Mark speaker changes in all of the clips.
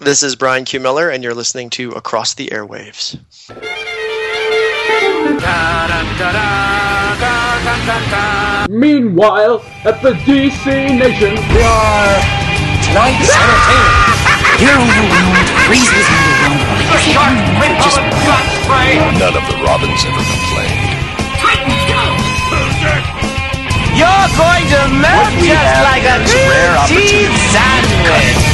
Speaker 1: This is Brian Q. Miller, and you're listening to Across the Airwaves.
Speaker 2: Meanwhile, at the DC Nation, we are
Speaker 3: Tonight's entertainment. Here overwhelmed, reasons underground. Just
Speaker 4: None of the Robins ever complained.
Speaker 3: You're going to melt just like a rare cheese sandwich.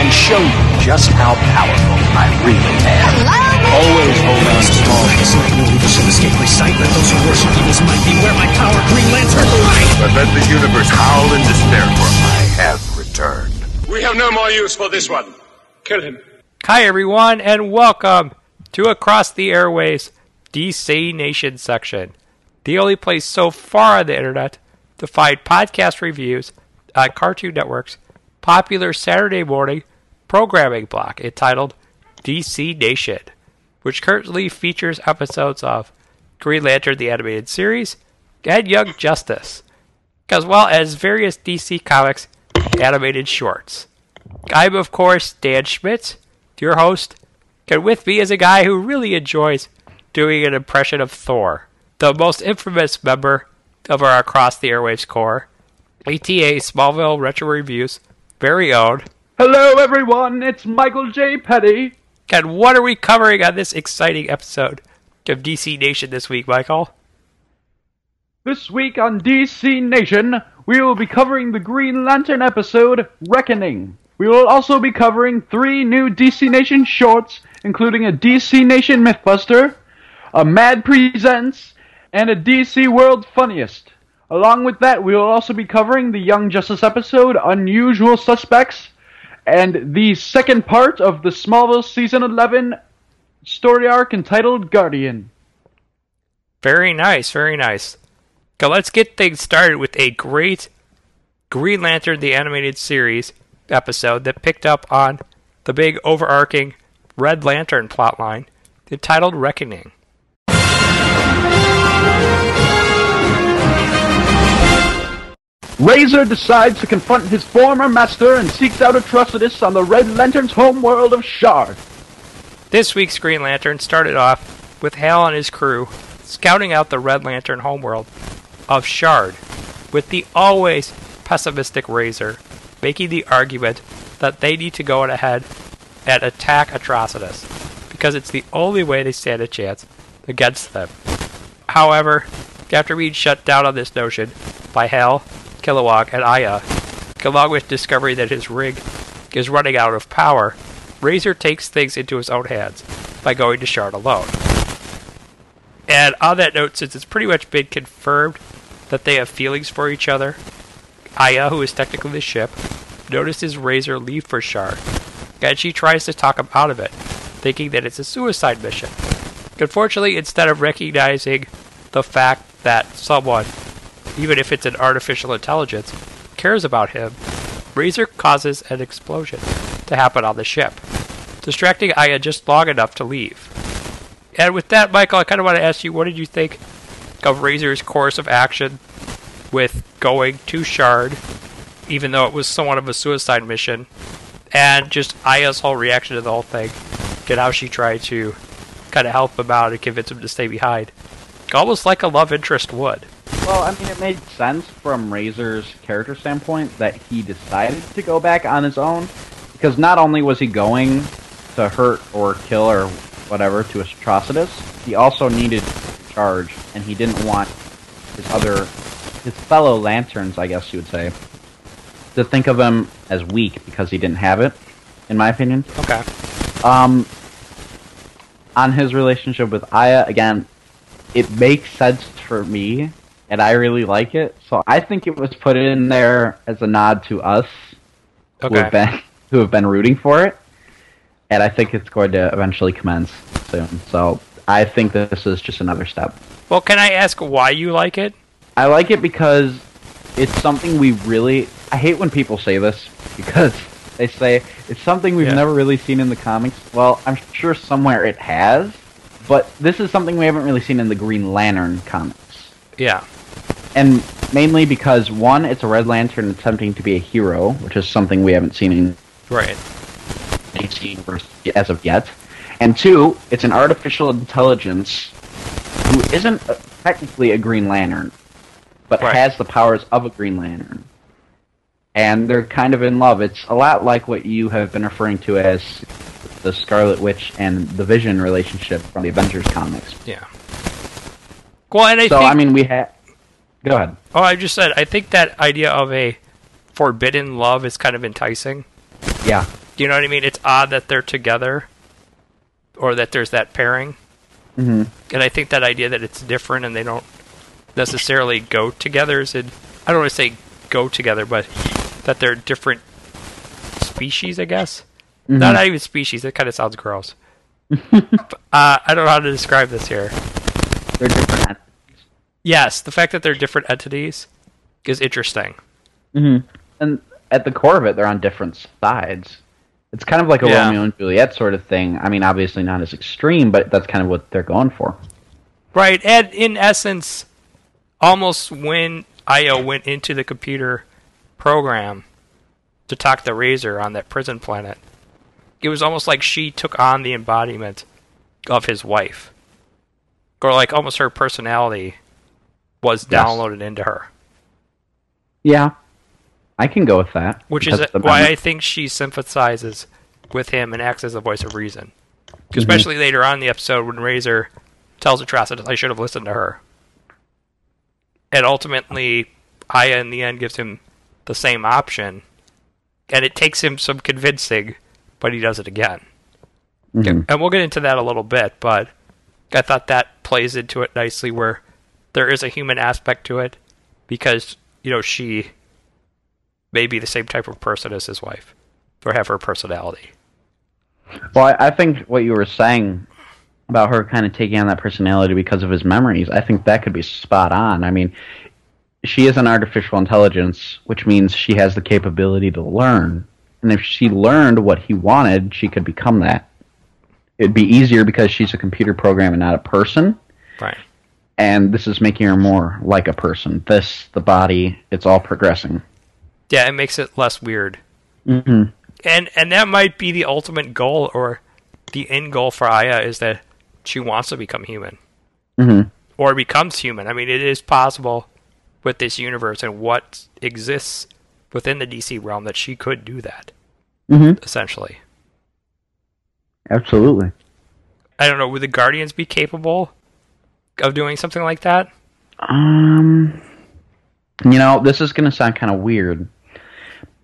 Speaker 3: And show you just how powerful I really am. Always hold on to
Speaker 5: This night, no leader shall escape my sight. Let those who worship evil's might beware my power, Green Lantern light.
Speaker 4: But let the universe howl in despair, for I have returned.
Speaker 6: We have no more use for this one. Kill him.
Speaker 7: Hi, everyone, and welcome to Across the Airwaves DC Nation section, the only place so far on the internet to find podcast reviews on Cartoon Network's popular Saturday morning programming block entitled DC Nation, which currently features episodes of Green Lantern the Animated Series and Young Justice, as well as various DC Comics animated shorts. I'm, of course, Dan Schmidt, your host, and with me is a guy who really enjoys doing an impression of Thor, the most infamous member of our Across the Airwaves core, ETA Smallville Retro Reviews, very own.
Speaker 2: Hello, everyone. It's Michael J. Petty.
Speaker 7: And what are we covering on this exciting episode of DC Nation this week, Michael?
Speaker 2: This week on DC Nation, we will be covering the Green Lantern episode Reckoning. We will also be covering three new DC Nation shorts, including a DC Nation Mythbuster, a Mad Presents, and a DC World Funniest. Along with that, we will also be covering the Young Justice episode Unusual Suspects and the second part of the Smallville Season 11 story arc entitled Guardian.
Speaker 7: Very nice, very nice. So let's get things started with a great Green Lantern the Animated Series episode that picked up on the big overarching Red Lantern plotline entitled Reckoning.
Speaker 2: Razor decides to confront his former master and seeks out Atrocitus on the Red Lantern's homeworld of Shard.
Speaker 7: This week's Green Lantern started off with Hal and his crew scouting out the Red Lantern homeworld of Shard, with the always pessimistic Razor making the argument that they need to go on ahead and attack Atrocitus, because it's the only way they stand a chance against them. However, after being shut down on this notion by Hal, Kilowog, and Aya, along with discovering that his rig is running out of power, Razor takes things into his own hands by going to Shard alone. And on that note, since it's pretty much been confirmed that they have feelings for each other, Aya, who is technically the ship, notices Razor leave for Shard, and she tries to talk him out of it, thinking that it's a suicide mission. Unfortunately, instead of recognizing the fact that someone, even if it's an artificial intelligence, cares about him, Razor causes an explosion to happen on the ship, distracting Aya just long enough to leave. And with that, Michael, I kind of want to ask you, what did you think of Razor's course of action with going to Shard, even though it was somewhat of a suicide mission, and just Aya's whole reaction to the whole thing, and how she tried to kind of help him out and convince him to stay behind, almost like a love interest would.
Speaker 8: Well, I mean, it made sense from Razor's character standpoint that he decided to go back on his own because not only was he going to hurt or kill or whatever to Atrocitus, he also needed to charge, and he didn't want his other, his fellow lanterns, I guess you would say, to think of him as weak because he didn't have it, in my opinion.
Speaker 7: Okay.
Speaker 8: Um, on his relationship with Aya, again, it makes sense for me, and I really like it. So I think it was put in there as a nod to us who
Speaker 7: Okay.
Speaker 8: have been who have been rooting for it, and I think it's going to eventually commence soon. So I think that this is just another step.
Speaker 7: Well, can I ask why you like it?
Speaker 8: I like it because it's something we really. I hate when people say this because they say it's something we've
Speaker 7: Yeah.
Speaker 8: never really seen in the comics. Well, I'm sure somewhere it has, but this is something we haven't really seen in the Green Lantern comics.
Speaker 7: Yeah.
Speaker 8: And mainly because, one, it's a Red Lantern attempting to be a hero, which is something we haven't seen in
Speaker 7: Right.
Speaker 8: 19th university as of yet. And two, it's an artificial intelligence who isn't uh technically a Green Lantern, but
Speaker 7: Right.
Speaker 8: has the powers of a Green Lantern. And they're kind of in love. It's a lot like what you have been referring to as the Scarlet Witch and the Vision relationship from the Avengers comics.
Speaker 7: Yeah. Well, and I
Speaker 8: so,
Speaker 7: think
Speaker 8: I mean, we had. Go ahead.
Speaker 7: Oh, I just said I think that idea of a forbidden love is kind of enticing.
Speaker 8: Yeah.
Speaker 7: Do you know what I mean? It's odd that they're together or that there's that pairing. Mm-hmm. And I think that idea that it's different and they don't necessarily go together is it, I don't want to say go together, but that they're different species, I guess. Not, not even species. That kind of sounds gross. uh, I don't know how to describe this here.
Speaker 8: They're different.
Speaker 7: Yes, the fact that they're different entities is interesting.
Speaker 8: and at the core of it, they're on different sides. It's kind of like a
Speaker 7: Yeah.
Speaker 8: Romeo and Juliet sort of thing. I mean, obviously not as extreme, but that's kind of what they're going for.
Speaker 7: Right, and in essence, almost when Io went into the computer program to talk to Razor on that prison planet, it was almost like she took on the embodiment of his wife, or like almost her personality was
Speaker 8: Yes.
Speaker 7: downloaded into her,
Speaker 8: Yeah, I can go with that.
Speaker 7: which
Speaker 8: Because
Speaker 7: is
Speaker 8: the-
Speaker 7: why I think she sympathizes with him and acts as a voice of reason.
Speaker 8: Mhm.
Speaker 7: Especially later on in the episode when Razor tells Atrocitus, I should have listened to her. And ultimately, Aya in the end gives him the same option. And it takes him some convincing, but he does it again.
Speaker 8: Mhm.
Speaker 7: And we'll get into that a little bit, but I thought that plays into it nicely where there is a human aspect to it because, you know, she may be the same type of person as his wife or have her personality.
Speaker 8: Well, I, I think what you were saying about her kind of taking on that personality because of his memories, I think that could be spot on. I mean, she is an artificial intelligence, which means she has the capability to learn. And if she learned what he wanted, she could become that. It'd be easier because she's a computer program and not a person.
Speaker 7: Right.
Speaker 8: And this is making her more like a person. This, the body, it's all progressing.
Speaker 7: Yeah, it makes it less weird. Mm-hmm. And and that might be the ultimate goal or the end goal for Aya is that she wants to become human mm-hmm. or becomes human. I mean, it is possible with this universe and what exists within the DC realm that she could do that.
Speaker 8: Mhm.
Speaker 7: Essentially,
Speaker 8: Absolutely.
Speaker 7: I don't know. Would the Guardians be capable of doing something like that?
Speaker 8: Um, you know, this is going to sound kind of weird,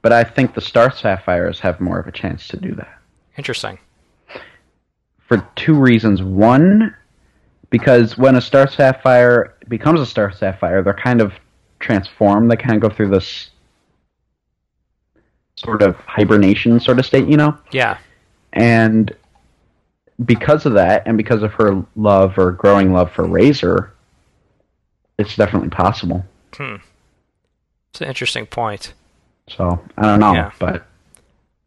Speaker 8: but I think the Star Sapphires have more of a chance to do that
Speaker 7: Interesting.
Speaker 8: for two reasons. One, because when a Star Sapphire becomes a Star Sapphire, they're kind of transformed. They kind of go through this sort of hibernation sort of state, you know?
Speaker 7: Yeah.
Speaker 8: And because of that, and because of her love or growing love for Razor, it's definitely possible.
Speaker 7: Hmm. It's an interesting point.
Speaker 8: So I don't know,
Speaker 7: Yeah.
Speaker 8: but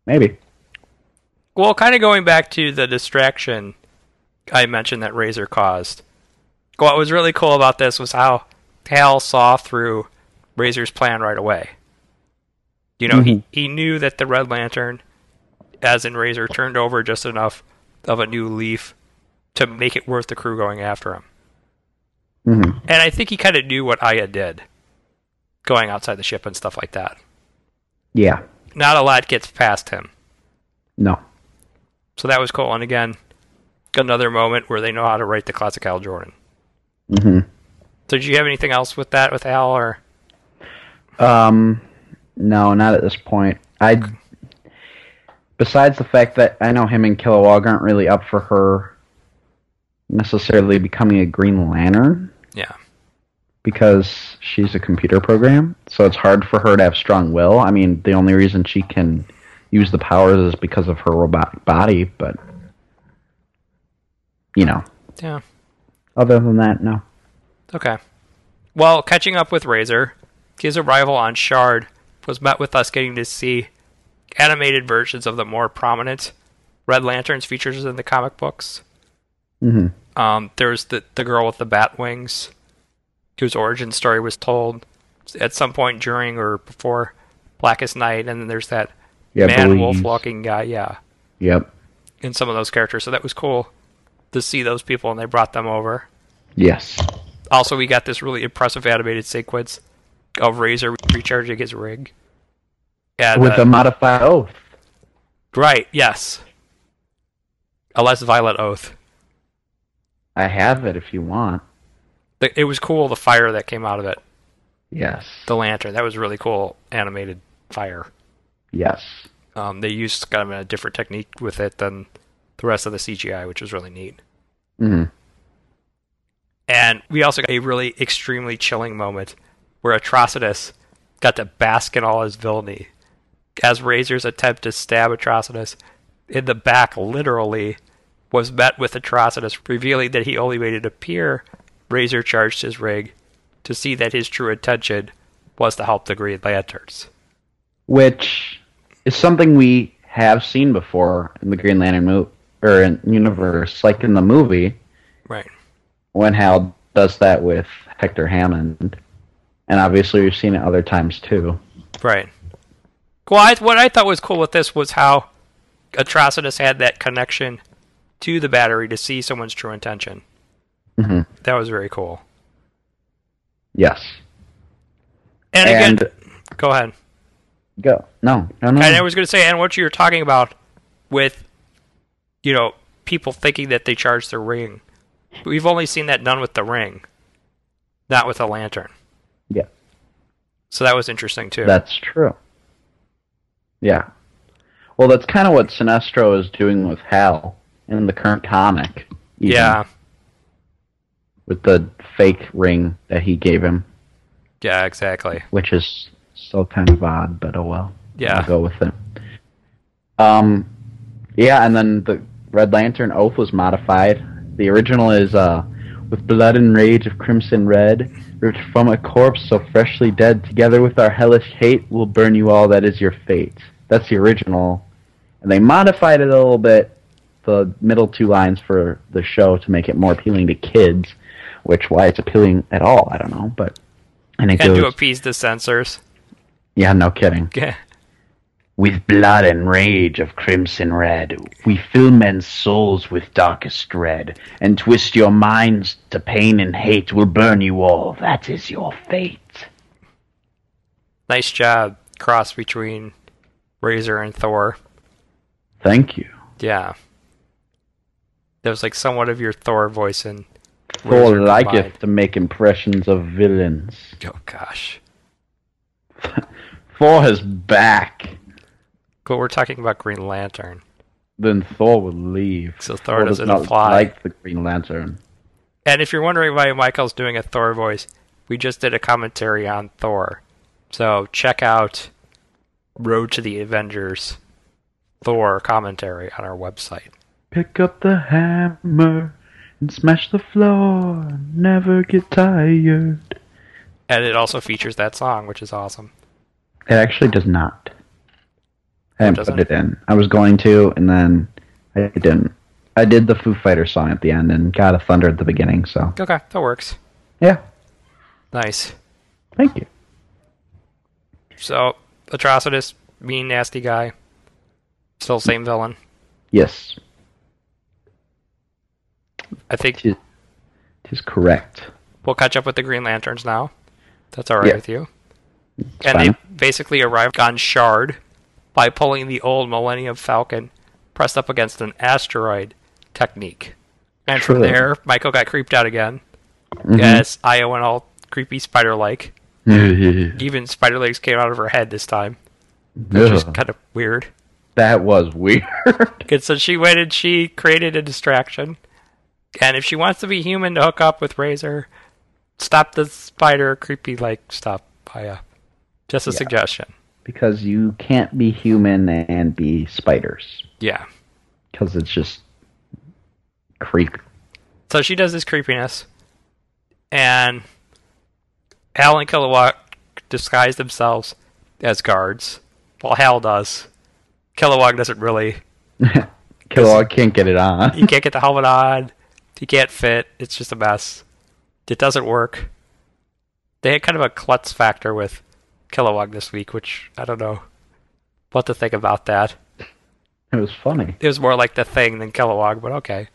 Speaker 8: maybe.
Speaker 7: Well, kind of going back to the distraction I mentioned that Razor caused. What was really cool about this was how Hal saw through Razor's plan right away. You know, he, he knew that the Red Lantern, as in Razor, turned over just enough of a new leaf to make it worth the crew going after him.
Speaker 8: Mhm.
Speaker 7: And I think he kind of knew what Aya did, going outside the ship and stuff like that.
Speaker 8: Yeah.
Speaker 7: Not a lot gets past him.
Speaker 8: No.
Speaker 7: So that was cool. And again, another moment where they know how to write the classic Al Jordan.
Speaker 8: Mhm.
Speaker 7: So did you have anything else with that with Al or
Speaker 8: Um. No, not at this point. I. Besides the fact that I know him and Kilowog aren't really up for her necessarily becoming a Green Lantern
Speaker 7: yeah.
Speaker 8: because she's a computer program, so it's hard for her to have strong will. I mean, the only reason she can use the powers is because of her robotic body, but you know,
Speaker 7: Yeah.
Speaker 8: other than that, no.
Speaker 7: Okay. Well, catching up with Razor, his arrival on Shard was met with us getting to see animated versions of the more prominent Red Lantern's features in the comic books. Mm-hmm. Um, there's the the girl with the bat wings, whose origin story was told at some point during or before Blackest Night, and then there's that
Speaker 8: Yeah,
Speaker 7: man wolf
Speaker 8: Belize.
Speaker 7: walking guy. Yeah,
Speaker 8: Yep.
Speaker 7: in some of those characters. So that was cool to see those people, and they brought them over.
Speaker 8: Yes.
Speaker 7: Also, we got this really impressive animated sequence of Razor recharging his rig. Yeah,
Speaker 8: With
Speaker 7: the-
Speaker 8: a modified oath.
Speaker 7: right, yes, a less violent oath.
Speaker 8: I have it if you want.
Speaker 7: The- It was cool the fire that came out of it,
Speaker 8: Yes.
Speaker 7: the lantern. That was really cool animated fire.
Speaker 8: Yes.
Speaker 7: Um, they used kind of a different technique with it than the rest of the CGI, which was really neat.
Speaker 8: Mm.
Speaker 7: And we also got a really extremely chilling moment where Atrocitus got to bask in all his villainy as Razor's attempt to stab Atrocitus in the back, literally, was met with Atrocitus revealing that he only made it appear Razor charged his rig to see that his true intention was to help the Green Lanterns.
Speaker 8: Which is something we have seen before in the Green Lantern movie or in universe, like in the movie
Speaker 7: Right.
Speaker 8: when Hal does that with Hector Hammond, and obviously we've seen it other times too.
Speaker 7: Right. Well, I, what I thought was cool with this was how Atrocitus had that connection to the battery to see someone's true intention.
Speaker 8: Mhm.
Speaker 7: That was very cool.
Speaker 8: Yes.
Speaker 7: And,
Speaker 8: And,
Speaker 7: again, go ahead.
Speaker 8: go. No. No. No.
Speaker 7: And I was going to say, and what you were talking about with, you know, people thinking that they charge their ring. We've only seen that done with the ring, not with a lantern.
Speaker 8: yeah.
Speaker 7: So that was interesting too.
Speaker 8: That's true. Yeah. Well, that's kind of what Sinestro is doing with Hal in the current comic. even,
Speaker 7: yeah,
Speaker 8: With the fake ring that he gave him,
Speaker 7: yeah, exactly.
Speaker 8: which is still kind of odd, but oh well.
Speaker 7: Yeah.
Speaker 8: I'll go with it. Um, yeah, and then the Red Lantern oath was modified. The original is uh, with blood and rage of crimson red, ripped from a corpse so freshly dead, together with our hellish hate, will burn you all. That is your fate. That's the original, and they modified it a little bit, the middle two lines for the show to make it more appealing to kids. Which why it's appealing at all, I don't know. But and it
Speaker 7: And to
Speaker 8: goes,
Speaker 7: appease the censors.
Speaker 8: yeah, no kidding.
Speaker 7: Yeah.
Speaker 8: With blood and rage of crimson red, we fill men's souls with darkest red, and twist your minds to pain and hate will burn you all. That is your fate.
Speaker 7: nice job cross between Razor and Thor.
Speaker 8: Thank you.
Speaker 7: Yeah. That was like somewhat of your Thor voice and
Speaker 8: Thor
Speaker 7: Razor combined.
Speaker 8: liketh to make impressions of villains.
Speaker 7: Oh gosh.
Speaker 8: Thor is back.
Speaker 7: But we're talking about Green Lantern.
Speaker 8: Then Thor will leave.
Speaker 7: So Thor
Speaker 8: does
Speaker 7: doesn't
Speaker 8: not
Speaker 7: apply.
Speaker 8: like the Green Lantern.
Speaker 7: And if you're wondering why Michael's doing a Thor voice, we just did a commentary on Thor. So check out Road to the Avengers Thor commentary on our website.
Speaker 8: Pick up the hammer and smash the floor. Never get tired.
Speaker 7: And it also features that song, which is awesome.
Speaker 8: It actually does not. I didn't
Speaker 7: doesn't?
Speaker 8: put it in. I was going to, and then I didn't. I did the Foo Fighter song at the end and got a Thunder at the beginning, so.
Speaker 7: Okay, that works.
Speaker 8: Yeah,
Speaker 7: Nice.
Speaker 8: thank you.
Speaker 7: So, Atrocitus, mean, nasty guy. Still same villain.
Speaker 8: Yes,
Speaker 7: I think
Speaker 8: it is correct.
Speaker 7: we'll catch up with the Green Lanterns now. That's all right
Speaker 8: Yeah.
Speaker 7: with you. and
Speaker 8: fine.
Speaker 7: they basically arrived on Shard by pulling the old Millennium Falcon pressed up against an asteroid technique. And from
Speaker 8: True. Mm-hmm.
Speaker 7: there, Michael got creeped out again. Yes, Io went all creepy spider like. Even spider legs came out of her head this time, which is
Speaker 8: Ugh,
Speaker 7: kind of weird.
Speaker 8: that was weird.
Speaker 7: And so she went and she created a distraction. And if she wants to be human to hook up with Razor, stop the spider creepy like stuff. I, uh, just a suggestion.
Speaker 8: because you can't be human and be spiders.
Speaker 7: Yeah.
Speaker 8: Because it's just creep.
Speaker 7: So she does this creepiness. And Hal and Kilowatt disguise themselves as guards. Well, Hal does. Kilowog doesn't really.
Speaker 8: Kilowog can't get it on.
Speaker 7: He can't get the helmet on. He can't fit. It's just a mess. It doesn't work. They had kind of a klutz factor with Kilowog this week, which I don't know what to think about that.
Speaker 8: It was funny.
Speaker 7: It was more like the thing than Kilowog, but okay.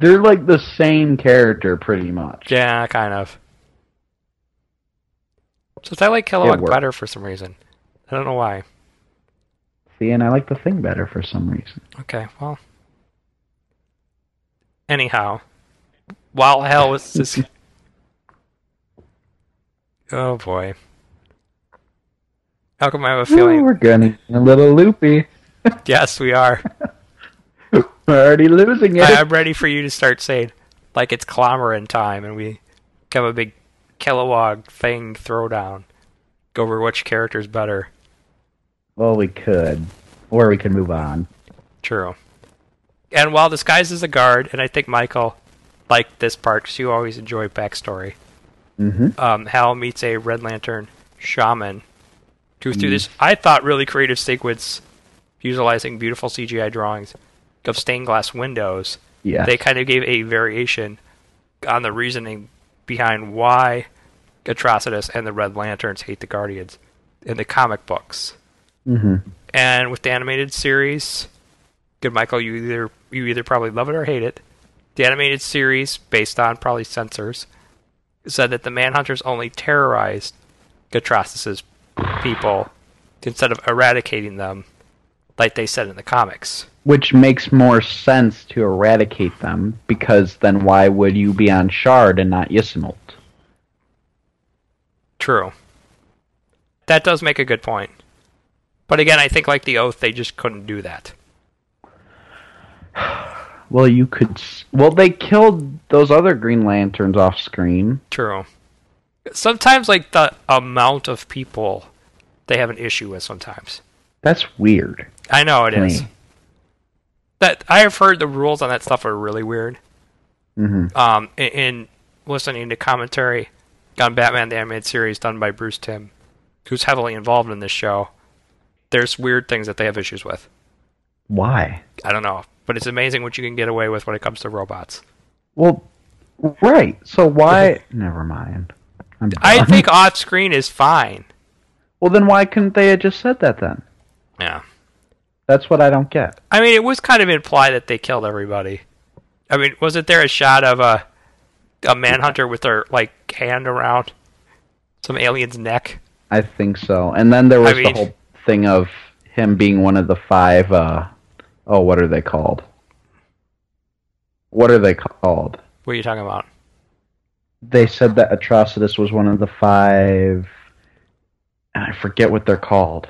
Speaker 8: They're like the same character, pretty much.
Speaker 7: Yeah, kind of. Just I like Kilowog
Speaker 8: worked.
Speaker 7: better for some reason. I don't know why.
Speaker 8: See, and I like the thing better for some reason.
Speaker 7: Okay, well. Anyhow, while hell was just. oh boy. How come I have a
Speaker 8: Ooh,
Speaker 7: feeling?
Speaker 8: we're getting a little loopy.
Speaker 7: yes, we are.
Speaker 8: We're already losing it.
Speaker 7: I, I'm ready for you to start saying, like it's Clomerin time, and we have a big Kilowog thing throwdown. Go over which character's better.
Speaker 8: well, we could, or we could move on.
Speaker 7: True. And while disguised as a guard, and I think Michael liked this part because you always enjoy backstory.
Speaker 8: Mhm.
Speaker 7: Um, Hal meets a Red Lantern shaman who, through this, I thought really creative sequence, utilizing beautiful CGI drawings of stained glass windows.
Speaker 8: Yes.
Speaker 7: They kind of gave a variation on the reasoning behind why Atrocitus and the Red Lanterns hate the Guardians in the comic books.
Speaker 8: Mhm.
Speaker 7: And with the animated series, good Michael, you either you either probably love it or hate it. The animated series, based on probably censors, said that the Manhunters only terrorized Gatrasis's people instead of eradicating them, like they said in the comics.
Speaker 8: Which makes more sense to eradicate them, because then why would you be on Shard and not Ysimult?
Speaker 7: True. That does make a good point. But again, I think like the oath, they just couldn't do that.
Speaker 8: Well, you could. s- Well, they killed those other Green Lanterns off screen.
Speaker 7: True. Sometimes like the amount of people they have an issue with sometimes.
Speaker 8: That's weird.
Speaker 7: I know it
Speaker 8: to
Speaker 7: is.
Speaker 8: me.
Speaker 7: That I have heard the rules on that stuff are really weird. Mm-hmm. Um, in, in listening to commentary on Batman the Animated Series done by Bruce Tim, who's heavily involved in this show, there's weird things that they have issues with.
Speaker 8: Why?
Speaker 7: I don't know, but it's amazing what you can get away with when it comes to robots.
Speaker 8: Well, right. So why? Never mind. I'm
Speaker 7: I
Speaker 8: done.
Speaker 7: think off screen is fine.
Speaker 8: Well, then why couldn't they have just said that then?
Speaker 7: Yeah.
Speaker 8: That's what I don't get.
Speaker 7: I mean, it was kind of implied that they killed everybody. I mean, wasn't there a shot of a a manhunter with their like hand around some alien's neck?
Speaker 8: I think so. And then there was the
Speaker 7: mean-
Speaker 8: whole thing of him being one of the five. Uh, oh, what are they called? What are they called?
Speaker 7: What are you talking about?
Speaker 8: They said that Atrocitus was one of the five. And I forget what they're called.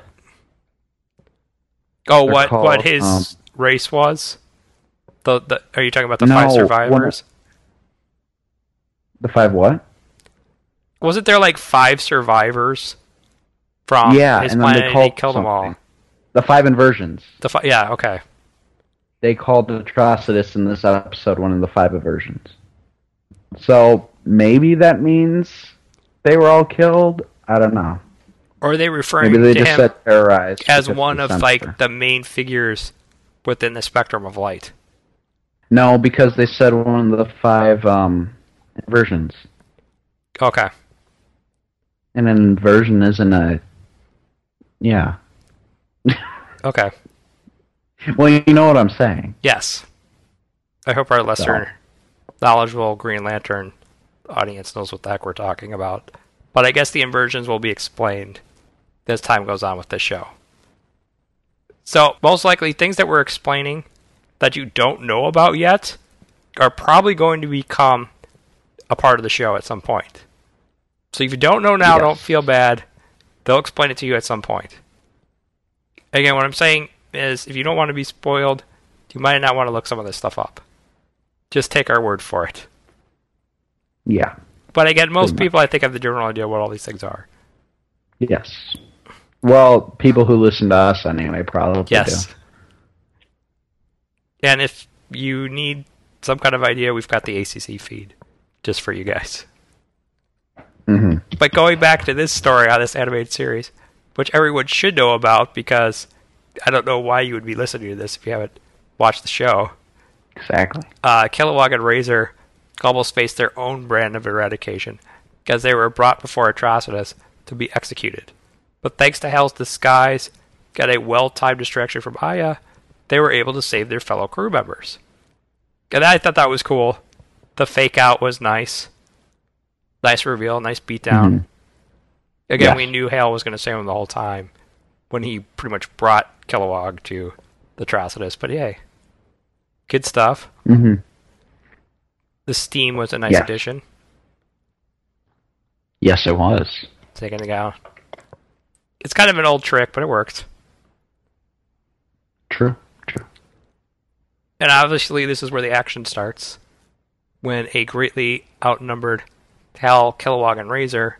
Speaker 7: Oh,
Speaker 8: They're
Speaker 7: what
Speaker 8: called,
Speaker 7: what his
Speaker 8: um,
Speaker 7: race was? The, the are you talking about the
Speaker 8: No,
Speaker 7: five
Speaker 8: one-
Speaker 7: survivors?
Speaker 8: The five what?
Speaker 7: Wasn't there like five survivors from
Speaker 8: yeah,
Speaker 7: Um, his
Speaker 8: and then
Speaker 7: planet?
Speaker 8: they
Speaker 7: and
Speaker 8: called
Speaker 7: he killed them all.
Speaker 8: something. The five inversions.
Speaker 7: The fi- yeah, okay.
Speaker 8: They called Atrocitus in this episode one of the five inversions. So maybe that means they were all killed. I don't know.
Speaker 7: Or are they referring
Speaker 8: Maybe they
Speaker 7: to
Speaker 8: just
Speaker 7: him
Speaker 8: said terrorized
Speaker 7: as
Speaker 8: because
Speaker 7: one
Speaker 8: the
Speaker 7: of
Speaker 8: censor.
Speaker 7: like the main figures within the spectrum of light?
Speaker 8: no, because they said one of the five um, inversions,
Speaker 7: Okay.
Speaker 8: and an inversion isn't a yeah.
Speaker 7: Okay.
Speaker 8: Well, you know what I'm saying.
Speaker 7: Yes. I hope our lesser knowledgeable Green Lantern audience knows what the heck we're talking about. But I guess the inversions will be explained as time goes on with this show. So, most likely, things that we're explaining that you don't know about yet are probably going to become a part of the show at some point. So, if you don't know now, don't feel bad. They'll explain it to you at some point. Again, what I'm saying is if you don't want to be spoiled, you might not want to look some of this stuff up. Just take our word for it.
Speaker 8: Yeah.
Speaker 7: But again, most people, I think, have the general idea what all these things are.
Speaker 8: Yes. Well, people who listen to us anyway probably
Speaker 7: Yes.
Speaker 8: do.
Speaker 7: And if you need some kind of idea, we've got the ACC feed just for you guys. Mm-hmm. But going back to this story on this animated series, which everyone should know about because I don't know why you would be listening to this if you haven't watched the show.
Speaker 8: Exactly.
Speaker 7: uh, Kilowog and Razor almost faced their own brand of eradication because they were brought before Atrocitus to be executed. But thanks to Hell's disguise got a well timed distraction from Aya, they were able to save their fellow crew members. And I thought that was cool. The fake out was nice. Nice reveal, nice beatdown.
Speaker 8: Mm-hmm.
Speaker 7: Again,
Speaker 8: Yes.
Speaker 7: we knew Hale was going to save him the whole time when he pretty much brought Kilowog to the Trocitus. But yay. Good stuff.
Speaker 8: Mm-hmm.
Speaker 7: The Steam was a nice
Speaker 8: Yeah.
Speaker 7: addition.
Speaker 8: Yes, it was.
Speaker 7: Taking the guy. It's kind of an old trick, but it worked.
Speaker 8: True. True.
Speaker 7: And obviously, this is where the action starts. When a greatly outnumbered Hal, Kilowog, and Razor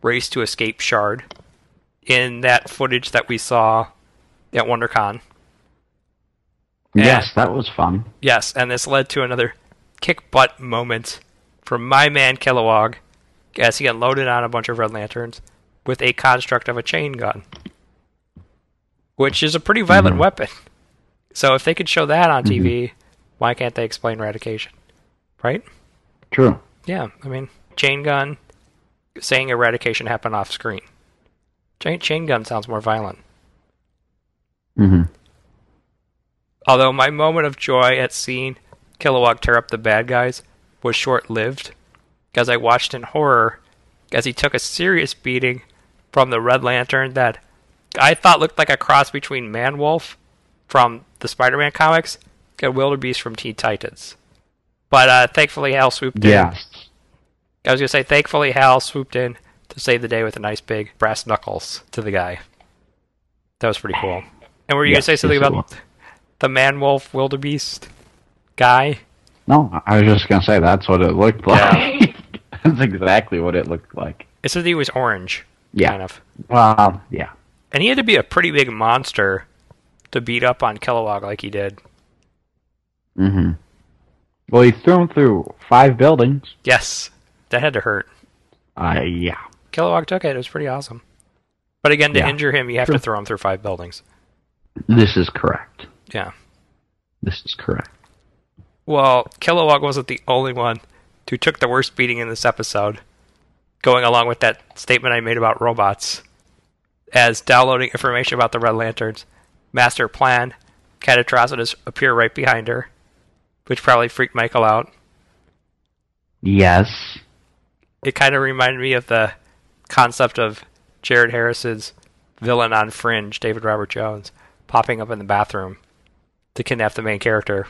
Speaker 7: race to escape Shard in that footage that we saw at WonderCon.
Speaker 8: yes, that was fun.
Speaker 7: Yes, and this led to another kick butt moment from my man Kilowog as he unloaded on a bunch of Red Lanterns with a construct of a chain gun, which is a pretty violent weapon. So if they could show that on TV, why can't they explain eradication? Right?
Speaker 8: True.
Speaker 7: Yeah, I mean, chain gun saying eradication happened off screen. Chain, chain gun sounds more violent.
Speaker 8: Mm-hmm.
Speaker 7: Although my moment of joy at seeing Kilowog tear up the bad guys was short lived, because I watched in horror as he took a serious beating from the Red Lantern that I thought looked like a cross between Man Wolf from the Spider Man comics and Wildebeest from Teen Titans. But uh, thankfully, Hal swooped in.
Speaker 8: Yes.
Speaker 7: I was going to say, thankfully, Hal swooped in to save the day with a nice big brass knuckles to the guy. That was pretty cool. And were you
Speaker 8: Yes,
Speaker 7: going to say something
Speaker 8: yes, it
Speaker 7: about the man wolf wildebeest guy?
Speaker 8: No, I was just gonna say that's what it looked like. that's exactly what it looked like.
Speaker 7: It said he was orange,
Speaker 8: Yeah.
Speaker 7: kind of.
Speaker 8: Well, yeah.
Speaker 7: And he had to be a pretty big monster to beat up on Kilowog like he did.
Speaker 8: Mm-hmm. Well, he threw him through five buildings.
Speaker 7: Yes, that had to hurt.
Speaker 8: Uh, yeah.
Speaker 7: Kilowog took it. It was pretty awesome. But again, to
Speaker 8: Yeah.
Speaker 7: injure him, you have to throw him through five buildings.
Speaker 8: This is correct.
Speaker 7: Yeah.
Speaker 8: This is correct.
Speaker 7: Well, Kilowog wasn't the only one who took the worst beating in this episode, going along with that statement I made about robots, as downloading information about the Red Lanterns, Master Plan, Catatrocitus appear right behind her, which probably freaked Michael out.
Speaker 8: Yes.
Speaker 7: It kind of reminded me of the concept of Jared Harris's villain on Fringe, David Robert Jones, popping up in the bathroom to kidnap the main character.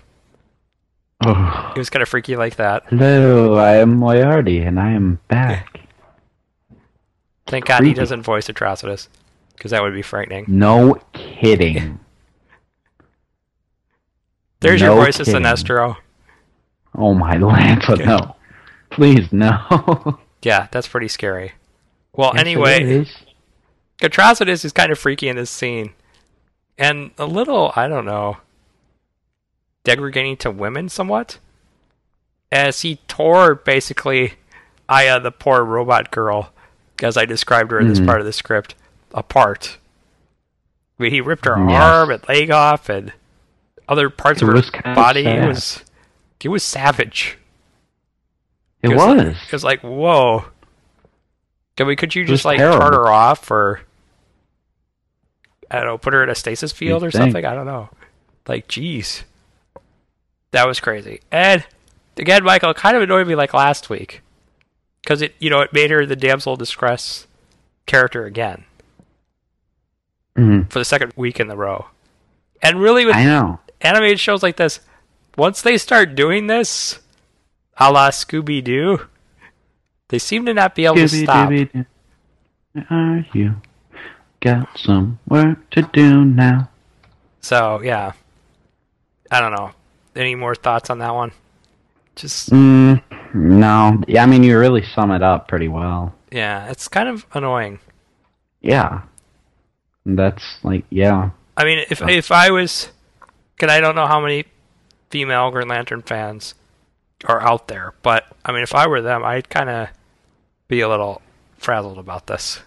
Speaker 8: Oh,
Speaker 7: It was kind of freaky like that.
Speaker 8: hello. I am Moriarty, and I am back.
Speaker 7: Thank God he
Speaker 8: Creepy.
Speaker 7: doesn't voice Atrocitus, because that would be frightening.
Speaker 8: No kidding.
Speaker 7: There's
Speaker 8: No
Speaker 7: your voice of
Speaker 8: kidding.
Speaker 7: Sinestro.
Speaker 8: Oh my Lanta, no. Please, no.
Speaker 7: Yeah, that's pretty scary. Well,
Speaker 8: Yes, it
Speaker 7: anyway,
Speaker 8: is.
Speaker 7: Atrocitus is kind of freaky in this scene, and a little, I don't know, degrading to women somewhat, as he tore basically Aya, the poor robot girl, as I described her in this part of the script, apart. I mean, he ripped her
Speaker 8: Yes.
Speaker 7: arm and leg off, and other parts
Speaker 8: It
Speaker 7: of her
Speaker 8: was kind of
Speaker 7: body. It
Speaker 8: sad.
Speaker 7: was, it was savage.
Speaker 8: it
Speaker 7: It
Speaker 8: was.
Speaker 7: Like, it was like, whoa. Can we, could you just
Speaker 8: was
Speaker 7: like
Speaker 8: terrible.
Speaker 7: turn her off or, I don't know, put her in a stasis field or
Speaker 8: You'd think.
Speaker 7: something? I don't know. Like, geez. That was crazy. And again, Michael, it kind of annoyed me like last week. Because it, you know, it made her the damsel in distress character again
Speaker 8: Mhm.
Speaker 7: for the second week in the row. And really, with
Speaker 8: I know.
Speaker 7: animated shows like this, once they start doing this, a la Scooby Doo, they seem to not be able to stop.
Speaker 8: Scooby-Dooby-Doo, Where are you? Got some work to do now.
Speaker 7: So yeah, I don't know. Any more thoughts on that one? Just
Speaker 8: Mm, no. Yeah, I mean, you really sum it up pretty well.
Speaker 7: yeah, it's kind of annoying.
Speaker 8: Yeah. That's like, yeah.
Speaker 7: I mean, if if I was, because I don't know how many female Green Lantern fans are out there, but I mean, if I were them, I'd kind of be a little frazzled about this.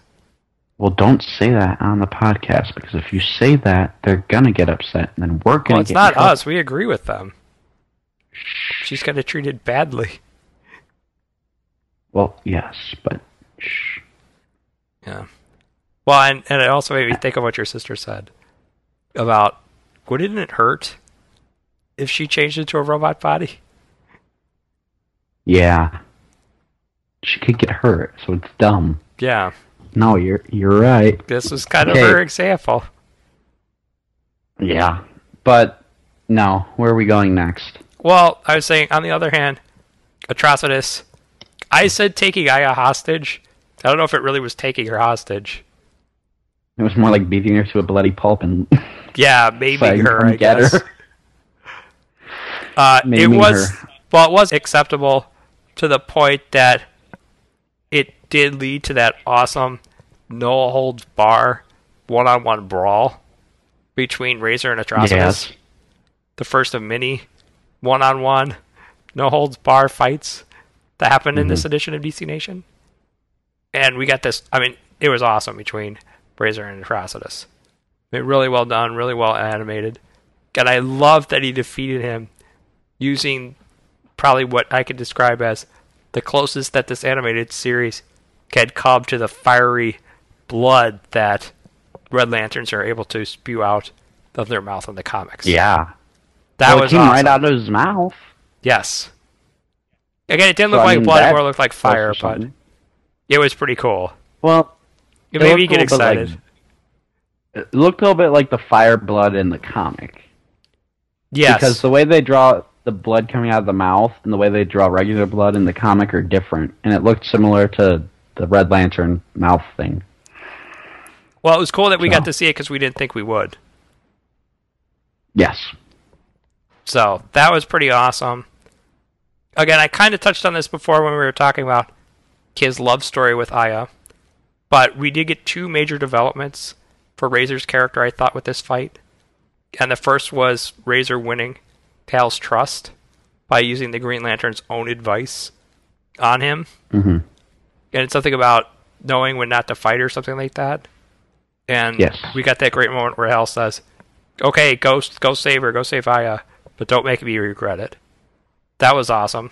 Speaker 8: Well, don't say that on the podcast because if you say that, they're gonna get upset, and then we're gonna
Speaker 7: Well, it's
Speaker 8: get.
Speaker 7: not
Speaker 8: in trouble.
Speaker 7: us. We agree with them. She's kind of treated badly.
Speaker 8: Well, yes, but shh.
Speaker 7: Yeah. Well, and, and it also made me think of what your sister said about wouldn't it hurt if she changed into a robot body?
Speaker 8: Yeah. She could get hurt, so it's dumb.
Speaker 7: Yeah,
Speaker 8: No, you're you're right.
Speaker 7: this was kind
Speaker 8: Okay.
Speaker 7: of her example.
Speaker 8: Yeah. But no, where are we going next?
Speaker 7: Well, I was saying, on the other hand, Atrocitus, I said taking Aya hostage. I don't know if it really was taking her hostage.
Speaker 8: It was more like beating her to a bloody pulp and
Speaker 7: Yeah, maybe
Speaker 8: saying,
Speaker 7: her,
Speaker 8: "Come
Speaker 7: I guess. Uh, it
Speaker 8: Maiming
Speaker 7: was,
Speaker 8: her.
Speaker 7: well, it was acceptable to the point that it did lead to that awesome no holds bar one on one brawl between Razor and Atrocitus.
Speaker 8: Yes.
Speaker 7: The first of many one on one no holds bar fights that happened in this edition of DC Nation. And we got this. I mean, it was awesome between Razor and Atrocitus. I mean, really well done, really well animated. And I love that he defeated him using probably what I could describe as the closest that this animated series can come to the fiery blood that Red Lanterns are able to spew out of their mouth in the comics.
Speaker 8: Yeah.
Speaker 7: that
Speaker 8: Well, it
Speaker 7: was
Speaker 8: came
Speaker 7: awesome.
Speaker 8: right out of his mouth.
Speaker 7: Yes. Again, it didn't
Speaker 8: So,
Speaker 7: look
Speaker 8: I
Speaker 7: like
Speaker 8: mean,
Speaker 7: blood; it
Speaker 8: that
Speaker 7: more looked like
Speaker 8: close or
Speaker 7: fire, but
Speaker 8: something.
Speaker 7: it was pretty cool.
Speaker 8: Well,
Speaker 7: It
Speaker 8: It
Speaker 7: made
Speaker 8: looked
Speaker 7: me get
Speaker 8: cool, but, like,
Speaker 7: excited.
Speaker 8: it looked a little bit like the fire blood in the comic.
Speaker 7: yes,
Speaker 8: Because the way they draw the blood coming out of the mouth and the way they draw regular blood in the comic are different. And it looked similar to the Red Lantern mouth thing.
Speaker 7: well, it was cool that we
Speaker 8: so-
Speaker 7: got to see it because we didn't think we would.
Speaker 8: Yes.
Speaker 7: So that was pretty awesome. Again, I kind of touched on this before when we were talking about his love story with Aya, but we did get two major developments for Razor's character, I thought, with this fight. And the first was Razor winning Cal's trust by using the Green Lantern's own advice on him. Mm-hmm. And it's something about knowing when not to fight or something like that. And
Speaker 8: Yes.
Speaker 7: we got that great moment where Hal says, okay, go go save her, go save Aya, but don't make me regret it. That was awesome.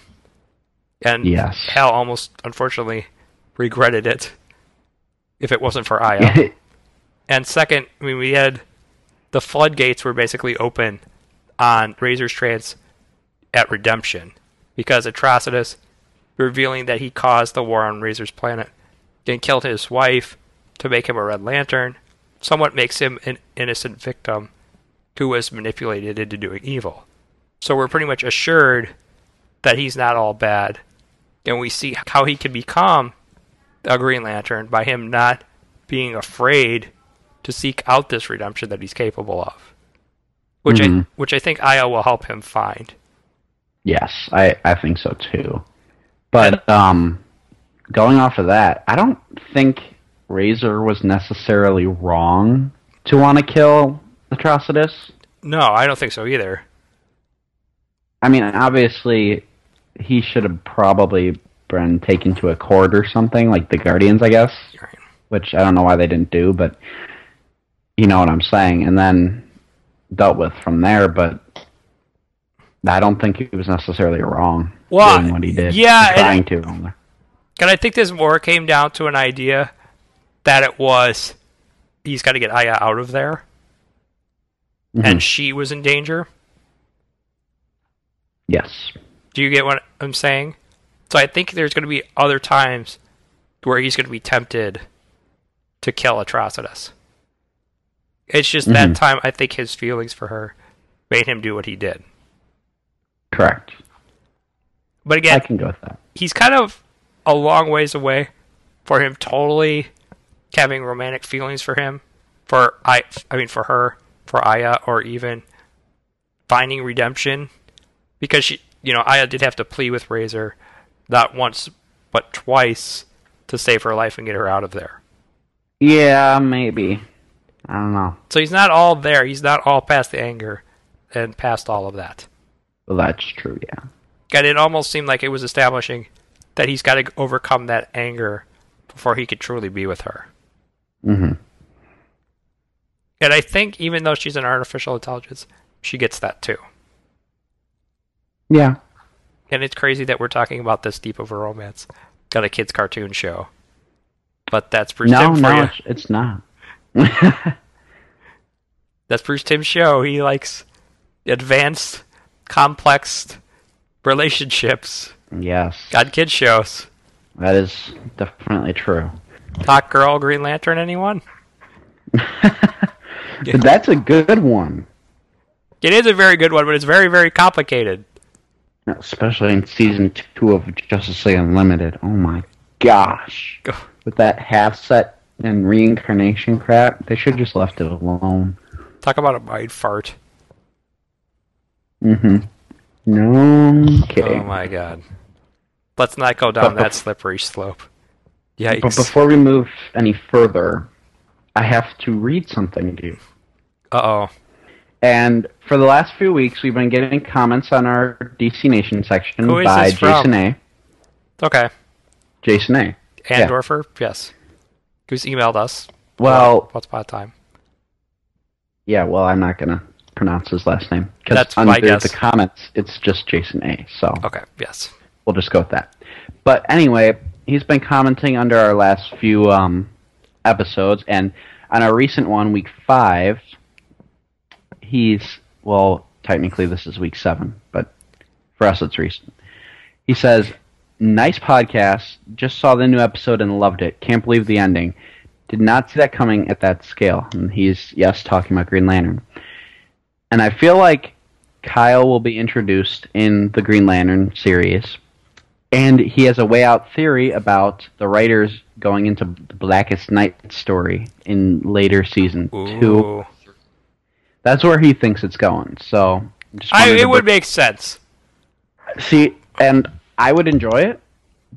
Speaker 7: And
Speaker 8: Yes.
Speaker 7: Hal almost, unfortunately, regretted it if it wasn't for Aya. and second, I mean, we had the floodgates were basically open on Razor's trance at Redemption because Atrocitus revealing that he caused the war on Razor's planet and killed his wife to make him a Red Lantern somewhat makes him an innocent victim who was manipulated into doing evil. So we're pretty much assured that he's not all bad. And we see how he can become a Green Lantern by him not being afraid to seek out this redemption that he's capable of. Which I
Speaker 8: Mhm.
Speaker 7: which I think Io will help him find.
Speaker 8: Yes, I, I think so too. But um, going off of that, I don't think Razor was necessarily wrong to want to kill Atrocitus.
Speaker 7: No, I don't think so either.
Speaker 8: I mean, obviously, he should have probably been taken to a court or something, like the Guardians, I guess.
Speaker 7: Right.
Speaker 8: Which I don't know why they didn't do, but you know what I'm saying. And then dealt with from there, but I don't think he was necessarily wrong
Speaker 7: Well,
Speaker 8: doing what he did.
Speaker 7: yeah, and-
Speaker 8: trying to. Mm-hmm. rather.
Speaker 7: And I think this more came down to an idea that it was he's got to get Aya out of there,
Speaker 8: Mm-hmm.
Speaker 7: and she was in danger.
Speaker 8: Yes.
Speaker 7: Do you get what I'm saying? So I think there's going to be other times where he's going to be tempted to kill Atrocitus. It's just that time I think his feelings for her made him do what he did.
Speaker 8: Correct.
Speaker 7: But again,
Speaker 8: I can go with that.
Speaker 7: he's kind of a long ways away for him totally having romantic feelings for him for i i mean for her for aya or even finding redemption because she you know aya did have to plea with razor not once but twice to save her life and get her out of there
Speaker 8: Yeah, maybe. I don't know.
Speaker 7: so he's not all there he's not all past the anger and past all of that
Speaker 8: Well, that's true. Yeah.
Speaker 7: and it almost seemed like it was establishing that he's got to overcome that anger before he could truly be with her.
Speaker 8: Mhm.
Speaker 7: And I think even though she's an artificial intelligence, she gets that too.
Speaker 8: Yeah.
Speaker 7: And it's crazy that we're talking about this deep of a romance. Got a kids' cartoon show, but that's Bruce
Speaker 8: No,
Speaker 7: Timm for
Speaker 8: no,
Speaker 7: you.
Speaker 8: it's, it's not.
Speaker 7: That's Bruce Timm's show. He likes advanced, complex relationships
Speaker 8: Yes,
Speaker 7: on kid shows.
Speaker 8: that is definitely true.
Speaker 7: Hot Girl, Green Lantern, anyone?
Speaker 8: But that's a good one,
Speaker 7: It is a very good one, but it's very, very complicated.
Speaker 8: especially in season two of Justice League Unlimited. Oh my gosh,
Speaker 7: Go-
Speaker 8: with that half set and reincarnation crap, they should just left it alone.
Speaker 7: Talk about a mind fart.
Speaker 8: Mm-hmm. No
Speaker 7: Oh
Speaker 8: kidding.
Speaker 7: my god. Let's not go down
Speaker 8: But-
Speaker 7: that slippery slope.
Speaker 8: but
Speaker 7: Yikes.
Speaker 8: before we move any further, I have to read something to you.
Speaker 7: Uh oh.
Speaker 8: And for the last few weeks, we've been getting comments on our DC Nation section
Speaker 7: Who is
Speaker 8: by
Speaker 7: this from?
Speaker 8: Jason A.
Speaker 7: Okay.
Speaker 8: Jason A. Yeah.
Speaker 7: Andorfer, yes. Who's emailed us?
Speaker 8: Well,
Speaker 7: What's about time?
Speaker 8: yeah, well, I'm not going to pronounce his last name because
Speaker 7: That's my
Speaker 8: under
Speaker 7: guess.
Speaker 8: the comments, it's just Jason A. So
Speaker 7: Okay, yes.
Speaker 8: we'll just go with that. But anyway, he's been commenting under our last few um, episodes, and on our recent one, week five, he's well, technically this is week seven, but for us it's recent. He says, "Nice podcast. Just saw the new episode and loved it. Can't believe the ending. Did not see that coming at that scale." And he's yes talking about Green Lantern, and I feel like. Kyle will be introduced in the Green Lantern series, and he has a way out theory about the writers going into the Blackest Night story in later season two.
Speaker 7: Ooh.
Speaker 8: That's where he thinks it's going. So just
Speaker 7: I,
Speaker 8: wanted to
Speaker 7: it would
Speaker 8: br-
Speaker 7: make sense.
Speaker 8: see, and I would enjoy it,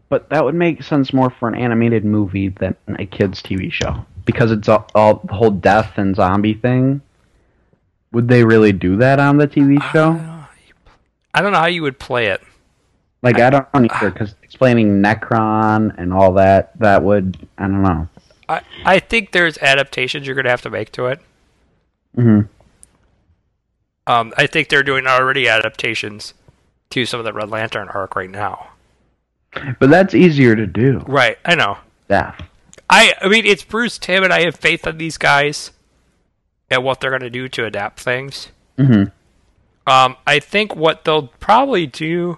Speaker 8: but that would make sense more for an animated movie than a kids' TV show because it's all, all the whole death and zombie thing. Would they really do that on the TV show?
Speaker 7: I don't know how you would play it.
Speaker 8: Like I don't either, because explaining Necron and all that that would I don't know.
Speaker 7: I, I think there's adaptations you're going to have to make to it.
Speaker 8: Mhm.
Speaker 7: Um, I think they're doing already adaptations to some of the Red Lantern arc right now.
Speaker 8: But that's easier to do.
Speaker 7: Right, I know.
Speaker 8: Death.
Speaker 7: I I mean, it's Bruce Tim, and I have faith in these guys and what they're going to do to adapt things.
Speaker 8: Mhm.
Speaker 7: Um, I think what they'll probably do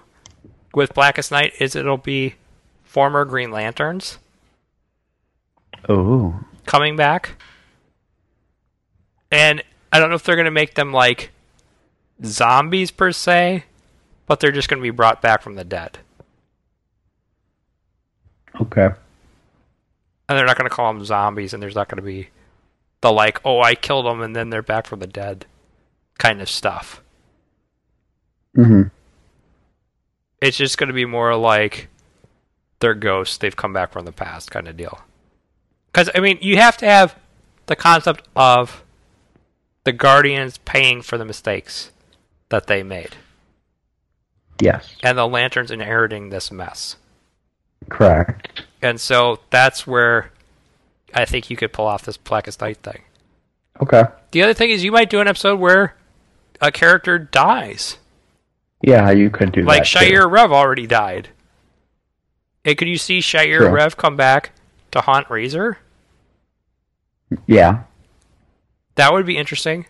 Speaker 7: with Blackest Night is it'll be former Green Lanterns
Speaker 8: Oh,
Speaker 7: coming back, and I don't know if they're going to make them like zombies per se, but they're just going to be brought back from the dead,
Speaker 8: okay.
Speaker 7: and they're not going to call them zombies, and there's not going to be the like, oh, I killed them, and then they're back from the dead kind of stuff.
Speaker 8: hmm
Speaker 7: it's just going to be more like they're ghosts. They've come back from the past, kind of deal. Because I mean, you have to have the concept of the guardians paying for the mistakes that they made,
Speaker 8: Yes,
Speaker 7: and the lanterns inheriting this mess.
Speaker 8: correct.
Speaker 7: And so that's where I think you could pull off this Blackest Night thing.
Speaker 8: Okay.
Speaker 7: The other thing is, you might do an episode where a character dies,
Speaker 8: Yeah, you could do
Speaker 7: like
Speaker 8: that. too.
Speaker 7: Shire Rev already died. And could you see Shire
Speaker 8: True.
Speaker 7: Rev come back to haunt Razor?
Speaker 8: Yeah.
Speaker 7: That would be interesting.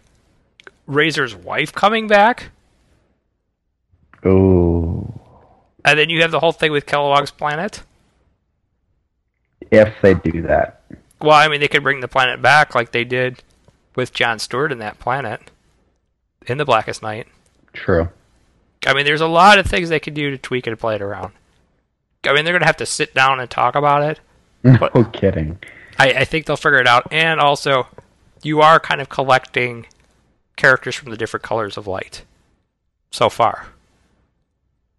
Speaker 7: Razor's wife coming back,
Speaker 8: Ooh.
Speaker 7: and then you have the whole thing with Kellogg's planet.
Speaker 8: If they do that.
Speaker 7: Well, I mean, they could bring the planet back like they did with John Stewart in that planet in the Blackest Night.
Speaker 8: True.
Speaker 7: I mean, there's a lot of things they could do to tweak it and play it around. I mean, they're gonna have to sit down and talk about it.
Speaker 8: No
Speaker 7: But-
Speaker 8: kidding.
Speaker 7: I, I think they'll figure it out. And also, you are kind of collecting characters from the different colors of light so far.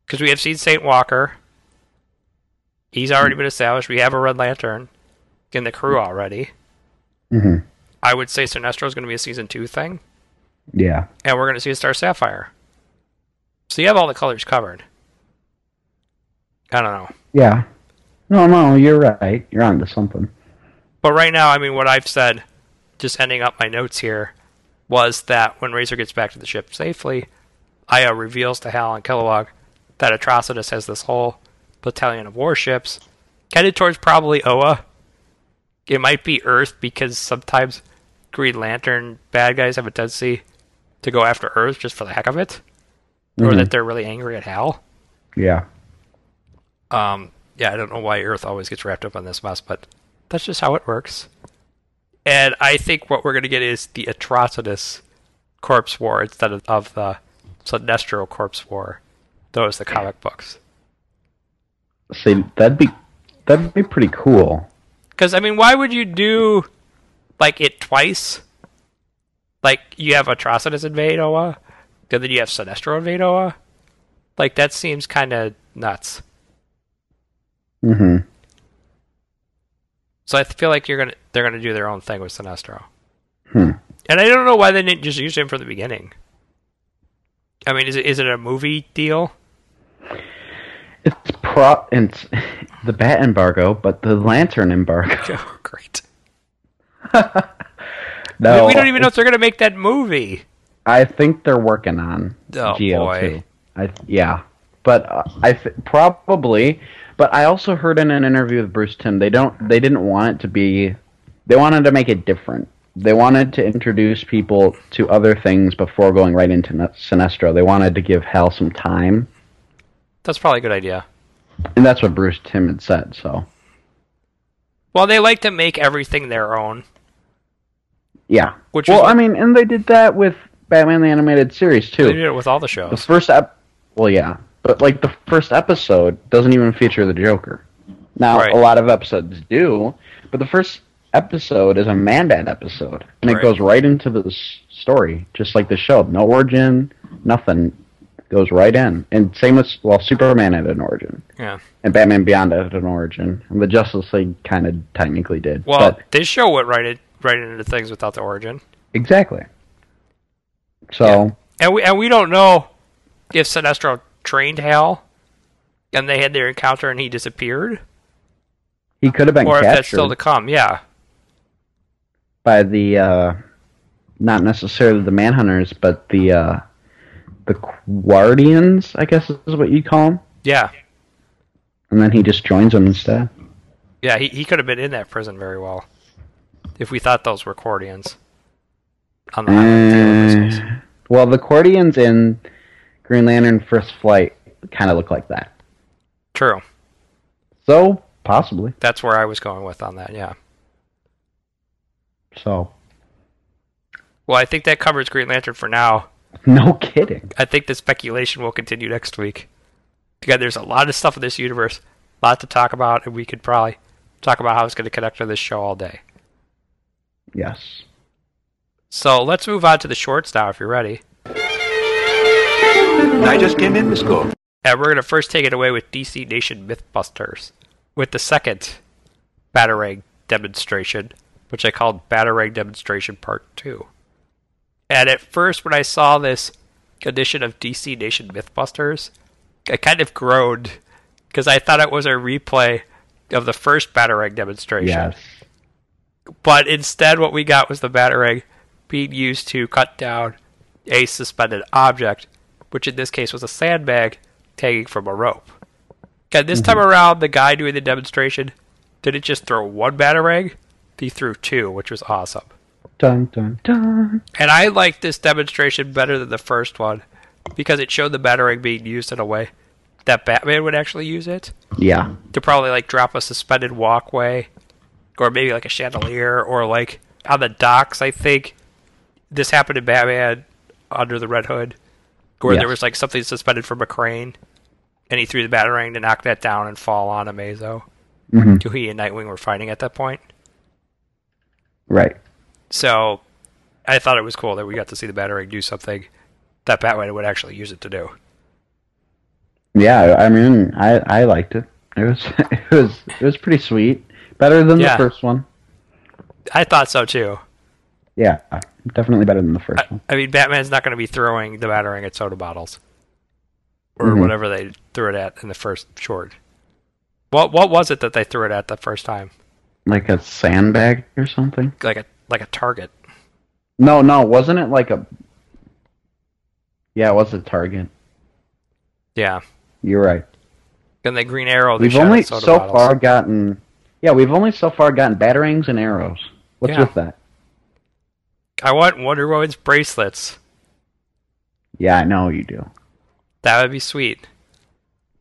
Speaker 7: Because we have seen St. Walker. He's already been established. We have a Red Lantern in the crew already.
Speaker 8: hmm
Speaker 7: I would say Sinestro is going to be a season two thing,
Speaker 8: Yeah.
Speaker 7: and we're going to see a Star Sapphire. So you have all the colors covered. I don't know.
Speaker 8: Yeah. No, no, you're right. You're onto something.
Speaker 7: But right now, I mean, what I've said, just ending up my notes here, was that when Razor gets back to the ship safely, Aya reveals to Hal and Kilowog that Atrocitus has this whole battalion of warships headed towards probably Oa. It might be Earth because sometimes Green Lantern bad guys have a tendency to go after Earth just for the heck of it, or that they're really angry at Hal.
Speaker 8: Yeah.
Speaker 7: Um, yeah, I don't know why Earth always gets wrapped up on this mess, but that's just how it works. And I think what we're going to get is the Atrocitus Corpse War instead of, of the Sinestro Corpse War. Those the comic books.
Speaker 8: See, that'd be that'd be pretty cool.
Speaker 7: Because I mean, why would you do like it twice? Like you have Atrocitus invade Oa, and then you have Sinestro invade Oa. Like that seems kind of nuts.
Speaker 8: hmm
Speaker 7: So I feel like you're gonna they're gonna do their own thing with Sinestro. And I don't know why they didn't just use him from the beginning. I mean, is it is it a movie deal?
Speaker 8: It's pro and it's the bat embargo, but the lantern embargo.
Speaker 7: Oh, great.
Speaker 8: No,
Speaker 7: we don't even know if they're gonna make that movie.
Speaker 8: I think they're working on
Speaker 7: Oh,
Speaker 8: GL2.
Speaker 7: boy.
Speaker 8: I yeah, but uh, I th- probably. But I also heard in an interview with Bruce Tim they don't they didn't want it to be they wanted to make it different. They wanted to introduce people to other things before going right into Ne- Sinestro. They wanted to give Hal some time,
Speaker 7: That's probably a good idea.
Speaker 8: and that's what Bruce Tim had said. So
Speaker 7: Well, they like to make everything their own.
Speaker 8: yeah,
Speaker 7: Which
Speaker 8: well,
Speaker 7: is-
Speaker 8: I mean, and they did that with Batman the Animated Series too.
Speaker 7: They did it with all the
Speaker 8: the
Speaker 7: shows.
Speaker 8: first ep- well yeah but like the first episode doesn't even feature the joker now
Speaker 7: Right.
Speaker 8: a lot of episodes do but the first episode is a mandad episode and
Speaker 7: Right.
Speaker 8: it goes right into the s- story just like the show no origin nothing goes right in and same with well superman had an origin
Speaker 7: Yeah.
Speaker 8: and batman beyond had an origin and the justice league kind of technically did
Speaker 7: Well,
Speaker 8: but
Speaker 7: they show what right in, right into things without the origin,
Speaker 8: exactly so
Speaker 7: and we and we don't know if Sinestro trained Hal, and they had their encounter and he disappeared,
Speaker 8: he could have been
Speaker 7: or if
Speaker 8: captured
Speaker 7: that's still to come. Yeah.
Speaker 8: by the uh not necessarily the manhunters but the uh the guardians i guess is what you call them
Speaker 7: Yeah.
Speaker 8: and then he just joins them instead
Speaker 7: Yeah, he, he could have been in that prison very well. If we thought those were Cordians. On the island with the other missiles.
Speaker 8: Uh, well the guardians in green lantern first flight kind of look like that
Speaker 7: True.
Speaker 8: so possibly
Speaker 7: That's where I was going with on that, yeah.
Speaker 8: so
Speaker 7: Well, I think that covers Green Lantern for now.
Speaker 8: no kidding
Speaker 7: I think the speculation will continue next week. Because there's a lot of stuff in this universe, a lot to talk about, and we could probably talk about how it's going to connect to this show all day.
Speaker 8: yes
Speaker 7: So let's move on to the shorts now if you're ready.
Speaker 4: I just came in, Miss Gold.
Speaker 7: And we're going to first take it away with DC Nation Mythbusters with the second Batarang demonstration, which I called Batarang Demonstration Part 2. And at first, when I saw this edition of DC Nation Mythbusters, I kind of groaned because I thought it was a replay of the first Batarang demonstration.
Speaker 8: yes
Speaker 7: But instead, what we got was the batarang being used to cut down a suspended object, which in this case was a sandbag hanging from a rope. And this time around, the guy doing the demonstration didn't just throw one batarang; he threw two, which was awesome.
Speaker 8: dun dun dun
Speaker 7: And I liked this demonstration better than the first one because it showed the batarang being used in a way that Batman would actually use it
Speaker 8: yeah
Speaker 7: to probably like drop a suspended walkway or maybe like a chandelier or like on the docks i think this happened in batman under the red hood where there
Speaker 8: Yes.
Speaker 7: was like something suspended from a crane and he threw the batarang to knock that down and fall on amazo
Speaker 8: Mm-hmm.
Speaker 7: who he and nightwing were fighting at that point
Speaker 8: right
Speaker 7: so i thought it was cool that we got to see the batarang do something that batman would actually use it to do
Speaker 8: yeah i I mean i i liked it it was it was it was pretty sweet better than
Speaker 7: Yeah.
Speaker 8: the first one
Speaker 7: i thought so too
Speaker 8: Yeah, uh, definitely better than the first
Speaker 7: I,
Speaker 8: one.
Speaker 7: I mean, Batman's not going to be throwing the battering at soda bottles or
Speaker 8: Mm-hmm.
Speaker 7: whatever they threw it at in the first short. What what was it that they threw it at the first time?
Speaker 8: Like a sandbag or something?
Speaker 7: Like a like a target.
Speaker 8: No, no, wasn't it like a? Yeah, it was a target.
Speaker 7: Yeah.
Speaker 8: You're right.
Speaker 7: And the Green Arrow. They
Speaker 8: We've
Speaker 7: shot
Speaker 8: only
Speaker 7: at
Speaker 8: so
Speaker 7: soda bottles.
Speaker 8: far gotten. Yeah, we've only so far gotten batarangs and arrows. What's
Speaker 7: Yeah.
Speaker 8: with that?
Speaker 7: I want Wonder Woman's bracelets.
Speaker 8: Yeah, I know you do.
Speaker 7: That would be sweet.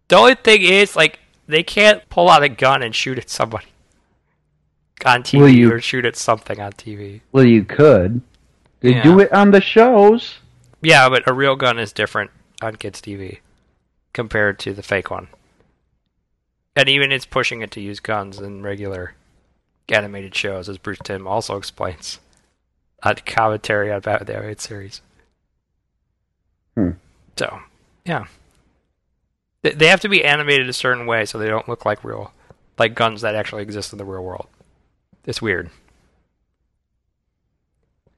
Speaker 7: The only thing is, like, they can't pull out a gun and shoot at somebody on TV
Speaker 8: Will you-
Speaker 7: or shoot at something on TV.
Speaker 8: Well, you could. They
Speaker 7: Yeah.
Speaker 8: do it on the shows.
Speaker 7: Yeah, but a real gun is different on kids' TV compared to the fake one. And even it's pushing it to use guns in regular animated shows, as Bruce Tim also explains on commentary on Batman the Animated Series.
Speaker 8: Hmm.
Speaker 7: So, yeah. They- They have to be animated a certain way so they don't look like real, like guns that actually exist in the real world. It's weird.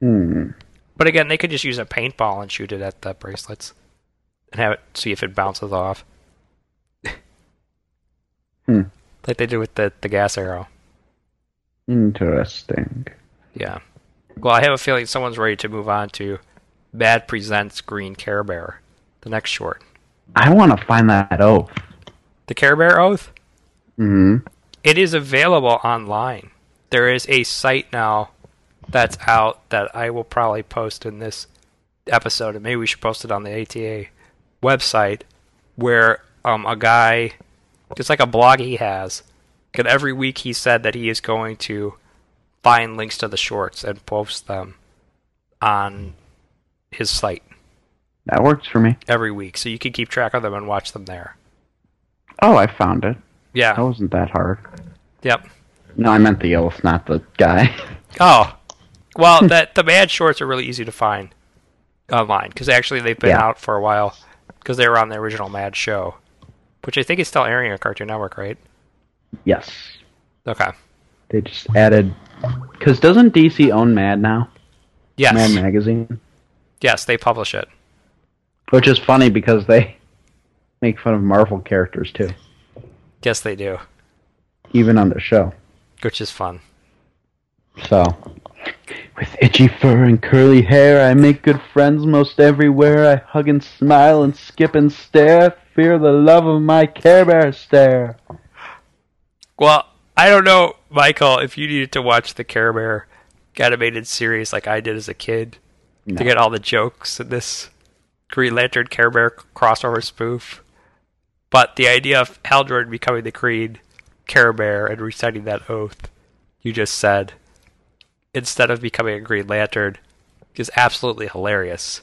Speaker 8: Hmm.
Speaker 7: But again, they could just use a paintball and shoot it at the bracelets and have it see if it bounces off.
Speaker 8: Hmm.
Speaker 7: Like they did with the, the gas arrow.
Speaker 8: Interesting.
Speaker 7: Yeah. Well, I have a feeling someone's ready to move on to Bad Presents Green Care Bear, the next short.
Speaker 8: I want to find that oath.
Speaker 7: The Care Bear Oath?
Speaker 8: Hmm.
Speaker 7: It is available online. There is a site now that's out that I will probably post in this episode, and maybe we should post it on the ATA website, where um, a guy, it's like a blog he has, because every week he said that he is going to find links to the shorts and post them on his site
Speaker 8: That works for me.
Speaker 7: every week, so you can keep track of them and watch them there.
Speaker 8: Oh, I found it. That
Speaker 7: Yeah.
Speaker 8: wasn't that hard.
Speaker 7: Yep.
Speaker 8: No, I meant the oath, not the guy.
Speaker 7: Oh, well, that the bad shorts are really easy to find online because actually they've been
Speaker 8: Yeah.
Speaker 7: out for a while because they were on the original Mad Show, which I think is still airing on Cartoon Network, right?
Speaker 8: yes.
Speaker 7: Okay.
Speaker 8: They just added. Because doesn't DC own Mad now?
Speaker 7: Yes.
Speaker 8: Mad Magazine?
Speaker 7: Yes, they publish it.
Speaker 8: Which is funny because they make fun of Marvel characters too,
Speaker 7: Yes, they do,
Speaker 8: even on the show.
Speaker 7: which is fun.
Speaker 8: So, with itchy fur and curly hair, I make good friends most everywhere. I hug and smile and skip and stare. Fear the love of my Care Bear stare.
Speaker 7: Well, I don't know, Michael, if you needed to watch the Care Bear animated series like I did as a kid to get all the jokes in this Green Lantern Care Bear crossover spoof. But the idea of Haldren becoming the Green Care Bear and reciting that oath you just said instead of becoming a Green Lantern is absolutely hilarious.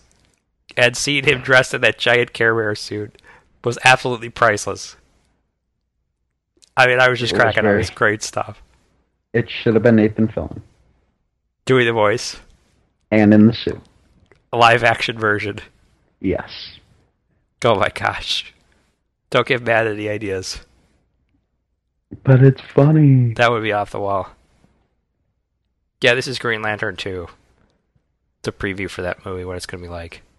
Speaker 7: And seeing him dressed in that giant Care Bear suit was absolutely priceless. I mean, I was just
Speaker 8: It was
Speaker 7: cracking up.
Speaker 8: very-
Speaker 7: It's great stuff.
Speaker 8: It should have been Nathan Fillion,
Speaker 7: Doing the voice,
Speaker 8: and in the suit.
Speaker 7: a live action version.
Speaker 8: Yes.
Speaker 7: Oh my gosh. Don't get mad at the ideas.
Speaker 8: But it's funny.
Speaker 7: That would be off the wall. Yeah, this is Green Lantern 2. It's a preview for that movie, what it's going to be like.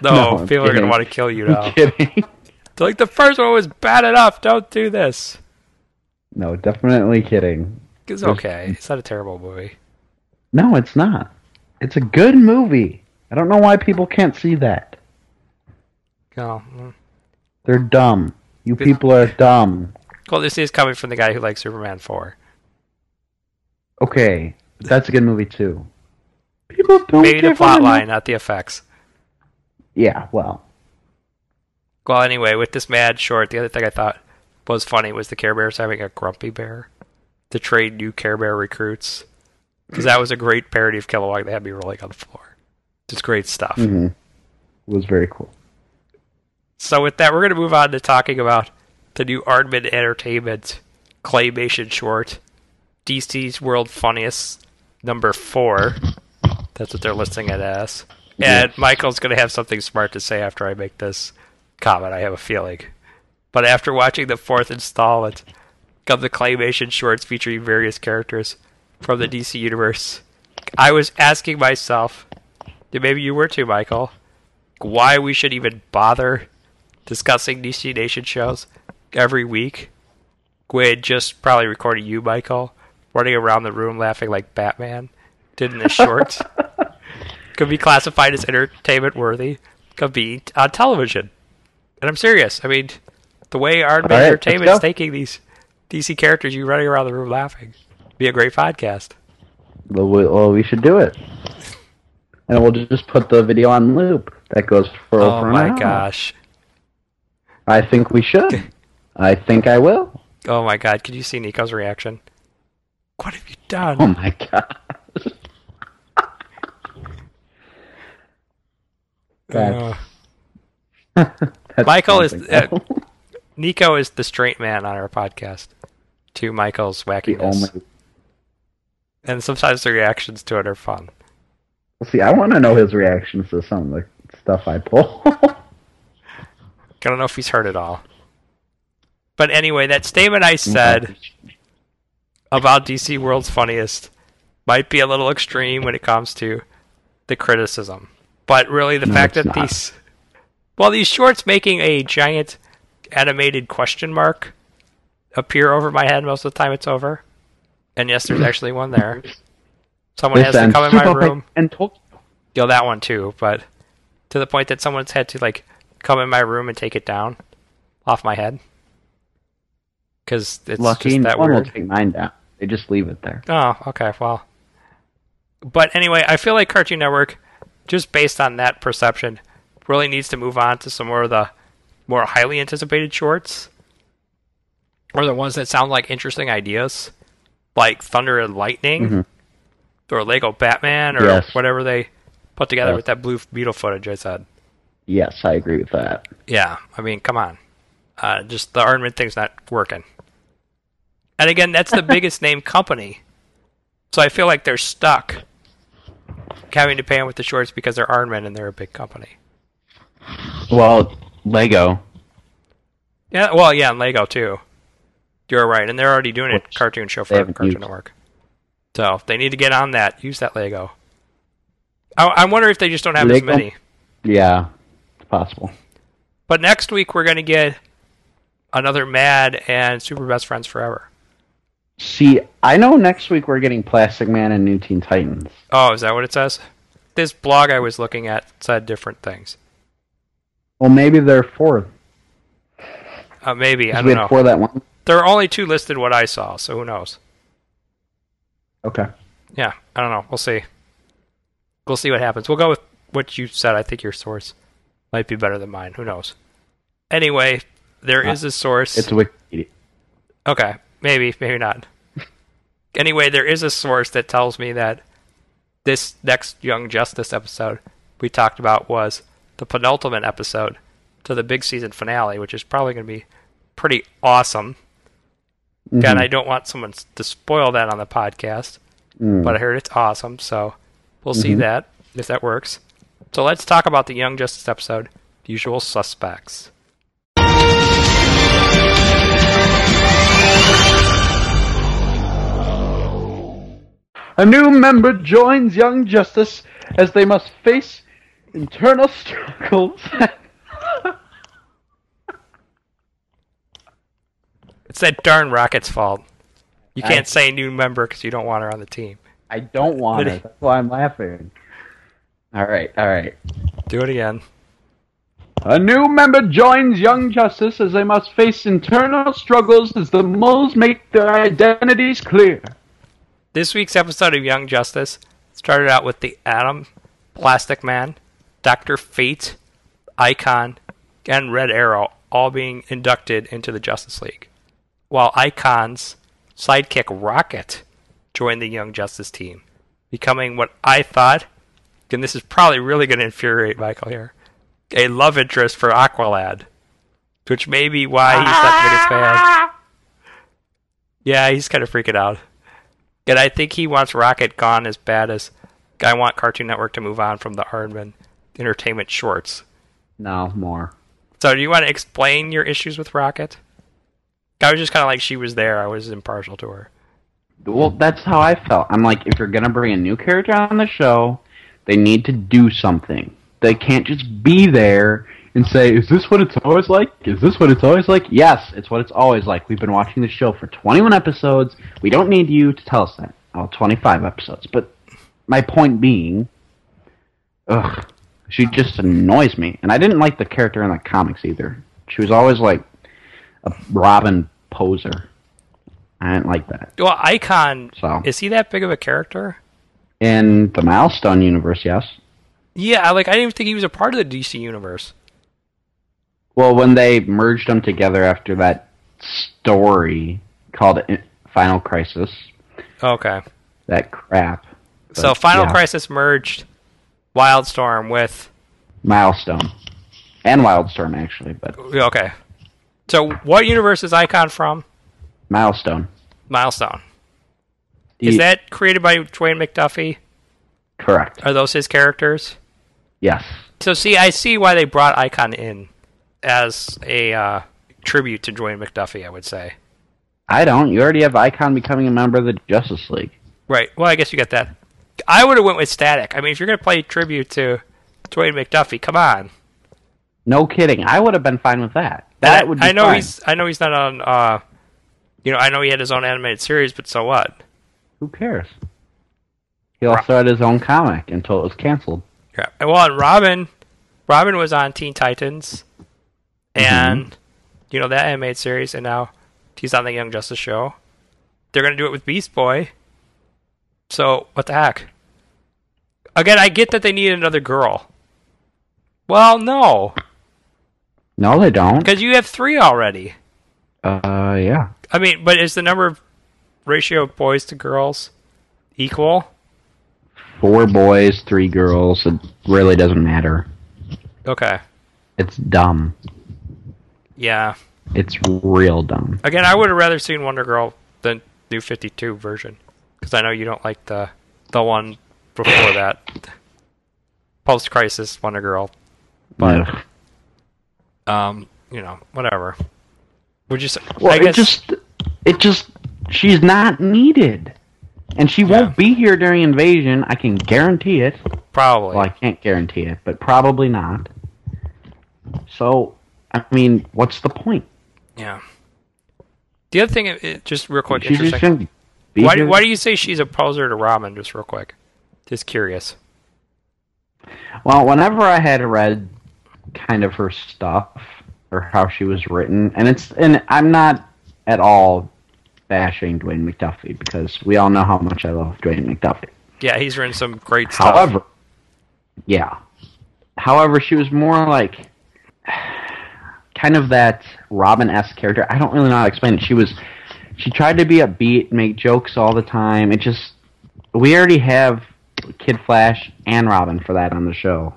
Speaker 7: No,
Speaker 8: I'm
Speaker 7: people are
Speaker 8: kidding.
Speaker 7: going to want to kill you
Speaker 8: I'm
Speaker 7: now.
Speaker 8: kidding.
Speaker 7: They're like, the first one was bad enough. Don't do this.
Speaker 8: No, definitely kidding.
Speaker 7: It's okay. It's not a terrible movie.
Speaker 8: No, it's not. It's a good movie. I don't know why people can't see that.
Speaker 7: No. mm.
Speaker 8: They're dumb. You people are dumb.
Speaker 7: Well, this is coming from the guy who likes Superman 4.
Speaker 8: Okay, that's a good movie too. People don't
Speaker 7: Maybe the
Speaker 8: care for
Speaker 7: plot line, not the effects.
Speaker 8: Yeah, well,
Speaker 7: Well, anyway, with this mad short, the other thing I thought was funny was the Care Bears having a grumpy bear to trade new Care Bear recruits. Because that was a great parody of Kilowog. They had me rolling on the floor. Just great stuff.
Speaker 8: it was very cool.
Speaker 7: So, with that, we're going to move on to talking about the new Arnman Entertainment claymation short, DC's World Funniest number four. That's what they're listing it as. And Michael's going to have something smart to say after I make this comment, I have a feeling. But after watching the fourth installment of the claymation shorts featuring various characters from the DC Universe, I was asking myself, and maybe you were too, Michael, why we should even bother discussing DC Nation shows every week. Gwen just probably recording you, Michael, running around the room laughing like Batman did in this short. could be classified as entertainment worthy of being on television. And I'm serious. I mean, the way our
Speaker 8: right, let's
Speaker 7: entertainment's
Speaker 8: go.
Speaker 7: taking these DC characters, you running around the room laughing, be a great podcast.
Speaker 8: Well, we, well, we should do it. And we'll ju- just put the video on loop. That goes for
Speaker 7: Oh
Speaker 8: for an
Speaker 7: my
Speaker 8: hour.
Speaker 7: gosh.
Speaker 8: I think we should. I think I will.
Speaker 7: Oh my god. Could you see Nico's reaction? What have you done?
Speaker 8: Oh my god.
Speaker 7: Uh,
Speaker 8: That's
Speaker 7: Michael is-
Speaker 8: something
Speaker 7: uh,
Speaker 8: else.
Speaker 7: Nico is the straight man on our podcast. To Michael's
Speaker 8: the
Speaker 7: wackiness,
Speaker 8: only.
Speaker 7: and sometimes the reactions to it are fun.
Speaker 8: See, I want to know his reactions to some of the stuff I pull.
Speaker 7: I don't know if he's heard it all. But anyway, that statement I said about DC World's Funniest might be a little extreme when it comes to the criticism. But really, the fact that
Speaker 8: it's not.
Speaker 7: these. Well, these shorts making a giant animated question mark appear over my head most of the time it's over. And yes, there's actually one there. Someone has to
Speaker 8: Listen,
Speaker 7: come in my
Speaker 8: Superman
Speaker 7: room.
Speaker 8: And Tokyo.
Speaker 7: Yo, that one too, but to the point that someone's had to like come in my room and take it down off my head because it's
Speaker 8: Lucky
Speaker 7: just
Speaker 8: no
Speaker 7: that
Speaker 8: one will
Speaker 7: weird.
Speaker 8: take mine down. They just leave it there.
Speaker 7: Oh, okay, well, but anyway, I feel like Cartoon Network, just based on that perception, really needs to move on to some more of the more highly anticipated shorts, or the ones that sound like interesting ideas, like Thunder and Lightning, or Lego Batman, or
Speaker 8: Mm-hmm. Yes.
Speaker 7: whatever they put together
Speaker 8: Yes.
Speaker 7: with that blue beetle footage I said.
Speaker 8: Yes, I agree with that.
Speaker 7: Yeah, I mean, come on. Uh, just the Iron Man thing's not working. And again, that's the biggest name company. So I feel like they're stuck having to pay him with the shorts because they're Iron Man and they're a big company.
Speaker 8: Well, Lego.
Speaker 7: Yeah, well, yeah, and Lego too. You're right, and they're already doing a
Speaker 8: Which
Speaker 7: cartoon show
Speaker 8: they
Speaker 7: for
Speaker 8: haven't
Speaker 7: Cartoon
Speaker 8: used.
Speaker 7: Network. So they need to get on that. Use that Lego. I, I wonder if they just don't have as
Speaker 8: Lego?
Speaker 7: many.
Speaker 8: Yeah, it's possible.
Speaker 7: But next week we're going to get another Mad and Super Best Friends Forever.
Speaker 8: See, I know next week we're getting Plastic Man and New Teen Titans.
Speaker 7: Oh, is that what it says? This blog I was looking at said different things.
Speaker 8: Well, maybe they're fourth.
Speaker 7: Uh, maybe I
Speaker 8: we
Speaker 7: don't
Speaker 8: had
Speaker 7: know.
Speaker 8: four that one.
Speaker 7: There are only two listed what I saw, so who knows?
Speaker 8: Okay.
Speaker 7: Yeah, I don't know. We'll see. We'll see what happens. We'll go with what you said. I think your source might be better than mine. Who knows? Anyway, there is a source.
Speaker 8: Uh, It's Wikipedia.
Speaker 7: Okay, maybe, maybe not. anyway, there is a source that tells me that this next Young Justice episode we talked about was the penultimate episode to the big season finale, which is probably going to be pretty awesome.
Speaker 8: Mm-hmm.
Speaker 2: Mm-hmm.
Speaker 7: And I don't want someone s- to spoil that on the podcast, but I heard it's awesome, so we'll see that if that works. So let's talk about the Young Justice episode, Usual Suspects.
Speaker 2: A new member joins Young Justice as they must face internal struggles.
Speaker 7: It's that darn Rocket's fault. You can't say new member because you don't want her on the team.
Speaker 8: I don't want it. That's why I'm laughing. All right, all right.
Speaker 7: Do it again.
Speaker 2: A new member joins Young Justice as they must face internal struggles as the moles make their identities clear.
Speaker 7: This week's episode of Young Justice started out with the Atom, Plastic Man, Doctor Fate, Icon, and Red Arrow all being inducted into the Justice League, while Icon's sidekick Rocket joined the Young Justice team, becoming what I thought, and this is probably really going to infuriate Michael here, a love interest for Aqualad, which may be why he's not the biggest fan. Yeah, he's kind of freaking out. And I think he wants Rocket gone as bad as I want Cartoon Network to move on from the Iron Man entertainment shorts.
Speaker 8: No more.
Speaker 7: So do you want to explain your issues with Rocket? I was just kind of like she was there. I was impartial to her.
Speaker 8: Well, that's how I felt. I'm like, if you're gonna bring a new character on the show, they need to do something. They can't just be there and say, "Is this what it's always like? Is this what it's always like?" Yes, it's what it's always like. We've been watching the show for 21 episodes. We don't need you to tell us that. Well, 25 episodes. But my point being, ugh, she just annoys me, and I didn't like the character in the comics either. She was always like a Robin poser. I didn't like that.
Speaker 7: Well, Icon
Speaker 8: So.
Speaker 7: is he that big of a character?
Speaker 8: In the Milestone universe, yes.
Speaker 7: Yeah, like I didn't even think he was a part of the DC universe.
Speaker 8: Well, when they merged them together after that story called I- Final Crisis,
Speaker 7: Okay.
Speaker 8: that crap.
Speaker 7: So
Speaker 8: But,
Speaker 7: Final
Speaker 8: yeah.
Speaker 7: Crisis merged Wildstorm with
Speaker 8: Milestone. And Wildstorm, actually, but
Speaker 7: okay. So what universe is Icon from?
Speaker 8: Milestone.
Speaker 7: Milestone.
Speaker 8: Ye-
Speaker 7: Is that created by Dwayne McDuffie?
Speaker 8: correct?
Speaker 7: Are those his characters?
Speaker 8: Yes.
Speaker 7: So see, I see why they brought Icon in as a uh, tribute to Dwayne McDuffie. I would say.
Speaker 8: I don't. You already have Icon becoming a member of the Justice League.
Speaker 7: Right. Well, I guess you got that. I would have went with Static. I mean, if you're gonna play tribute to Dwayne McDuffie, come on.
Speaker 8: No kidding. I would have been fine with that. That
Speaker 7: I,
Speaker 8: would be
Speaker 7: I know
Speaker 8: fine.
Speaker 7: he's. I know he's not on. Uh, you know, I know he had his own animated series, but so what?
Speaker 8: Who cares? He also had his own comic until it was canceled.
Speaker 7: Yeah. And, Well, and Robin, Robin was on Teen Titans, and you know that animated series, and now he's on the Young Justice show. They're gonna do it with Beast Boy. So what the heck? Again, I get that they need another girl. Well, no,
Speaker 8: No, they don't.
Speaker 7: because you have three already.
Speaker 8: Uh, yeah.
Speaker 7: I mean, but is the number of ratio of boys to girls equal?
Speaker 8: Four boys, three girls. It really doesn't matter.
Speaker 7: Okay.
Speaker 8: It's dumb.
Speaker 7: Yeah.
Speaker 8: It's real dumb.
Speaker 7: Again, I would have rather seen Wonder Girl than New 52 version because I know you don't like the the one before that. Post Crisis Wonder Girl.
Speaker 8: But
Speaker 7: Um, you know, whatever. Would you say?
Speaker 8: well,
Speaker 7: I guess,
Speaker 8: it just, it just, she's not needed, and she
Speaker 7: Yeah.
Speaker 8: won't be here during invasion. I can guarantee it.
Speaker 7: probably.
Speaker 8: Well, I can't guarantee it, but probably not. So, I mean, what's the point?
Speaker 7: yeah. The other thing, it- it- just real quick,
Speaker 8: She just
Speaker 7: interesting.
Speaker 8: shouldn't be
Speaker 7: Why, do-
Speaker 8: here.
Speaker 7: why do you say she's a poser to Robin? Just real quick. Just curious.
Speaker 8: Well, whenever I had read kind of her stuff or how she was written, and it's and I'm not at all bashing Dwayne McDuffie because we all know how much I love Dwayne McDuffie.
Speaker 7: Yeah, he's written some great stuff.
Speaker 8: However, yeah. However, she was more like kind of that Robin esque character. I don't really know how to explain it. She was she tried to be upbeat, make jokes all the time. It just we already have Kid Flash and Robin for that on the show.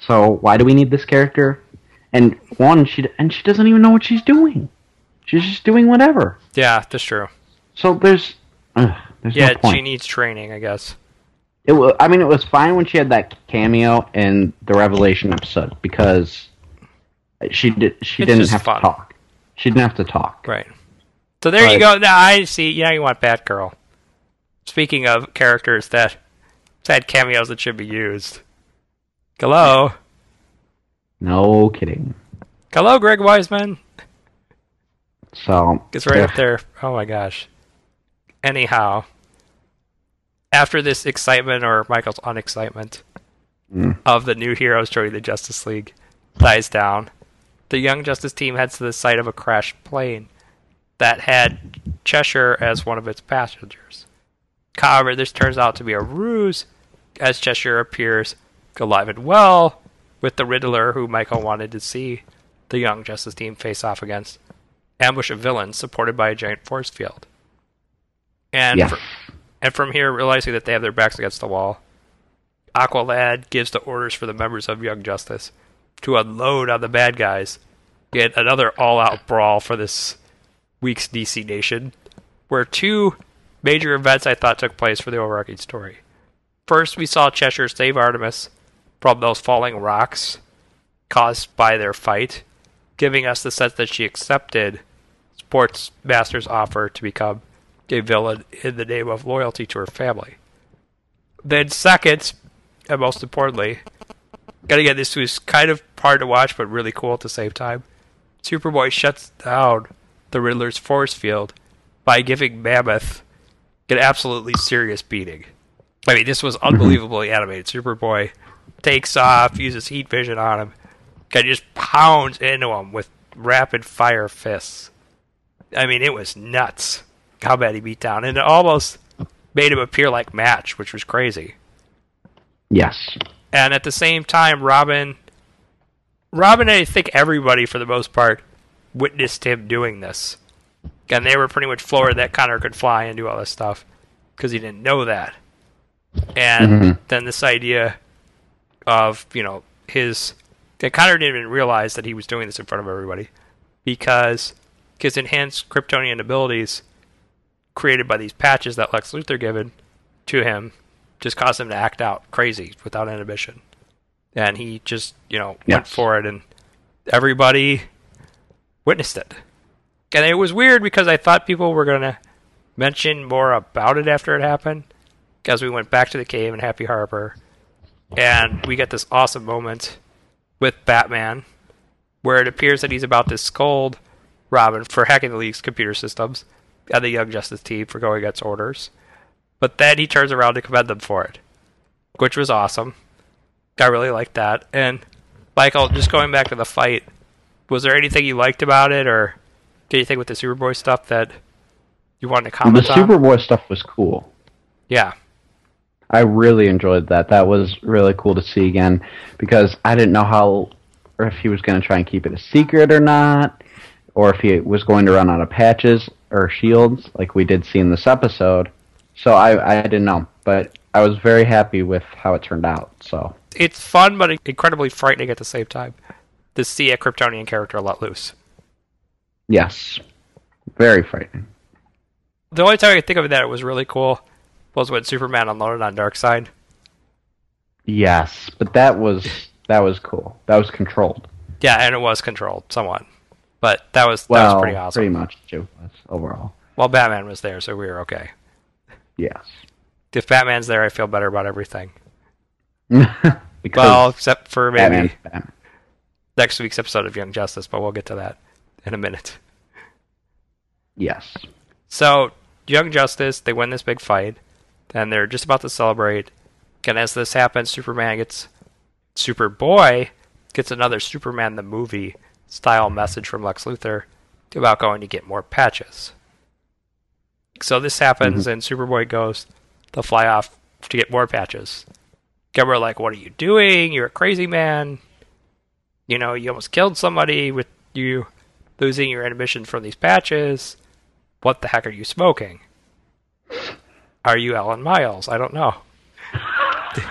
Speaker 8: So why do we need this character? And one, she and she doesn't even know what she's doing. She's just doing whatever.
Speaker 7: yeah, that's true.
Speaker 8: So there's ugh, there's
Speaker 7: Yeah,
Speaker 8: no point.
Speaker 7: she needs training, I guess.
Speaker 8: It wa I mean, it was fine when she had that cameo in the Revelation episode because she did. She
Speaker 7: It's
Speaker 8: didn't
Speaker 7: just
Speaker 8: have
Speaker 7: fun.
Speaker 8: to talk. She didn't have to talk.
Speaker 7: Right. So there you
Speaker 8: Right.
Speaker 7: go. Now I see. You know, you want Batgirl. Speaking of characters that had cameos that should be used. Hello,
Speaker 8: No kidding.
Speaker 7: hello, Greg Wiseman.
Speaker 8: So
Speaker 7: It's right
Speaker 8: yeah.
Speaker 7: up there. Oh my gosh. Anyhow, after this excitement or Michael's unexcitement
Speaker 8: Hmm.
Speaker 7: of the new heroes joining the Justice League dies down, the Young Justice team heads to the site of a crashed plane that had Cheshire as one of its passengers. However, this turns out to be a ruse as Cheshire appears alive and well with the Riddler who Michael wanted to see the Young Justice team face off against ambush a villain supported by a giant force field. And
Speaker 8: Yeah.
Speaker 7: fr- and from here, realizing that they have their backs against the wall, Aqualad gives the orders for the members of Young Justice to unload on the bad guys. Get another all-out brawl for this week's DC Nation, where two major events I thought took place for the overarching story. First, we saw Cheshire save Artemis from those falling rocks caused by their fight, giving us the sense that she accepted Sportsmaster's offer to become a villain in the name of loyalty to her family. Then, second, and most importantly, gotta get this was kind of hard to watch but really cool at the same time. Superboy shuts down the Riddler's force field by giving Mammoth an absolutely serious beating. I mean, this was unbelievably animated. Superboy takes off, uses heat vision on him, and just pounds into him with rapid fire fists. I mean, it was nuts how bad he beat down. And it almost made him appear like Match, which was crazy.
Speaker 8: Yes.
Speaker 7: And at the same time, Robin, Robin, and I think everybody for the most part witnessed him doing this, and they were pretty much floored that Connor could fly and do all this stuff because he didn't know that. And then this idea of you know his that Connor didn't even realize that he was doing this in front of everybody because his enhanced Kryptonian abilities created by these patches that Lex Luthor given to him just caused him to act out crazy without inhibition. And he just, you know, went
Speaker 8: Yes.
Speaker 7: for it and everybody witnessed it. And it was weird because I thought people were going to mention more about it after it happened because we went back to the cave in Happy Harbor and we get this awesome moment with Batman where it appears that he's about to scold Robin for hacking the League's computer systems and the Young Justice team for going against orders. But then he turns around to commend them for it, which was awesome. I really liked that. And Michael, just going back to the fight, was there anything you liked about it, or did you think with the Superboy stuff that you wanted to
Speaker 8: The
Speaker 7: comment on?
Speaker 8: Superboy stuff was cool.
Speaker 7: yeah,
Speaker 8: I really enjoyed that. That was really cool to see again because I didn't know how or if he was going to try and keep it a secret or not, or if he was going to run out of patches or shields like we did see in this episode. So I I didn't know, but I was very happy with how it turned out. So
Speaker 7: it's fun but incredibly frightening at the same time to see a Kryptonian character let loose.
Speaker 8: yes, very frightening.
Speaker 7: The only time I could think of that it was really cool was when Superman unloaded on Darkseid.
Speaker 8: Yes, but that was that was cool. That was controlled.
Speaker 7: Yeah, and it was controlled somewhat, but that was that
Speaker 8: Well,
Speaker 7: was pretty awesome.
Speaker 8: pretty much it was overall.
Speaker 7: Well, Batman was there, so we were okay.
Speaker 8: Yes.
Speaker 7: If Batman's there, I feel better about everything.
Speaker 8: because
Speaker 7: Well, except for maybe
Speaker 8: Batman's Batman.
Speaker 7: next week's episode of Young Justice, but we'll get to that in a minute.
Speaker 8: Yes.
Speaker 7: So, Young Justice, they win this big fight, and they're just about to celebrate. And as this happens, Superman gets Superboy gets another Superman the movie style message from Lex Luthor about going to get more patches. So this happens, and Superboy goes to fly off to get more patches. And we're like, "What are you doing? You're a crazy man. You know, you almost killed somebody with you losing your inhibition from these patches." what the heck are you smoking? Are you Alan Miles? I don't know.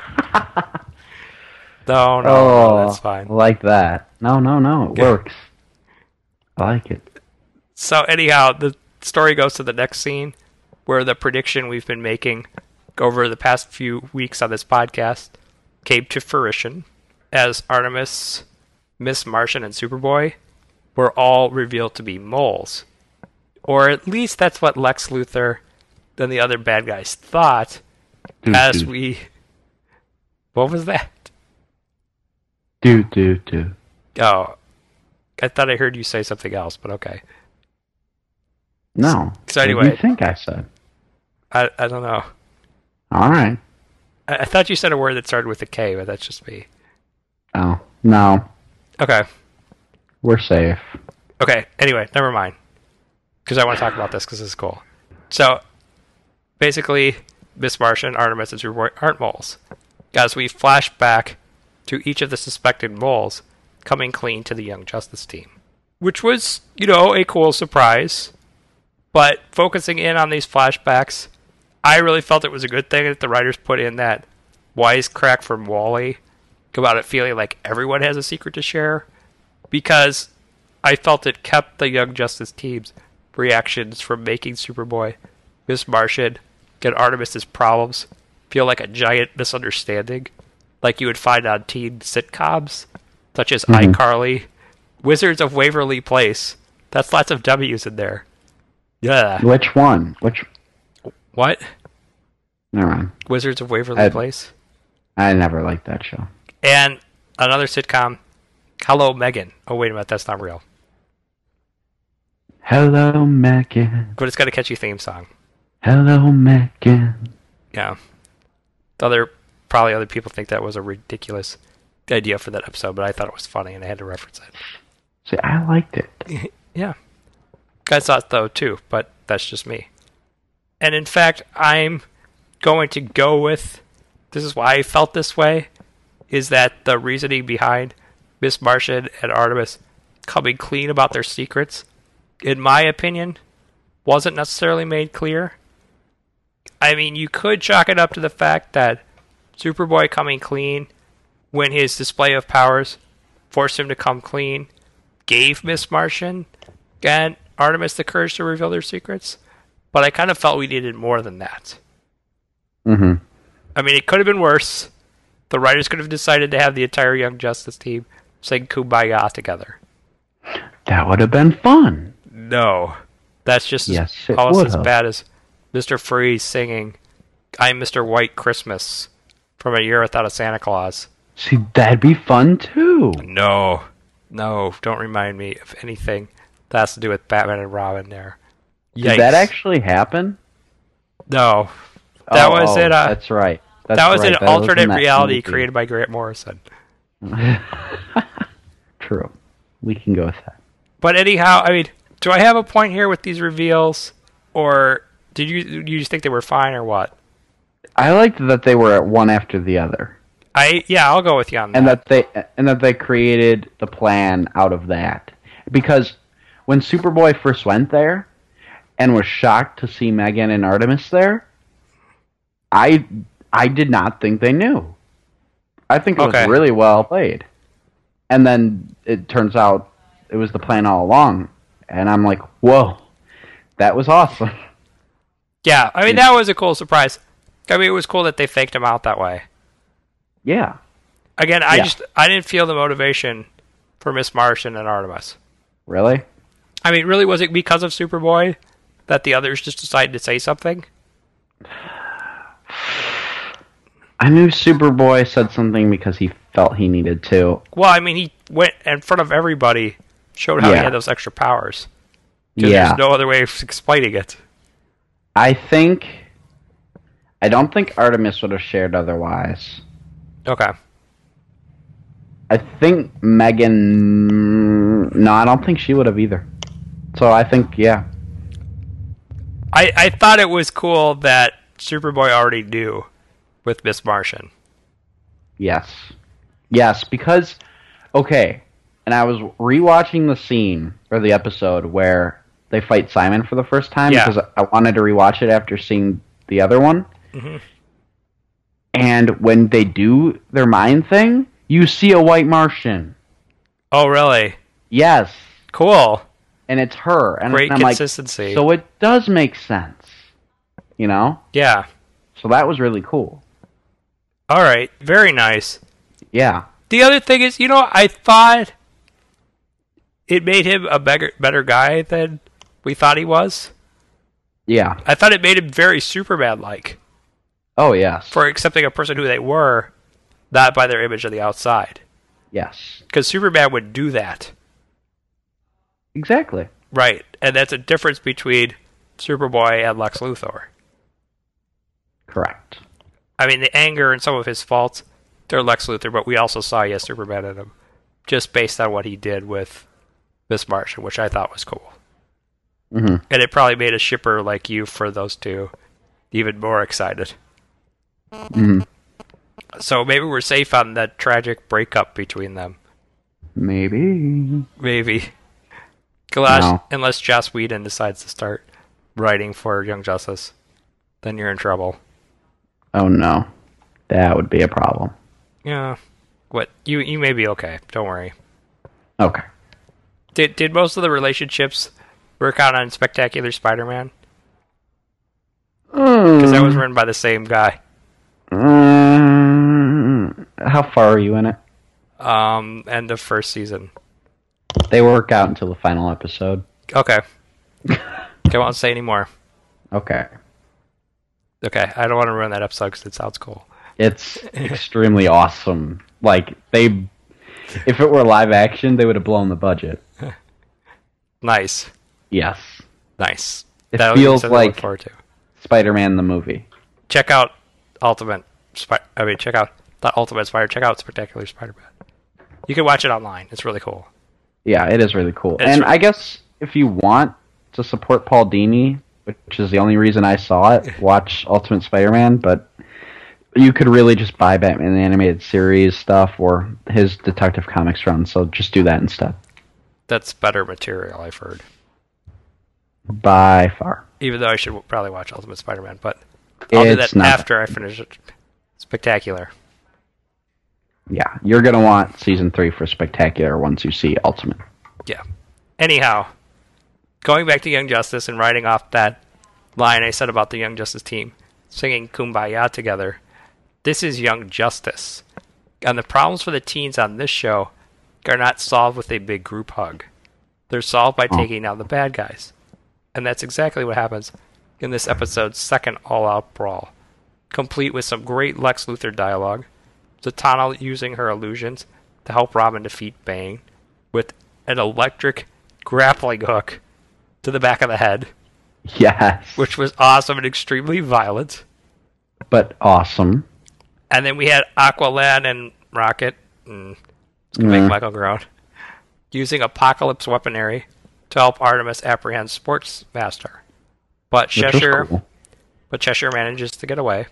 Speaker 7: no, no, no, Oh, that's fine.
Speaker 8: I Oh, Like that. No, no, no. It
Speaker 7: Yeah.
Speaker 8: works. I like it.
Speaker 7: So anyhow, the story goes to the next scene where the prediction we've been making over the past few weeks on this podcast came to fruition as Artemis, Miss Martian, and Superboy were all revealed to be moles. Or at least that's what Lex Luthor and the other bad guys thought
Speaker 8: Mm-hmm.
Speaker 7: as we What was that?
Speaker 8: Do, do, do.
Speaker 7: Oh. I thought I heard you say something else, but okay.
Speaker 8: No.
Speaker 7: So
Speaker 8: What do
Speaker 7: anyway-
Speaker 8: you think I said?
Speaker 7: I I don't know.
Speaker 8: All right.
Speaker 7: I, I thought you said a word that started with a K, but that's just me.
Speaker 8: Oh no,
Speaker 7: Okay.
Speaker 8: we're safe.
Speaker 7: Okay. Anyway, never mind. Because I want to talk about this because this is cool. So, basically, Miss Martian, Artemis, and Superboy aren't moles. As we flash back to each of the suspected moles coming clean to the Young Justice team, which was, you know, a cool surprise. But focusing in on these flashbacks, I really felt it was a good thing that the writers put in that wisecrack from Wally about it feeling like everyone has a secret to share. Because I felt it kept the Young Justice team's reactions from making Superboy, Miss Martian, and Artemis's problems feel like a giant misunderstanding, like you would find on teen sitcoms such as iCarly, Wizards of Waverly Place. That's lots of W's in there. Yeah.
Speaker 8: Which one? Which?
Speaker 7: What?
Speaker 8: Never mind.
Speaker 7: Wizards of Waverly
Speaker 8: I-
Speaker 7: Place?
Speaker 8: I never liked that show.
Speaker 7: And another sitcom, Hello Megan. Oh wait a minute, that's not real.
Speaker 8: Hello, Megan.
Speaker 7: But it's got a catchy theme song.
Speaker 8: Hello, Megan.
Speaker 7: Yeah. The other probably other people think that was a ridiculous idea for that episode, but I thought it was funny and I had to reference it.
Speaker 8: See, I liked it.
Speaker 7: Yeah. Guys thought though too, but that's just me. And in fact, I'm going to go with this is why I felt this way is that the reasoning behind Miss Martian and Artemis coming clean about their secrets, in my opinion, wasn't necessarily made clear. I mean, you could chalk it up to the fact that Superboy coming clean when his display of powers forced him to come clean gave Miss Martian and Artemis the courage to reveal their secrets. But I kind of felt we needed more than that.
Speaker 8: Mm-hmm.
Speaker 7: I mean, it could have been worse. The writers could have decided to have the entire Young Justice team sing Kumbaya together.
Speaker 8: That would have been fun.
Speaker 7: No. That's just as-
Speaker 8: Yes, it
Speaker 7: almost
Speaker 8: would
Speaker 7: as
Speaker 8: have.
Speaker 7: bad as Mr. Freeze singing I'm Mr. White Christmas from A Year Without a Santa Claus.
Speaker 8: See, that'd be fun too.
Speaker 7: No. No, don't remind me of anything that has to do with Batman and Robin there. Yikes.
Speaker 8: Did that actually happen?
Speaker 7: No. That
Speaker 8: Oh,
Speaker 7: was uh,
Speaker 8: oh,
Speaker 7: in a,
Speaker 8: That's right. That's
Speaker 7: that was
Speaker 8: right.
Speaker 7: an
Speaker 8: That was in
Speaker 7: alternate
Speaker 8: that
Speaker 7: reality
Speaker 8: movie.
Speaker 7: created by Grant Morrison.
Speaker 8: True. We can go with that.
Speaker 7: But anyhow, I mean, do I have a point here with these reveals, or did you you just think they were fine or what?
Speaker 8: I liked that they were at one after the other,
Speaker 7: I yeah, I'll go with you on that.
Speaker 8: and that they and that they created the plan out of that. Because when Superboy first went there, and was shocked to see Megan and Artemis there, I I did not think they knew. I think it
Speaker 7: Okay.
Speaker 8: was really well played, and then it turns out it was the plan all along, and I'm like, whoa, that was awesome.
Speaker 7: yeah, I mean that was a cool surprise. I mean it was cool that they faked him out that way.
Speaker 8: yeah.
Speaker 7: Again, I
Speaker 8: Yeah.
Speaker 7: just I didn't feel the motivation for Miss Martian and Artemis.
Speaker 8: Really?
Speaker 7: I mean, really, was it because of Superboy that the others just decided to say something?
Speaker 8: I knew Superboy said something because he felt he needed to.
Speaker 7: Well, I mean, he went in front of everybody, showed how he
Speaker 8: Yeah.
Speaker 7: had those extra powers. 'Cause
Speaker 8: Yeah.
Speaker 7: There's no other way of explaining it.
Speaker 8: I think. I don't think Artemis would have shared otherwise.
Speaker 7: Okay.
Speaker 8: I think Megan. No, I don't think she would have either. So I think, yeah.
Speaker 7: I, I thought it was cool that Superboy already knew with Miss Martian.
Speaker 8: Yes. Yes, because okay, and I was rewatching the scene or the episode where they fight Simon for the first time
Speaker 7: Yeah.
Speaker 8: because I wanted to rewatch it after seeing the other one.
Speaker 7: Mm-hmm.
Speaker 8: And when they do their mind thing, you see a white Martian.
Speaker 7: Oh, really?
Speaker 8: Yes,
Speaker 7: Cool.
Speaker 8: and it's her. And
Speaker 7: Great
Speaker 8: I'm
Speaker 7: consistency.
Speaker 8: Like, so it does make sense, you know.
Speaker 7: Yeah.
Speaker 8: So that was really cool.
Speaker 7: All right. Very nice.
Speaker 8: Yeah.
Speaker 7: The other thing is, you know, I thought it made him a better, better guy than we thought he was.
Speaker 8: Yeah.
Speaker 7: I thought it made him very Superman like
Speaker 8: Oh yes.
Speaker 7: for accepting a person who they were, not by their image on the outside.
Speaker 8: yes.
Speaker 7: Because Superman would do that.
Speaker 8: Exactly.
Speaker 7: Right. And that's a difference between Superboy and Lex Luthor.
Speaker 8: Correct.
Speaker 7: I mean, the anger and some of his faults, they're Lex Luthor, but we also saw yes, Superman in him, just based on what he did with Miss Martian, which I thought was cool.
Speaker 8: Mhm.
Speaker 7: And it probably made a shipper like you for those two even more excited. So maybe we're safe on that tragic breakup between them.
Speaker 8: Maybe.
Speaker 7: Maybe. Unless,
Speaker 8: No.
Speaker 7: unless Joss Whedon decides to start writing for Young Justice, then you're in trouble.
Speaker 8: Oh no. That would be a problem.
Speaker 7: Yeah. What you you may be okay. Don't worry.
Speaker 8: Okay.
Speaker 7: Did did most of the relationships work out on Spectacular Spider-Man? Because that was
Speaker 8: Mm-hmm.
Speaker 7: written by the same guy.
Speaker 8: Mm, how far are you in it?
Speaker 7: Um, end of first season.
Speaker 8: They work out until the final episode.
Speaker 7: Okay. I won't say anymore.
Speaker 8: Okay.
Speaker 7: Okay, I don't want to ruin that episode because it sounds cool.
Speaker 8: It's extremely awesome. Like they if it were live action, they would have blown the budget.
Speaker 7: Nice,
Speaker 8: Yes.
Speaker 7: nice.
Speaker 8: It
Speaker 7: That'll be
Speaker 8: feels
Speaker 7: something to look
Speaker 8: like-
Speaker 7: forward to.
Speaker 8: Spider-Man the movie.
Speaker 7: Check out Ultimate. Spi- I mean, check out not Ultimate Spider. Check out Spectacular Spider-Man. You can watch it online. It's really cool.
Speaker 8: Yeah, it is really cool.
Speaker 7: It's
Speaker 8: and
Speaker 7: really-
Speaker 8: I guess if you want to support Paul Dini, which is the only reason I saw it. Watch Ultimate Spider-Man, but you could really just buy Batman the Animated Series stuff or his Detective Comics run. So just do that instead,
Speaker 7: That's better material, I've heard.
Speaker 8: by far.
Speaker 7: Even though I should probably watch Ultimate Spider Man, but I'll do
Speaker 8: It's
Speaker 7: that
Speaker 8: not-
Speaker 7: after I finish it. Spectacular.
Speaker 8: Yeah, you're gonna want season three for Spectacular once you see Ultimate.
Speaker 7: Yeah. Anyhow, going back to Young Justice and writing off that line I said about the Young Justice team singing Kumbaya together, this is Young Justice. And the problems for the teens on this show are not solved with a big group hug, they're solved by taking down the bad guys. And that's exactly what happens in this episode's second all out brawl, complete with some great Lex Luthor dialogue, Zatanna using her illusions to help Robin defeat Bane with an electric grappling hook to the back of the head,
Speaker 8: Yes,
Speaker 7: which was awesome and extremely violent.
Speaker 8: but awesome.
Speaker 7: And then we had Aqualad and Rocket, and it's gonna make Michael groan, using Apocalypse weaponry to help Artemis apprehend Sportsmaster. But
Speaker 8: which was
Speaker 7: Cheshire,
Speaker 8: cool.
Speaker 7: but Cheshire manages to get away.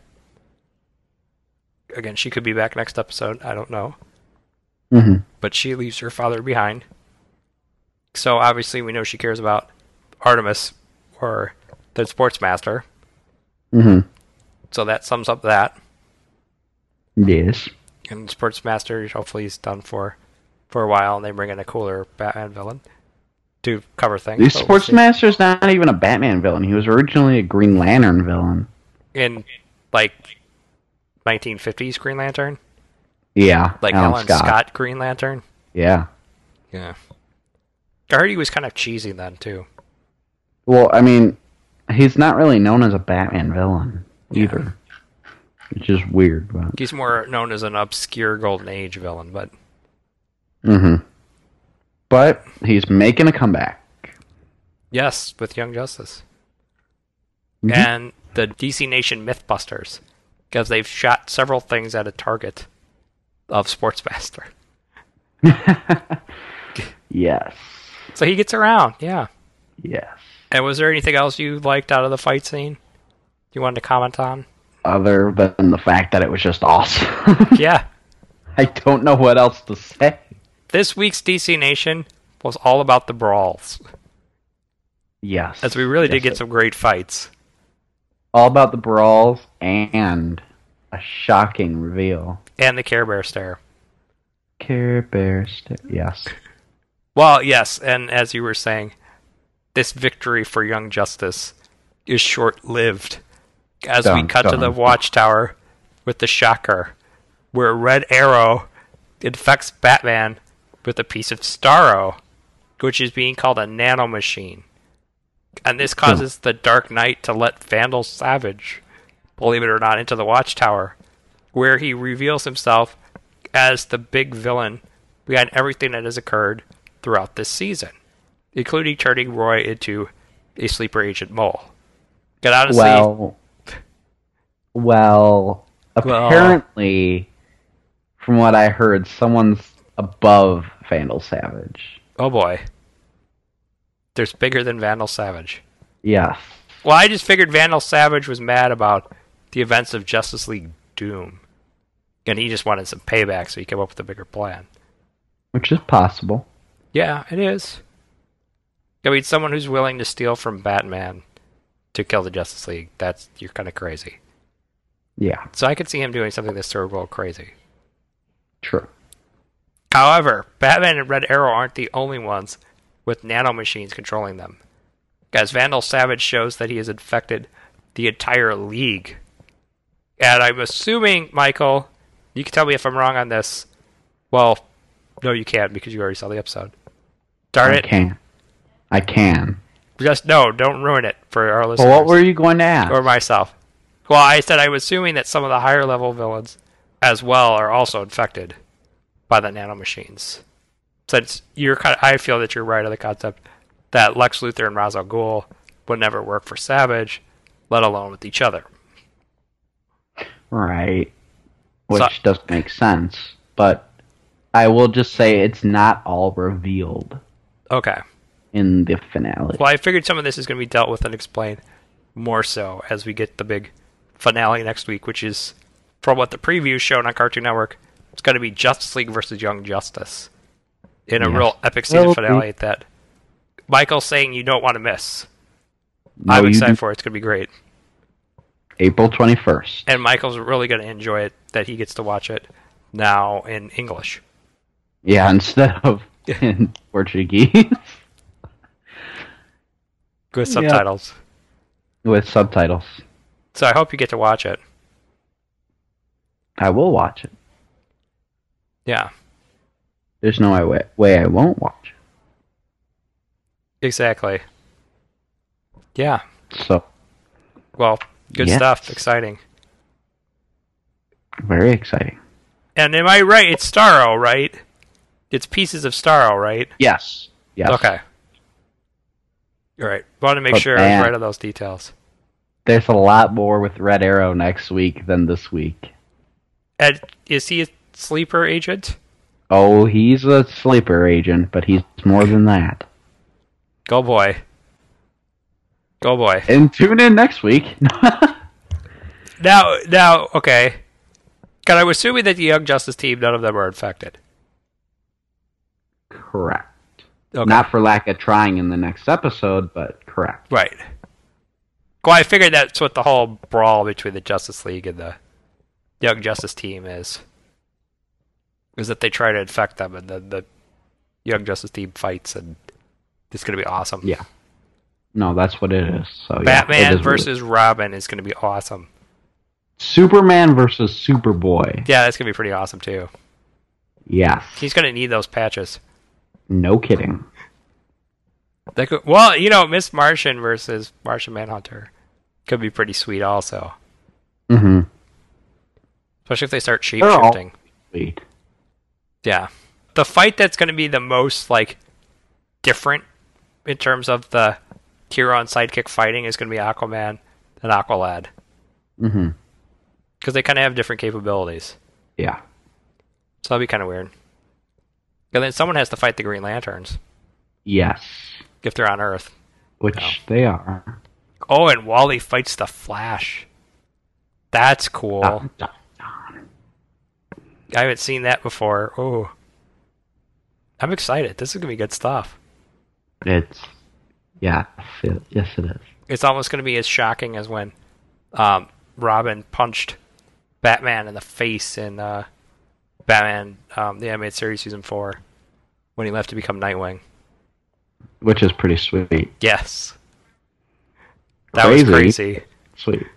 Speaker 7: Again, she could be back next episode. I don't know.
Speaker 8: Mhm.
Speaker 7: But she leaves her father behind. So obviously, we know she cares about Artemis or the Sportsmaster.
Speaker 8: Mhm.
Speaker 7: So that sums up that.
Speaker 8: Yes.
Speaker 7: And Sportsmaster, hopefully, is done for for a while, and they bring in a cooler Batman villain to cover things.
Speaker 8: The
Speaker 7: So we'll see.
Speaker 8: Sportsmaster's not even a Batman villain. He was originally a Green Lantern villain.
Speaker 7: in like 1950s Green Lantern,
Speaker 8: Yeah,
Speaker 7: like
Speaker 8: Alan
Speaker 7: Alan
Speaker 8: Scott.
Speaker 7: Scott Green Lantern.
Speaker 8: Yeah.
Speaker 7: Yeah. I heard he was kind of cheesy then too.
Speaker 8: Well, I mean, he's not really known as a Batman villain either, which is weird. But
Speaker 7: He's more known as an obscure golden age villain, but
Speaker 8: Mhm. but he's making a comeback.
Speaker 7: yes, with Young Justice.
Speaker 8: Mhm.
Speaker 7: And the DC Nation Mythbusters. Because they've shot several things at a target of Sportsmaster.
Speaker 8: Yes.
Speaker 7: So he gets around, yeah.
Speaker 8: Yes.
Speaker 7: And was there anything else you liked out of the fight scene you wanted to comment on?
Speaker 8: Other than the fact that it was just awesome,
Speaker 7: Yeah.
Speaker 8: I don't know what else to say.
Speaker 7: This week's DC Nation was all about the brawls.
Speaker 8: Yes.
Speaker 7: As we really
Speaker 8: Yes,
Speaker 7: did get some great fights.
Speaker 8: all about the brawls and a shocking reveal.
Speaker 7: And the Care Bear stare.
Speaker 8: Care Bear. St- yes.
Speaker 7: Well, yes, and as you were saying, this victory for Young Justice is short lived. As we
Speaker 8: Dun,
Speaker 7: cut to
Speaker 8: dun.
Speaker 7: the watchtower with the shocker, where Red Arrow infects Batman with a piece of Starro, which is being called a nanomachine. And this causes the Dark Knight to let Vandal Savage, believe it or not, into the watchtower, where he reveals himself as the big villain behind everything that has occurred throughout this season, including turning Roy into a sleeper agent mole. And honestly,
Speaker 8: Well, well,
Speaker 7: Well-
Speaker 8: apparently, from what I heard, someone's above Vandal Savage.
Speaker 7: oh boy, there's bigger than Vandal Savage.
Speaker 8: Yes.
Speaker 7: Well, I just figured Vandal Savage was mad about the events of Justice League Doom, and he just wanted some payback, so he came up with a bigger plan.
Speaker 8: Which is possible.
Speaker 7: Yeah, it is. I mean, someone who's willing to steal from Batman to kill the Justice League, that's you're kind of crazy.
Speaker 8: Yeah,
Speaker 7: So I could see him doing something that's sort of crazy.
Speaker 8: true.
Speaker 7: However, Batman and Red Arrow aren't the only ones with nanomachines controlling them. As Vandal Savage shows that he has infected the entire league. And I'm assuming, Michael, you can tell me if I'm wrong on this. Well, no, you can't because you already saw the episode. Darn
Speaker 8: I
Speaker 7: it.
Speaker 8: can. I can.
Speaker 7: Just no, don't ruin it for our
Speaker 8: But
Speaker 7: listeners
Speaker 8: what were you going to ask?
Speaker 7: or myself. Well, I said I'm assuming that some of the higher level villains as well are also infected by the nanomachines. Since you're kind of, I feel that you're right on the concept that Lex Luthor and Ra's al Ghul would never work for Savage, let alone with each other.
Speaker 8: Right. Which
Speaker 7: So-
Speaker 8: doesn't make sense. But I will just say it's not all revealed
Speaker 7: Okay.
Speaker 8: in the finale.
Speaker 7: Well, I figured some of this is going to be dealt with and explained more so as we get the big finale next week, which is, from what the preview showed on Cartoon Network, it's going to be Justice League versus Young Justice in a
Speaker 8: Yes.
Speaker 7: real epic season
Speaker 8: Will be.
Speaker 7: finale that Michael's saying you don't want to miss.
Speaker 8: No,
Speaker 7: I'm
Speaker 8: you
Speaker 7: excited
Speaker 8: do-
Speaker 7: for it. It's going to be great.
Speaker 8: April 21st.
Speaker 7: And Michael's really going to enjoy it that he gets to watch it now in English.
Speaker 8: Yeah, instead of in Portuguese
Speaker 7: with subtitles.
Speaker 8: with subtitles.
Speaker 7: So I hope you get to watch it.
Speaker 8: I will watch it.
Speaker 7: Yeah,
Speaker 8: There's no way, way I won't watch
Speaker 7: exactly. Yeah.
Speaker 8: it. So,
Speaker 7: Well, good
Speaker 8: Yes.
Speaker 7: stuff. Exciting.
Speaker 8: very exciting.
Speaker 7: And am I right? It's Starro, right? It's pieces of Starro, right?
Speaker 8: Yes. Yes.
Speaker 7: Okay. All right. Want to make
Speaker 8: But
Speaker 7: sure I was
Speaker 8: man.
Speaker 7: right on those details.
Speaker 8: There's a lot more with Red Arrow next week than this week.
Speaker 7: And is he a sleeper agent?
Speaker 8: Oh, he's a sleeper agent, but he's more than that.
Speaker 7: Go boy. Go boy.
Speaker 8: And tune in next week.
Speaker 7: Now, now, okay. God, I'm assuming that the Young Justice team, none of them are infected.
Speaker 8: correct.
Speaker 7: Okay.
Speaker 8: Not for lack of trying in the next episode, but correct.
Speaker 7: Right. Well, I figured that's what the whole brawl between the Justice League and the Young Justice team is. Is that they try to infect them and then the Young Justice team fights and it's going to be awesome.
Speaker 8: Yeah. No, that's what it is. So yeah, it
Speaker 7: Batman
Speaker 8: is what it is.
Speaker 7: versus Robin is going to be awesome.
Speaker 8: Superman versus Superboy.
Speaker 7: Yeah, that's going to be pretty awesome too.
Speaker 8: Yes.
Speaker 7: He's going to need those patches.
Speaker 8: No kidding.
Speaker 7: That could, well, you know, Miss Martian versus Martian Manhunter could be pretty sweet also.
Speaker 8: Mm-hmm.
Speaker 7: Especially if they start shape
Speaker 8: They're all-
Speaker 7: shifting.
Speaker 8: Sweet.
Speaker 7: Yeah. The fight that's going to be the most like different in terms of the Kiron sidekick fighting is going to be Aquaman and Aqualad
Speaker 8: Mm-hmm.
Speaker 7: because they kind of have different capabilities.
Speaker 8: Yeah.
Speaker 7: So that'd be kind of weird. And then someone has to fight the Green Lanterns
Speaker 8: Yes.
Speaker 7: if they're on Earth.
Speaker 8: Which they are.
Speaker 7: Oh, and Wally fights the Flash. That's cool.
Speaker 8: Dun, dun.
Speaker 7: I haven't seen that before. Oh, I'm excited. This is gonna be good stuff.
Speaker 8: It's yeah. It, yes, it is.
Speaker 7: it's almost going to be as shocking as when um, Robin punched Batman in the face in uh, Batman, um, the animated series season four, when he left to become Nightwing.
Speaker 8: Which is pretty sweet.
Speaker 7: Yes, that was
Speaker 8: Crazy.
Speaker 7: crazy.
Speaker 8: Sweet.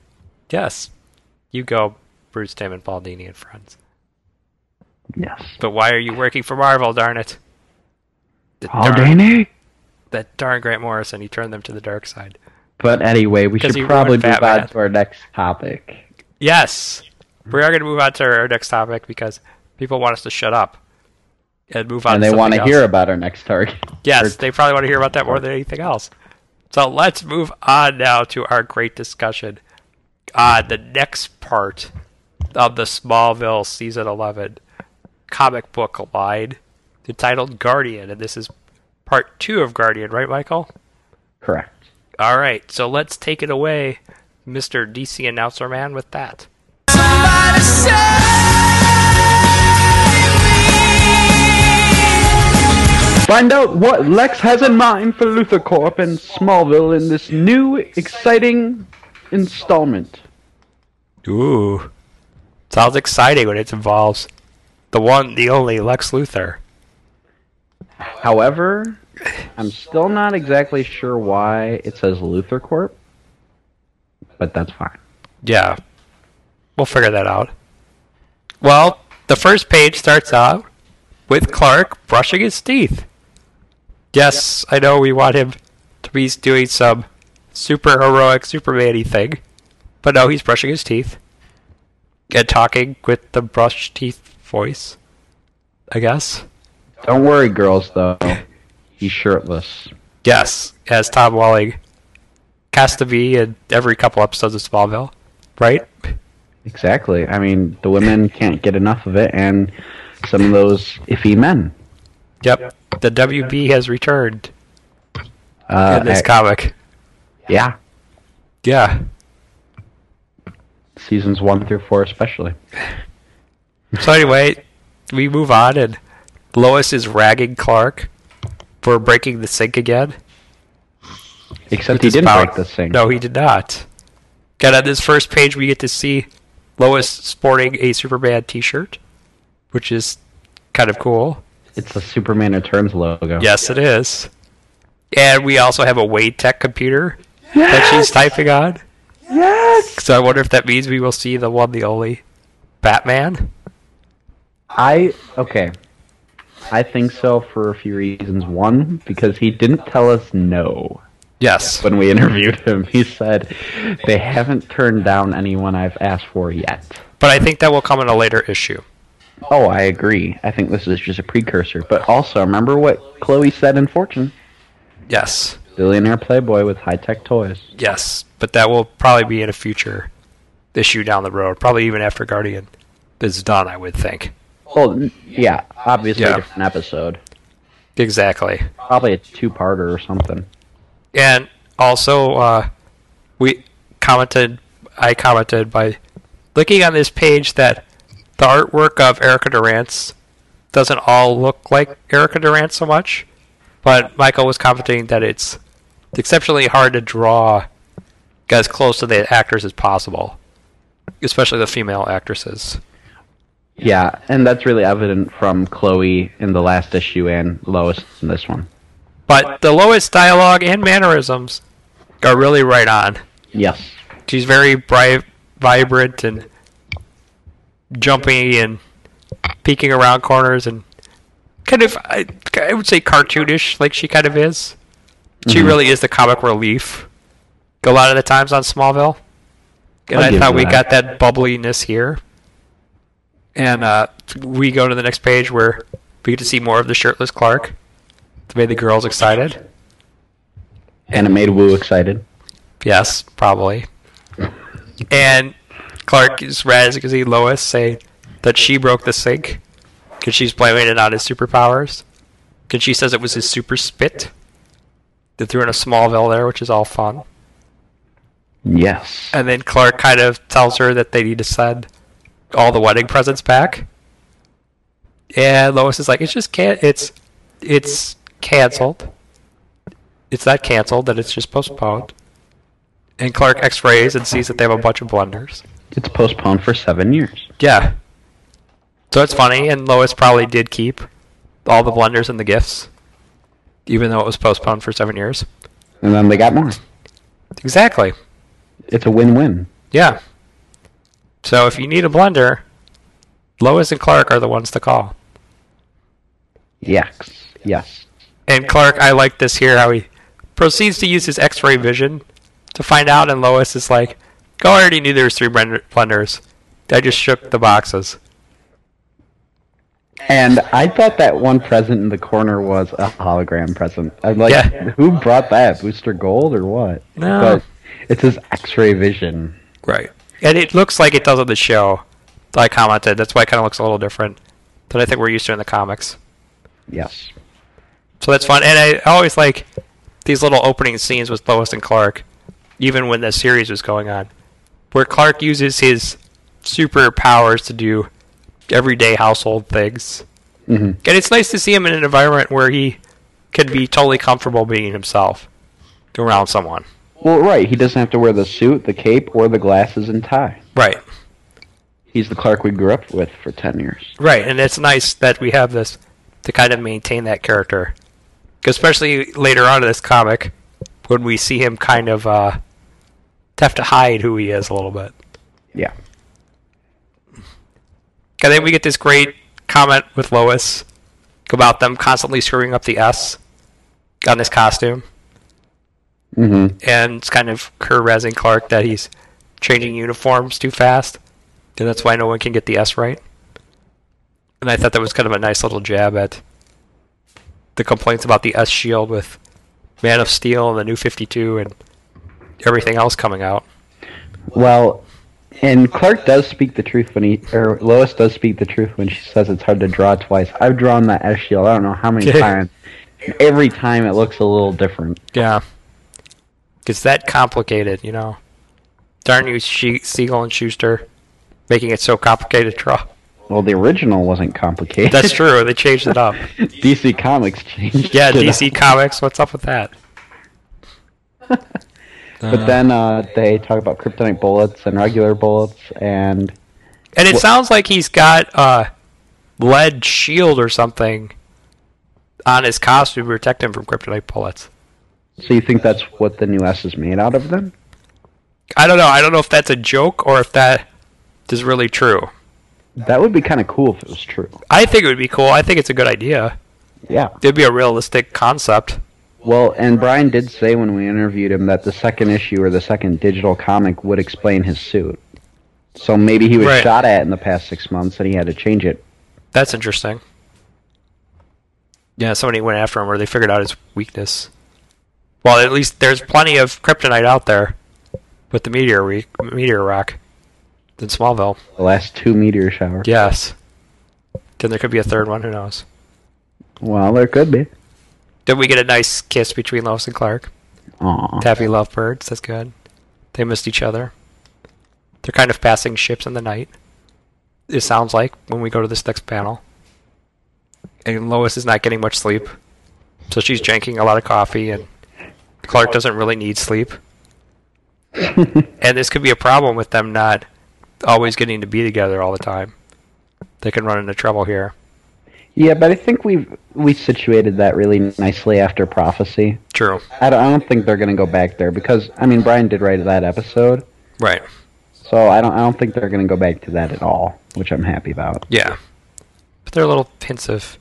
Speaker 7: Yes, you go, Bruce Tim and Paul Dini and friends.
Speaker 8: Yes.
Speaker 7: But why are you working for Marvel? Darn it! The
Speaker 8: Paul
Speaker 7: darn-
Speaker 8: Dini.
Speaker 7: that darn Grant Morrison. He turned them to the dark side.
Speaker 8: But anyway, we
Speaker 7: 'Cause
Speaker 8: should
Speaker 7: he
Speaker 8: probably
Speaker 7: ruined
Speaker 8: move
Speaker 7: Batman.
Speaker 8: on to our next topic.
Speaker 7: Yes. We are going to move on to our next topic because people want us to shut up and move on
Speaker 8: and
Speaker 7: to
Speaker 8: they
Speaker 7: want to
Speaker 8: hear about our next target.
Speaker 7: Yes,
Speaker 8: or-
Speaker 7: they probably want to hear about that more than anything else. So let's move on now to our great discussion on the next part of the Smallville Season 11 comic book line entitled Guardian. And this is part two of Guardian, right, Michael?
Speaker 8: Correct.
Speaker 7: All right, so let's take it away, Mr. DC Announcer Man, with that.
Speaker 8: Find out what Lex has in mind for Luthor Corp and Smallville in this new, exciting installment.
Speaker 7: Ooh. Sounds exciting when it involves the one, the only Lex Luthor.
Speaker 8: However, I'm still not exactly sure why it says Luthor Corp, but that's fine.
Speaker 7: Yeah. We'll figure that out. Well, the first page starts out with Clark brushing his teeth. Yes, I know we want him to be doing some super heroic Superman thing, but no, he's brushing his teeth and talking with the brush teeth voice, I guess.
Speaker 8: Don't worry, girls, though. He's shirtless.
Speaker 7: Yes, as Tom Welling has to be in every couple episodes of Smallville, right?
Speaker 8: Exactly. I mean, the women can't get enough of it, and some of those iffy men.
Speaker 7: Yep. The WB has returned
Speaker 8: Uh,
Speaker 7: in this
Speaker 8: I-
Speaker 7: comic.
Speaker 8: yeah.
Speaker 7: Yeah.
Speaker 8: Seasons one through four, especially.
Speaker 7: So anyway, we move on, and Lois is ragging Clark for breaking the sink again.
Speaker 8: Except
Speaker 7: with
Speaker 8: he
Speaker 7: his
Speaker 8: didn't
Speaker 7: power-
Speaker 8: break this thing.
Speaker 7: No, he did not. Got on this first page, we get to see Lois sporting a Superman T-shirt, which is kind of cool.
Speaker 8: It's the Superman Returns logo.
Speaker 7: Yes, it is. And we also have a Wade Tech computer that she's typing on. Yes. So I wonder if that means we will see the one, the only Batman.
Speaker 8: I okay. I think so for a few reasons. One, because he didn't tell us no
Speaker 7: Yes.
Speaker 8: when we interviewed him. He said they haven't turned down anyone I've asked for yet.
Speaker 7: But I think that will come in a later issue.
Speaker 8: Oh, I agree. I think this is just a precursor. But also, remember what Chloe said in Fortune:
Speaker 7: Yes.
Speaker 8: billionaire playboy with high-tech toys.
Speaker 7: Yes. But that will probably be in a future issue down the road, probably even after Guardian is done, I would think.
Speaker 8: Well, n- yeah, obviously
Speaker 7: Yeah.
Speaker 8: a different episode.
Speaker 7: Exactly.
Speaker 8: Probably a two-parter or something.
Speaker 7: And also, uh, we commented, I commented by looking on this page that the artwork of Erica Durant's doesn't all look like Erica Durant so much, but Michael was commenting that it's exceptionally hard to draw as close to the actors as possible, especially the female actresses.
Speaker 8: Yeah, and that's really evident from Chloe in the last issue and Lois in this one.
Speaker 7: But the lowest dialogue and mannerisms are really right on.
Speaker 8: Yes.
Speaker 7: she's very bright, vibrant, and jumpy, and peeking around corners, and kind of I, I would say cartoonish, like she kind of is. She really is the comic relief. A lot of the times on Smallville, and
Speaker 8: I'll
Speaker 7: I
Speaker 8: give
Speaker 7: thought
Speaker 8: you
Speaker 7: we
Speaker 8: that.
Speaker 7: got that bubbliness here. And uh, we go to the next page where we get to see more of the shirtless Clark. It made the girls excited.
Speaker 8: And it made Wu excited.
Speaker 7: Yes, probably. And Clark is razzed because he Lois saying that she broke the sink because she's blaming it on his superpowers. Because she says it was his super spit. They threw in a Smallville there, which is all fun.
Speaker 8: Yes.
Speaker 7: And then Clark kind of tells her that they need to send all the wedding presents back. And Lois is like, "It's just can it's it's canceled. It's not canceled. That it's just postponed." And Clark X-rays and sees that they have a bunch of blunders.
Speaker 8: It's postponed for seven years.
Speaker 7: Yeah. So it's funny, and Lois probably did keep all the blunders and the gifts, even though it was postponed for seven years.
Speaker 8: And then they got more.
Speaker 7: Exactly.
Speaker 8: It's a win win.
Speaker 7: Yeah. So if you need a blender, Lois and Clark are the ones to call.
Speaker 8: Yes. Yes.
Speaker 7: And Clark, I like this here how he proceeds to use his x ray vision to find out, and Lois is like, oh, I already knew there was three blender- blenders. I just shook the boxes.
Speaker 8: And I thought that one present in the corner was a hologram present. I'm like,
Speaker 7: Yeah.
Speaker 8: who brought that? Booster Gold or what?
Speaker 7: No.
Speaker 8: But it's his x ray vision.
Speaker 7: Right. And it looks like it does on the show. I commented. That's why it kind of looks a little different than I think we're used to in the comics.
Speaker 8: Yes.
Speaker 7: So that's fun. And I always like these little opening scenes with Lois and Clark, even when the series was going on, where Clark uses his superpowers to do everyday household things.
Speaker 8: Mhm.
Speaker 7: And it's nice to see him in an environment where he can be totally comfortable being himself around someone.
Speaker 8: Well, right. He doesn't have to wear the suit, the cape, or the glasses and tie.
Speaker 7: Right.
Speaker 8: He's the Clark we grew up with for 10 years.
Speaker 7: Right, and it's nice that we have this to kind of maintain that character, 'Cause especially later on in this comic when we see him kind of uh, have to hide who he is a little bit.
Speaker 8: Yeah.
Speaker 7: And then we get this great comment with Lois about them constantly screwing up the S on his costume,
Speaker 8: Mm-hmm.
Speaker 7: and it's kind of her razzing Clark that he's changing uniforms too fast, and that's why no one can get the S right. And I thought that was kind of a nice little jab at the complaints about the S Shield with Man of Steel and the New 52 and everything else coming out.
Speaker 8: Well, and Clark does speak the truth when he, or Lois does speak the truth when she says it's hard to draw twice. I've drawn that S shield. I don't know how many times. Every time it looks a little different.
Speaker 7: Yeah. It's that complicated, you know? Darn you, she- Siegel and Schuster, making it so complicated to draw.
Speaker 8: Well, the original wasn't complicated.
Speaker 7: That's true. They changed it up.
Speaker 8: DC Comics changed.
Speaker 7: Yeah,
Speaker 8: it up.
Speaker 7: DC Comics. What's up with that?
Speaker 8: But then uh, they talk about kryptonite bullets and regular bullets, and
Speaker 7: And it sounds like he's got a lead shield or something on his costume to protect him from kryptonite bullets.
Speaker 8: so you think that's what the new S is made out of then?
Speaker 7: I don't know. I don't know if that's a joke or if that is really true.
Speaker 8: That would be kind of cool if it was true.
Speaker 7: I think it would be cool. I think it's a good idea.
Speaker 8: Yeah.
Speaker 7: It'd be a realistic concept.
Speaker 8: Well, and Brian did say when we interviewed him that the second issue or the second digital comic would explain his suit. So maybe he was
Speaker 7: Right.
Speaker 8: shot at in the past six months and he had to change it.
Speaker 7: That's interesting. Yeah, somebody went after him or they figured out his weakness. Well, at least there's plenty of kryptonite out there with the meteor re- meteor rock in Smallville.
Speaker 8: The last two meteor shower.
Speaker 7: Yes. Then there could be a third one. Who knows?
Speaker 8: Well, there could be.
Speaker 7: Did we get a nice kiss between Lois and Clark?
Speaker 8: Aw.
Speaker 7: Happy lovebirds. That's good. They missed each other. They're kind of passing ships in the night. It sounds like when we go to this next panel. And Lois is not getting much sleep, so she's drinking a lot of coffee, and Clark doesn't really need sleep. and this could be a problem with them not always getting to be together all the time. They can run into trouble here.
Speaker 8: Yeah, but I think we've we situated that really nicely after prophecy.
Speaker 7: True.
Speaker 8: I don't, I don't think they're going to go back there because I mean Brian did write that episode,
Speaker 7: Right.
Speaker 8: so I don't I don't think they're going to go back to that at all, which I'm happy about.
Speaker 7: Yeah. But there are little hints of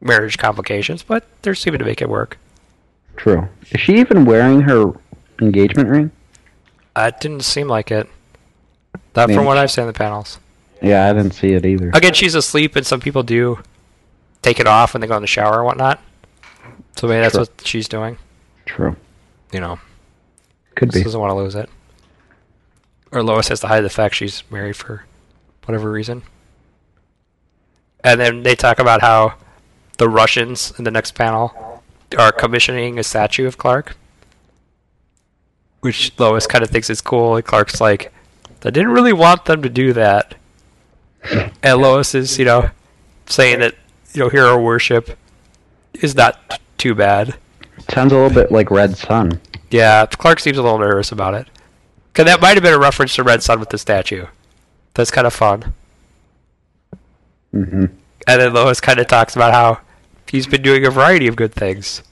Speaker 7: marriage complications, but they're seeming to make it work.
Speaker 8: True. Is she even wearing her engagement ring?
Speaker 7: Uh, it didn't seem like it. Not
Speaker 8: Maybe.
Speaker 7: from what I've seen in the panels.
Speaker 8: Yeah, I didn't see it either.
Speaker 7: Again, she's asleep, and some people do take it off when they go in the shower or whatnot. So maybe that's
Speaker 8: Sure.
Speaker 7: what she's doing.
Speaker 8: True.
Speaker 7: You know,
Speaker 8: Could
Speaker 7: she
Speaker 8: be.
Speaker 7: doesn't want to lose it. Or Lois has to hide the fact she's married for whatever reason. And then they talk about how the Russians in the next panel are commissioning a statue of Clark, which Lois kind of thinks is cool. And Clark's like, I didn't really want them to do that. And Lois is, you know, saying that, you know, hero worship is not t- too bad.
Speaker 8: Sounds a little bit like Red Sun.
Speaker 7: Yeah, Clark seems a little nervous about it. 'Cause that might have been a reference to Red Sun with the statue. That's kind of fun. Mm-hmm.
Speaker 8: Mm-hmm.
Speaker 7: And then Lois kind of talks about how he's been doing a variety of good things,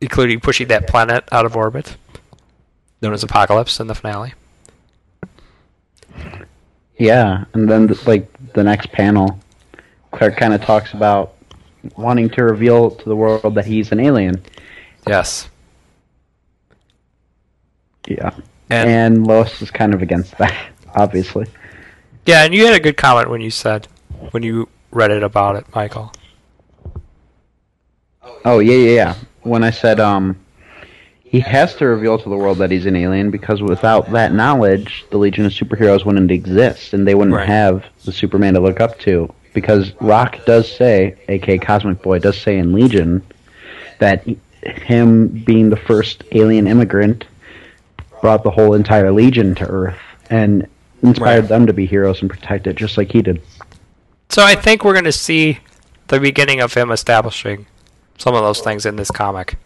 Speaker 7: including pushing that planet out of orbit, known as Apocalypse in the finale.
Speaker 8: Yeah, and then th- like the next panel, Clark kind of talks about wanting to reveal to the world that he's an alien.
Speaker 7: Yes.
Speaker 8: Yeah.
Speaker 7: And-
Speaker 8: And, Lois is kind of against that, obviously.
Speaker 7: Yeah, and you had a good comment when you said, when you read it about it, Michael.
Speaker 8: Oh yeah, yeah, yeah. When I said um, he has to reveal to the world that he's an alien because without that knowledge, the Legion of Superheroes wouldn't exist, and they wouldn't
Speaker 7: Right.
Speaker 8: have the Superman to look up to. Because Rock does say, aka Cosmic Boy, does say in Legion that he- him being the first alien immigrant brought the whole entire Legion to Earth and inspired
Speaker 7: Right.
Speaker 8: them to be heroes and protect it, just like he did.
Speaker 7: So I think we're going to see the beginning of him establishing some of those things in this comic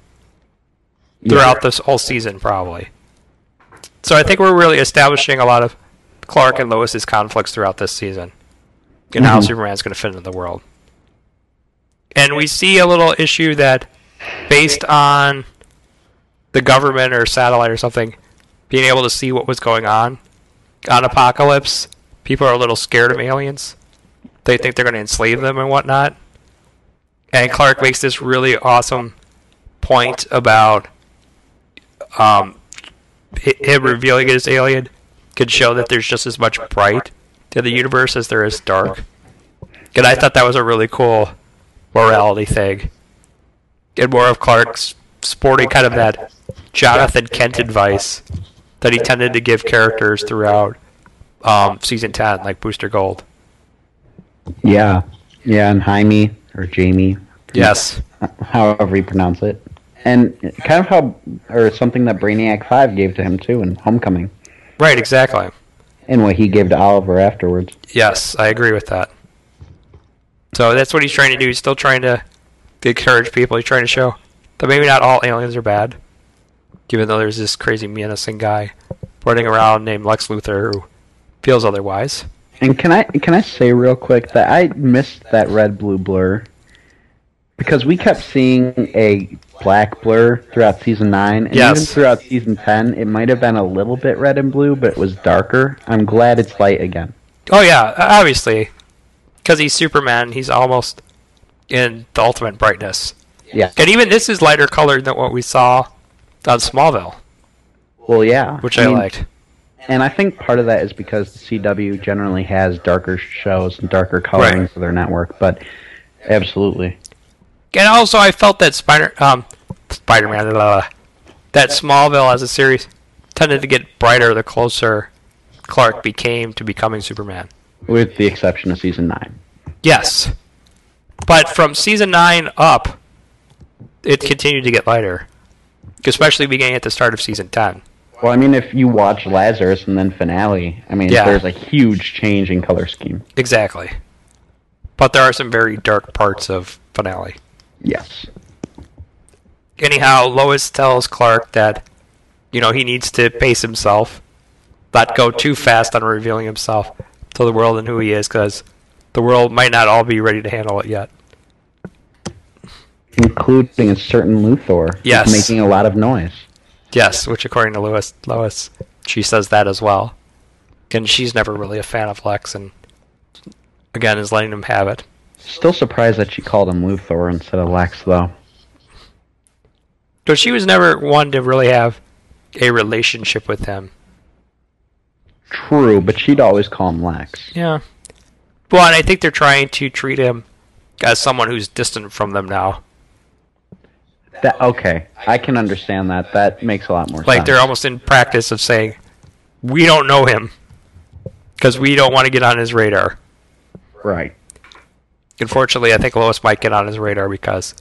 Speaker 7: throughout this whole season, probably. So I think we're really establishing a lot of Clark and Lois's conflicts throughout this season and how
Speaker 8: Mhm.
Speaker 7: Superman's going to fit into the world. And we see a little issue that, based on the government or satellite or something, being able to see what was going on on Apocalypse, people are a little scared of aliens they think they're going to enslave them and whatnot. And Clark makes this really awesome point about um, hi- him revealing his alien could show that there's just as much bright to the universe as there is dark. And I thought that was a really cool morality thing. And more of Clark's sporting kind of that Jonathan Kent advice that he tended to give characters throughout um, season 10, like Booster Gold.
Speaker 8: Yeah, yeah, and Jaime or Jamie,
Speaker 7: Yes.
Speaker 8: however you pronounce it. And kind of how, or something that Brainiac 5 gave to him too in Homecoming.
Speaker 7: Right, exactly.
Speaker 8: and what he gave to Oliver afterwards.
Speaker 7: Yes, I agree with that. So that's what he's trying to do. He's still trying to encourage people. He's trying to show that maybe not all aliens are bad, even though there's this crazy menacing guy running around named Lex Luthor who feels otherwise.
Speaker 8: And can I can I say real quick that I missed that red blue blur because we kept seeing a black blur throughout season nine and
Speaker 7: Yes.
Speaker 8: even throughout season ten. It might have been a little bit red and blue, but it was darker. I'm glad it's light again.
Speaker 7: Oh yeah, obviously, because he's Superman. He's almost in the ultimate brightness.
Speaker 8: Yeah.
Speaker 7: And even this is lighter colored than what we saw on Smallville,
Speaker 8: Well, yeah,
Speaker 7: which I,
Speaker 8: mean,
Speaker 7: liked.
Speaker 8: and I think part of that is because the CW generally has darker shows and darker coloring
Speaker 7: Right.
Speaker 8: for their network. But absolutely,
Speaker 7: And also, I felt that Spider um Spider Man that Smallville as a series tended to get brighter the closer Clark became to becoming Superman.
Speaker 8: with the exception of season nine.
Speaker 7: Yes, but from season nine up, it continued to get lighter, especially beginning at the start of season ten.
Speaker 8: Well, I mean, if you watch Lazarus and then finale, I mean,
Speaker 7: Yeah.
Speaker 8: there's a huge change in color scheme.
Speaker 7: Exactly. But there are some very dark parts of finale.
Speaker 8: Yes.
Speaker 7: Anyhow, Lois tells Clark that, you know, he needs to pace himself, not go too fast on revealing himself to the world and who he is, because the world might not all be ready to handle it yet.
Speaker 8: Including a certain Luthor. who's
Speaker 7: Yes.
Speaker 8: Making a lot of noise.
Speaker 7: Yes, which according to Lois, Lois, she says that as well, and she's never really a fan of Lex, and again is letting him have it.
Speaker 8: Still surprised that she called him Luthor instead of Lex, though.
Speaker 7: But she was never one to really have a relationship with him.
Speaker 8: True, but she'd always call him Lex.
Speaker 7: Yeah. Well, and I think they're trying to treat him as someone who's distant from them now.
Speaker 8: That okay, I can understand that. That makes a lot more
Speaker 7: Like
Speaker 8: sense.
Speaker 7: they're almost in practice of saying, "We don't know him because we don't want to get on his radar."
Speaker 8: right.
Speaker 7: Unfortunately, I think Lois might get on his radar because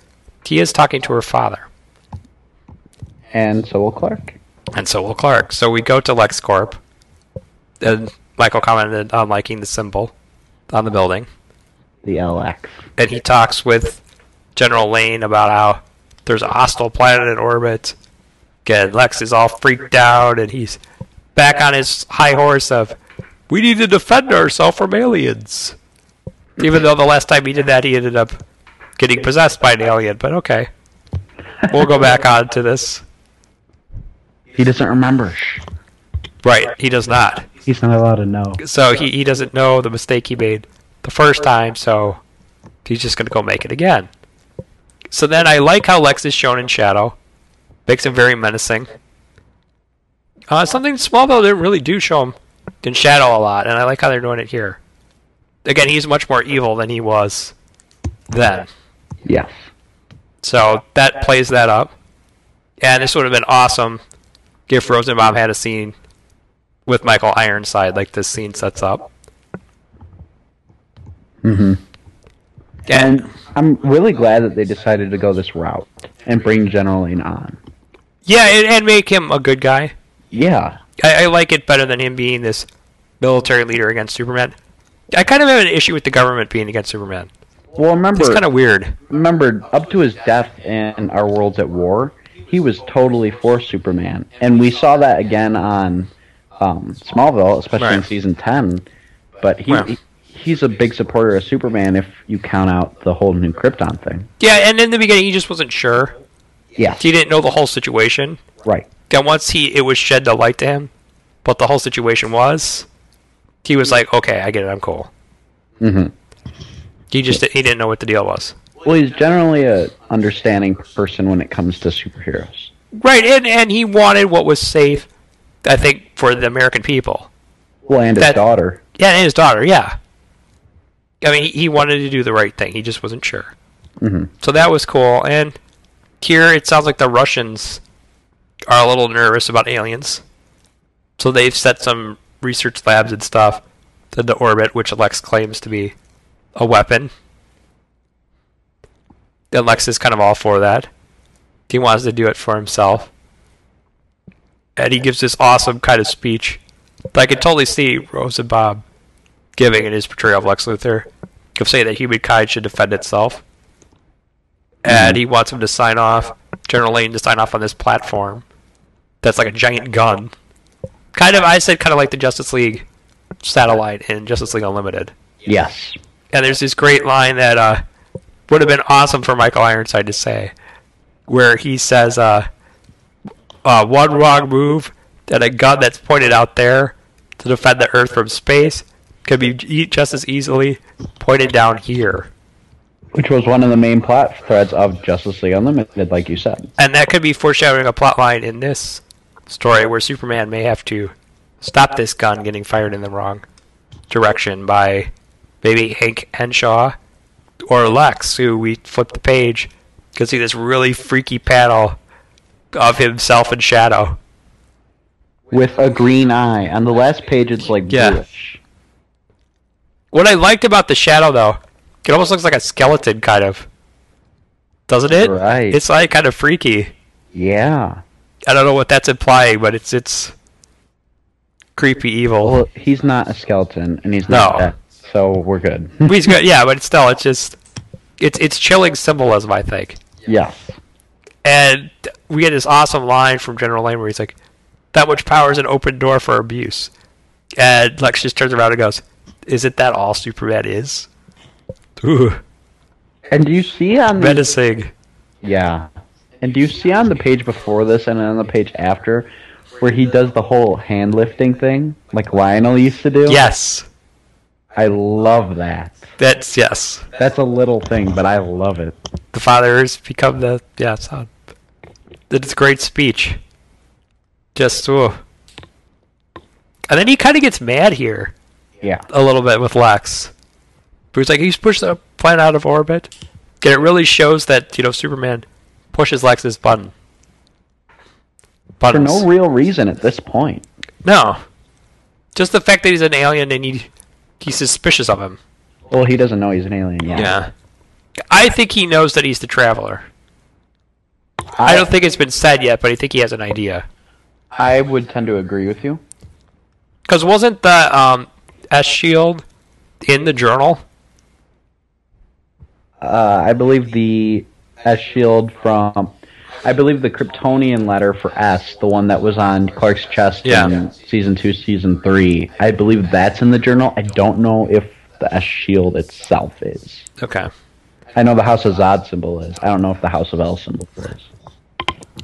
Speaker 7: he is talking to her father,
Speaker 8: And so will Clark.
Speaker 7: and so will Clark. So we go to LexCorp, and Michael commented on liking the symbol on the building.
Speaker 8: The LX.
Speaker 7: and he talks with General Lane about how there's a hostile planet in orbit. Again, Lex is all freaked out, and he's back on his high horse of, "We need to defend ourselves from aliens." Even though the last time he did that, he ended up getting possessed by an alien. But okay, we'll go back on to this.
Speaker 8: He doesn't remember. Shh.
Speaker 7: Right, he does not.
Speaker 8: He's not allowed to know.
Speaker 7: So he, he doesn't know the mistake he made the first time, so he's just going to go make it again. So then I like how Lex is shown in shadow. Makes him very menacing. Uh, something Smallville didn't really do show him in shadow a lot, and I like how they're doing it here. Again, he's much more evil than he was then.
Speaker 8: Yes.
Speaker 7: So that plays that up. And this would have been awesome if Rosenbaum had a scene with Michael Ironside like this scene sets up. Mm-hmm. And
Speaker 8: And I'm really glad that they decided to go this route and bring General Lane on.
Speaker 7: yeah, and, and make him a good guy.
Speaker 8: Yeah.
Speaker 7: I, I like it better than him being this military leader against Superman. I kind of have an issue with the government being against Superman.
Speaker 8: Well, remember,
Speaker 7: It's kind of weird.
Speaker 8: remember, up to his death in Our Worlds at War, he was totally for Superman, and we saw that again on um, Smallville, especially in
Speaker 7: Right.
Speaker 8: season ten. But he,
Speaker 7: Yeah.
Speaker 8: he- he's a big supporter of Superman if you count out the whole new Krypton thing.
Speaker 7: Yeah, and in the beginning, he just wasn't sure.
Speaker 8: Yeah,
Speaker 7: He didn't know the whole situation.
Speaker 8: right.
Speaker 7: then once he it was shed the light to him, what the whole situation was, he was like, okay, I get it, I'm cool.
Speaker 8: Mhm.
Speaker 7: He just he didn't know what the deal was.
Speaker 8: Well, he's generally a understanding person when it comes to superheroes.
Speaker 7: Right, and and he wanted what was safe, I think, for the American people.
Speaker 8: Well, and his
Speaker 7: That-
Speaker 8: daughter.
Speaker 7: Yeah, and his daughter, yeah. I mean, he, he wanted to do the right thing. He just wasn't sure.
Speaker 8: Mhm.
Speaker 7: So that was cool. And here it sounds like the Russians are a little nervous about aliens. So they've set some research labs and stuff into orbit, which Lex claims to be a weapon. And Lex is kind of all for that. He wants to do it for himself. And he gives this awesome kind of speech But I could totally see Rosa Bob giving in his portrayal of Lex Luthor of saying that humankind should defend itself. And he wants him to sign off, General Lane to sign off on this platform that's like a giant gun. Kind of, I said, kind of like the Justice League satellite in Justice League Unlimited.
Speaker 8: Yes.
Speaker 7: And there's this great line that uh, would have been awesome for Michael Ironside to say, where he says, uh, uh, "One wrong move that a gun that's pointed out there to defend the Earth from space could be e- just as easily pointed down here,
Speaker 8: Which was one of the main plot threads of Justice League Unlimited, like you said.
Speaker 7: and that could be foreshadowing a plot line in this story where Superman may have to stop this gun getting fired in the wrong direction by maybe Hank Henshaw or Lex, who we flip the page, can see this really freaky panel of himself and Shadow.
Speaker 8: With a green eye. On the last page, it's like
Speaker 7: Yeah.
Speaker 8: bluish.
Speaker 7: What I liked about the Shadow, though, it almost looks like a skeleton, kind of. Doesn't it?
Speaker 8: Right.
Speaker 7: It's like kind of freaky.
Speaker 8: Yeah.
Speaker 7: I don't know what that's implying, but it's it's creepy evil.
Speaker 8: Well, he's not a skeleton, and he's
Speaker 7: No.
Speaker 8: not dead, so we're good.
Speaker 7: He's good, yeah, but still, it's just it's it's chilling symbolism, I think.
Speaker 8: yes.
Speaker 7: And we get this awesome line from General Lane where he's like, "That much power is an open door for abuse," and Lex just turns around and goes, "Isn't that all Superman is?" Ooh,
Speaker 8: And do you see on the
Speaker 7: menacing.
Speaker 8: yeah? And do you see on the page before this and on the page after, where he does the whole hand lifting thing like Lionel used to do?
Speaker 7: Yes,
Speaker 8: I love that.
Speaker 7: that's yes.
Speaker 8: That's a little thing, but I love it.
Speaker 7: The fathers become the yeah. It's, on. it's a great speech. Just ooh. And then he kind of gets mad here.
Speaker 8: Yeah.
Speaker 7: a little bit with Lex. But he's like, he's pushed the planet out of orbit. And it really shows that, you know, Superman pushes Lex's button.
Speaker 8: For
Speaker 7: Buttons.
Speaker 8: no real reason at this point.
Speaker 7: No. Just the fact that he's an alien and he, he's suspicious of him.
Speaker 8: Well, he doesn't know he's an alien yet.
Speaker 7: I think he knows that he's the traveler. I don't think it's been said yet, but I think he has an idea.
Speaker 8: I would tend to agree with you.
Speaker 7: Because wasn't the um, S Shield in the journal?
Speaker 8: Uh, I believe the S shield from, I believe the Kryptonian letter for S, the one that was on Clark's chest
Speaker 7: Yeah.
Speaker 8: in season two, season three. I believe that's in the journal. I don't know if the S shield itself is.
Speaker 7: Okay.
Speaker 8: I know the House of Zod symbol is. I don't know if the House of L symbol is.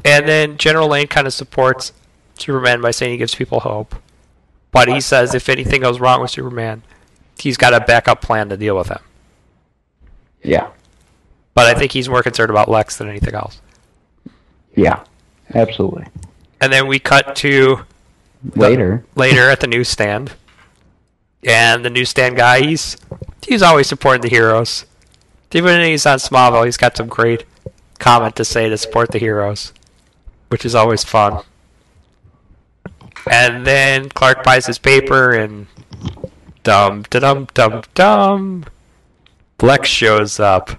Speaker 7: And then General Lane kind of supports Superman by saying he gives people hope. But he says if anything goes wrong with Superman, he's got a backup plan to deal with him.
Speaker 8: Yeah.
Speaker 7: But I think he's more concerned about Lex than anything else.
Speaker 8: Yeah. Absolutely.
Speaker 7: And then we cut to
Speaker 8: Later.
Speaker 7: later at the newsstand. And the newsstand guy, he's he's always supporting the heroes. Even when he's on Smallville, he's got some great comment to say to support the heroes, which is always fun. And then Clark buys his paper and dum da dum dum dum. Lex shows up.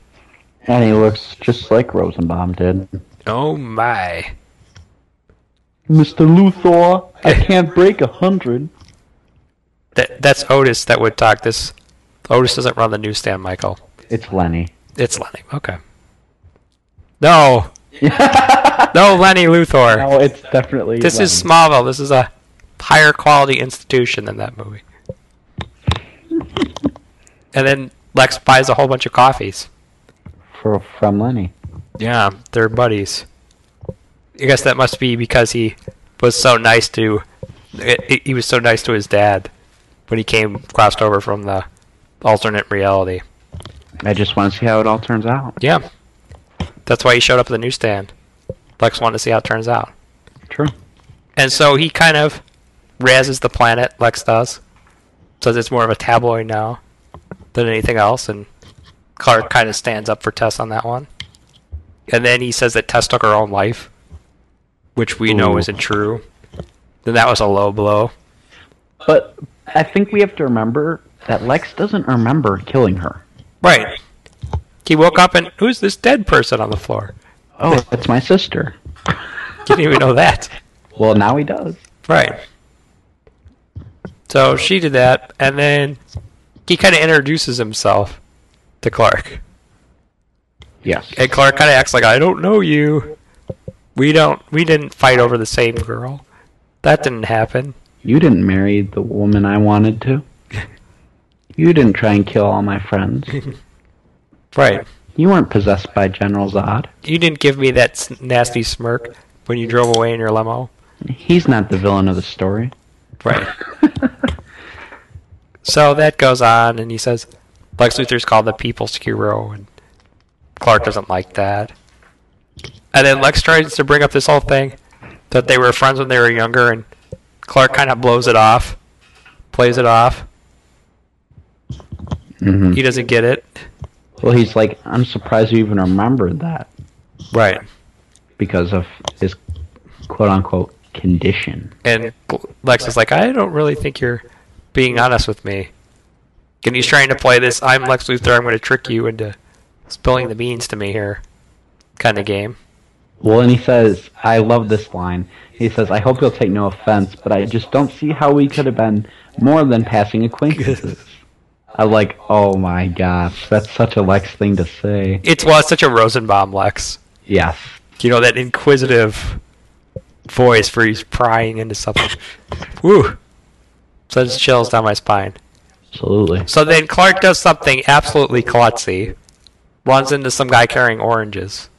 Speaker 8: And he looks just like Rosenbaum did.
Speaker 7: Oh my!
Speaker 8: Mr. Luthor, I can't break a hundred.
Speaker 7: That that's Otis that would talk this. Otis doesn't run the newsstand, Michael.
Speaker 8: It's Lenny.
Speaker 7: It's Lenny. Okay. No. no, Lenny Luthor.
Speaker 8: No, it's definitely.
Speaker 7: this is
Speaker 8: Lenny.
Speaker 7: Smallville. This is a higher quality institution than that movie. and then Lex buys a whole bunch of coffees.
Speaker 8: for, from Lenny.
Speaker 7: Yeah, they're buddies. I guess that must be because he was so nice to he- he was so nice to his dad when he came crossed over from the alternate reality.
Speaker 8: I just want to see how it all turns out.
Speaker 7: Yeah. That's why he showed up at the newsstand. Lex wanted to see how it turns out.
Speaker 8: True.
Speaker 7: And so he kind of razzes the planet, Lex does. Says it's more of a tabloid now than anything else, and Clark kind of stands up for Tess on that one. And then he says that Tess took her own life, which we know
Speaker 8: Ooh.
Speaker 7: isn't true. Then that was a low blow.
Speaker 8: But I think we have to remember that Lex doesn't remember killing her.
Speaker 7: Right. He woke up and who's this dead person on the floor?
Speaker 8: Oh, it's my sister.
Speaker 7: Didn't even know that.
Speaker 8: Well, now he does.
Speaker 7: Right. So she did that, and then he kind of introduces himself to Clark.
Speaker 8: Yes.
Speaker 7: And Clark kind of acts like, "I don't know you. We don't. We didn't fight over the same girl. That didn't happen."
Speaker 8: You didn't marry the woman I wanted to. You didn't try and kill all my friends.
Speaker 7: Right.
Speaker 8: You weren't possessed by General Zod.
Speaker 7: You didn't give me that s- nasty smirk when you drove away in your limo.
Speaker 8: He's not the villain of the story.
Speaker 7: Right. so that goes on, and he says Lex Luthor's called the people's hero, and Clark doesn't like that. And then Lex tries to bring up this whole thing that they were friends when they were younger, and Clark kind of blows it off, plays it off. He doesn't get it.
Speaker 8: Well, he's like, I'm surprised you even remembered that
Speaker 7: Right.
Speaker 8: because of his quote unquote condition.
Speaker 7: And Lex is like, I don't really think you're being honest with me. And he's trying to play this I'm Lex Luthor, I'm going to trick you into spilling the beans to me here kind of game.
Speaker 8: Well, and he says, I love this line. He says, I hope you'll take no offense, but I just don't see how we could have been more than passing acquaintances. I'm like, oh my gosh, that's such a Lex thing to say.
Speaker 7: It's, well, it's such a Rosenbaum Lex.
Speaker 8: Yes.
Speaker 7: You know, that inquisitive voice where he's prying into something. Woo! Sends chills down my spine.
Speaker 8: Absolutely.
Speaker 7: So then Clark does something absolutely klutzy, runs into some guy carrying oranges.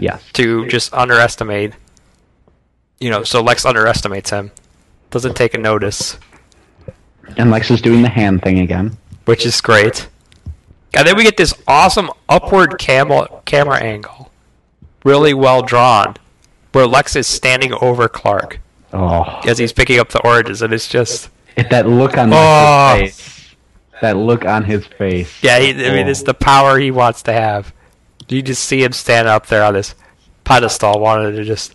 Speaker 8: Yes.
Speaker 7: to just underestimate. You know, so Lex underestimates him, doesn't take a notice,
Speaker 8: And Lex is doing the hand thing again.
Speaker 7: which is great. And then we get this awesome upward camera camera angle, really well drawn, where Lex is standing over Clark
Speaker 8: Oh,
Speaker 7: as he's picking up the oranges, and it's just
Speaker 8: If that look on
Speaker 7: Oh.
Speaker 8: Lex's face. That look on his face.
Speaker 7: yeah. He, I mean, it's the power he wants to have. You just see him stand up there on this pedestal, wanting to just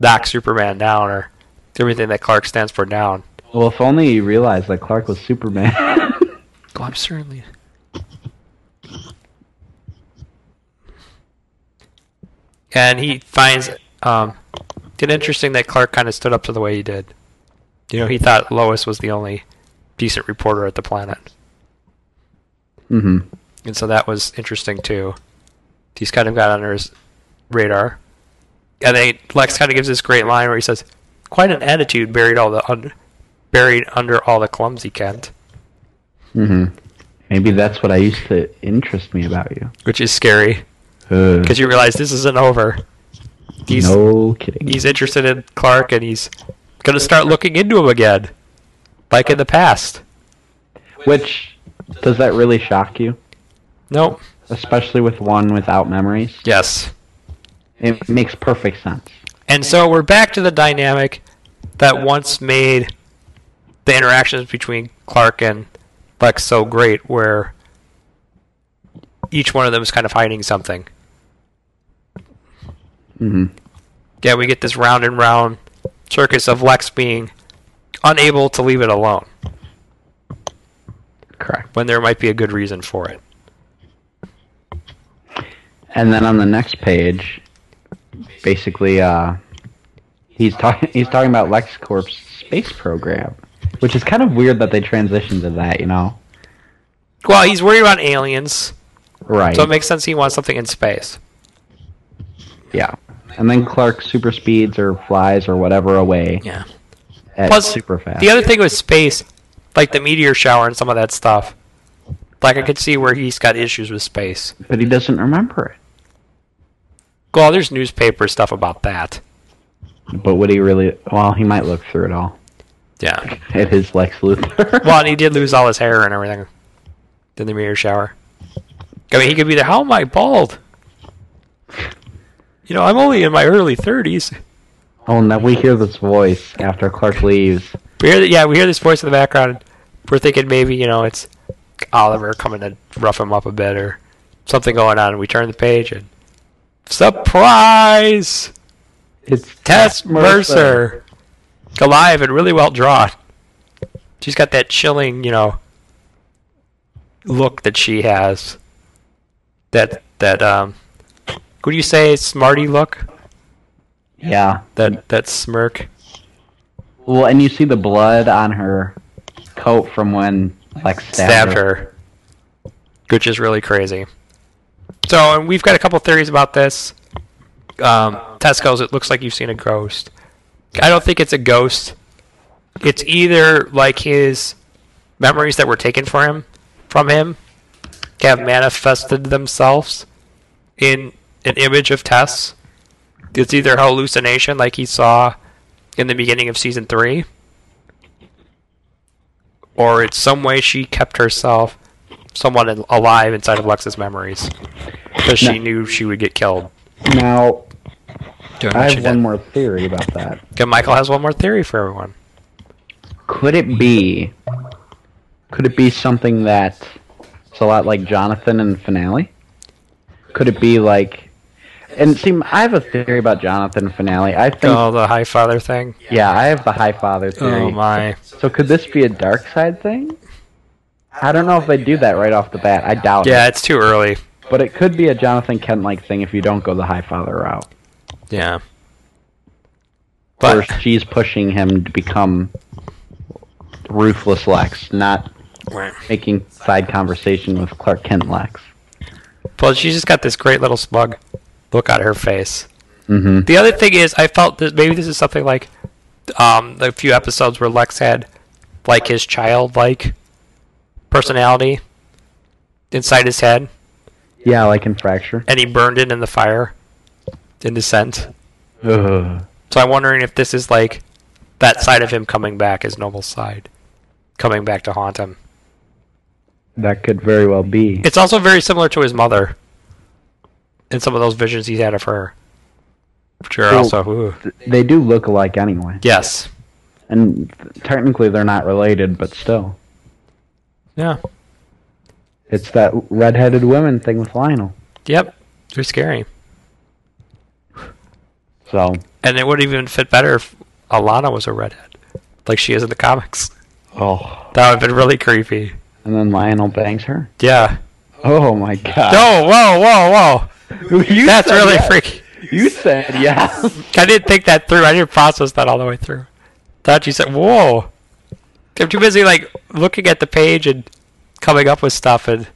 Speaker 7: knock Superman down or everything that Clark stands for down.
Speaker 8: Well, if only he realized that Clark was Superman.
Speaker 7: Oh, I'm certainly. And he finds um, it interesting that Clark kind of stood up to the way he did. You know, he thought Lois was the only decent reporter at the planet,
Speaker 8: hmm
Speaker 7: and so that was interesting too. He's kind of got under his radar, and they Lex kind of gives this great line where he says, "Quite an attitude buried all the un- buried under all the clumsy Kent,"
Speaker 8: hmm Maybe that's what I used to interest me about you.
Speaker 7: which is scary.
Speaker 8: Uh,
Speaker 7: because you realize this isn't over. He's
Speaker 8: no kidding.
Speaker 7: he's interested in Clark, and he's gonna start looking into him again, like in the past.
Speaker 8: Which, does that really shock you?
Speaker 7: Nope.
Speaker 8: Especially with one without memories?
Speaker 7: Yes.
Speaker 8: It makes perfect sense.
Speaker 7: And so we're back to the dynamic that once made the interactions between Clark and Lex so great, where each one of them is kind of hiding something.
Speaker 8: hmm
Speaker 7: Yeah, we get this round and round circus of Lex being unable to leave it alone
Speaker 8: Correct.
Speaker 7: when there might be a good reason for it.
Speaker 8: And then on the next page, basically, uh, he's talking he's talking about LexCorp's space program, which is kind of weird that they transitioned to that, you know?
Speaker 7: Well, he's worried about aliens,
Speaker 8: Right.
Speaker 7: so it makes sense he wants something in space.
Speaker 8: yeah. And then Clark super speeds or flies or whatever away
Speaker 7: Yeah.
Speaker 8: at
Speaker 7: Plus,
Speaker 8: super fast.
Speaker 7: The other thing with space, like the meteor shower and some of that stuff, like I could see where he's got issues with space.
Speaker 8: but he doesn't remember
Speaker 7: Well, there's newspaper stuff about that.
Speaker 8: it. But would he really? Well, he might look through it all.
Speaker 7: Yeah.
Speaker 8: It is Lex Luthor.
Speaker 7: Well, and he did lose all his hair and everything in the meteor shower. I mean, he could be there. How am I bald? You know, I'm only in my early 30s.
Speaker 8: oh, and then we hear this voice after Clark leaves.
Speaker 7: We hear, th- yeah, we hear this voice in the background. and We're thinking maybe you know it's Oliver coming to rough him up a bit or something going on. And we turn the page and surprise,
Speaker 8: It's
Speaker 7: Tess Mercer, alive and really well drawn. She's got that chilling, you know, look that she has. That that um, would you say smarty look?
Speaker 8: Yeah.
Speaker 7: That that smirk.
Speaker 8: Well, and you see the blood on her coat from when Lex stabbed,
Speaker 7: stabbed her, which is really crazy. So and we've got a couple theories about this. Um, Tesco's. It looks like you've seen a ghost. I don't think it's a ghost. It's either like his memories that were taken from him, from him, have manifested themselves in an image of Tess. It's either a hallucination, like he saw in the beginning of season three, or it's some way she kept herself somewhat al- alive inside of Lex's memories because she knew she would get killed.
Speaker 8: Now,
Speaker 7: Doing
Speaker 8: I
Speaker 7: what she
Speaker 8: have one
Speaker 7: did.
Speaker 8: more theory about that.
Speaker 7: Okay, Michael has one more theory for everyone.
Speaker 8: Could it be? Could it be something that it's a lot like Jonathan in the finale? Could it be like? And see, I have a theory about Jonathan finale. I think,
Speaker 7: Oh, the High Father thing.
Speaker 8: yeah, I have the High Father theory.
Speaker 7: Oh my!
Speaker 8: So could this be a dark side thing? I don't know if they do that right off the bat. I doubt
Speaker 7: Yeah,
Speaker 8: it.
Speaker 7: it's too early.
Speaker 8: But it could be a Jonathan Kent like thing if you don't go the High Father route.
Speaker 7: Yeah.
Speaker 8: Or
Speaker 7: But
Speaker 8: she's pushing him to become ruthless Lex, not making side conversation with Clark Kent Lex.
Speaker 7: Well, she's just got this great little smug look on her face.
Speaker 8: hmm
Speaker 7: The other thing is, I felt that maybe this is something like um, the few episodes where Lex had like his childlike personality inside his head,
Speaker 8: Yeah, like in Fracture.
Speaker 7: and he burned it in the fire in Descent.
Speaker 8: Ugh.
Speaker 7: So I'm wondering if this is like that side of him coming back, his noble side, coming back to haunt him.
Speaker 8: That could very well be.
Speaker 7: It's also very similar to his mother in some of those visions he's had of her, which are
Speaker 8: Oh.
Speaker 7: also ooh.
Speaker 8: They do look alike anyway.
Speaker 7: yes,
Speaker 8: And technically they're not related, but still.
Speaker 7: yeah,
Speaker 8: It's that redheaded women thing with Lionel.
Speaker 7: yep, they're scary.
Speaker 8: So,
Speaker 7: And it would even fit better if Alana was a redhead, like she is in the comics.
Speaker 8: oh.
Speaker 7: That would have been really creepy.
Speaker 8: And then Lionel bangs her.
Speaker 7: Yeah.
Speaker 8: Oh my god.
Speaker 7: No, whoa, whoa, whoa.
Speaker 8: You
Speaker 7: That's
Speaker 8: said
Speaker 7: really
Speaker 8: yes.
Speaker 7: freaky.
Speaker 8: You said yes.
Speaker 7: I didn't think that through. I didn't process that all the way through. Thought you said, whoa. I'm too busy, like, looking at the page and coming up with stuff and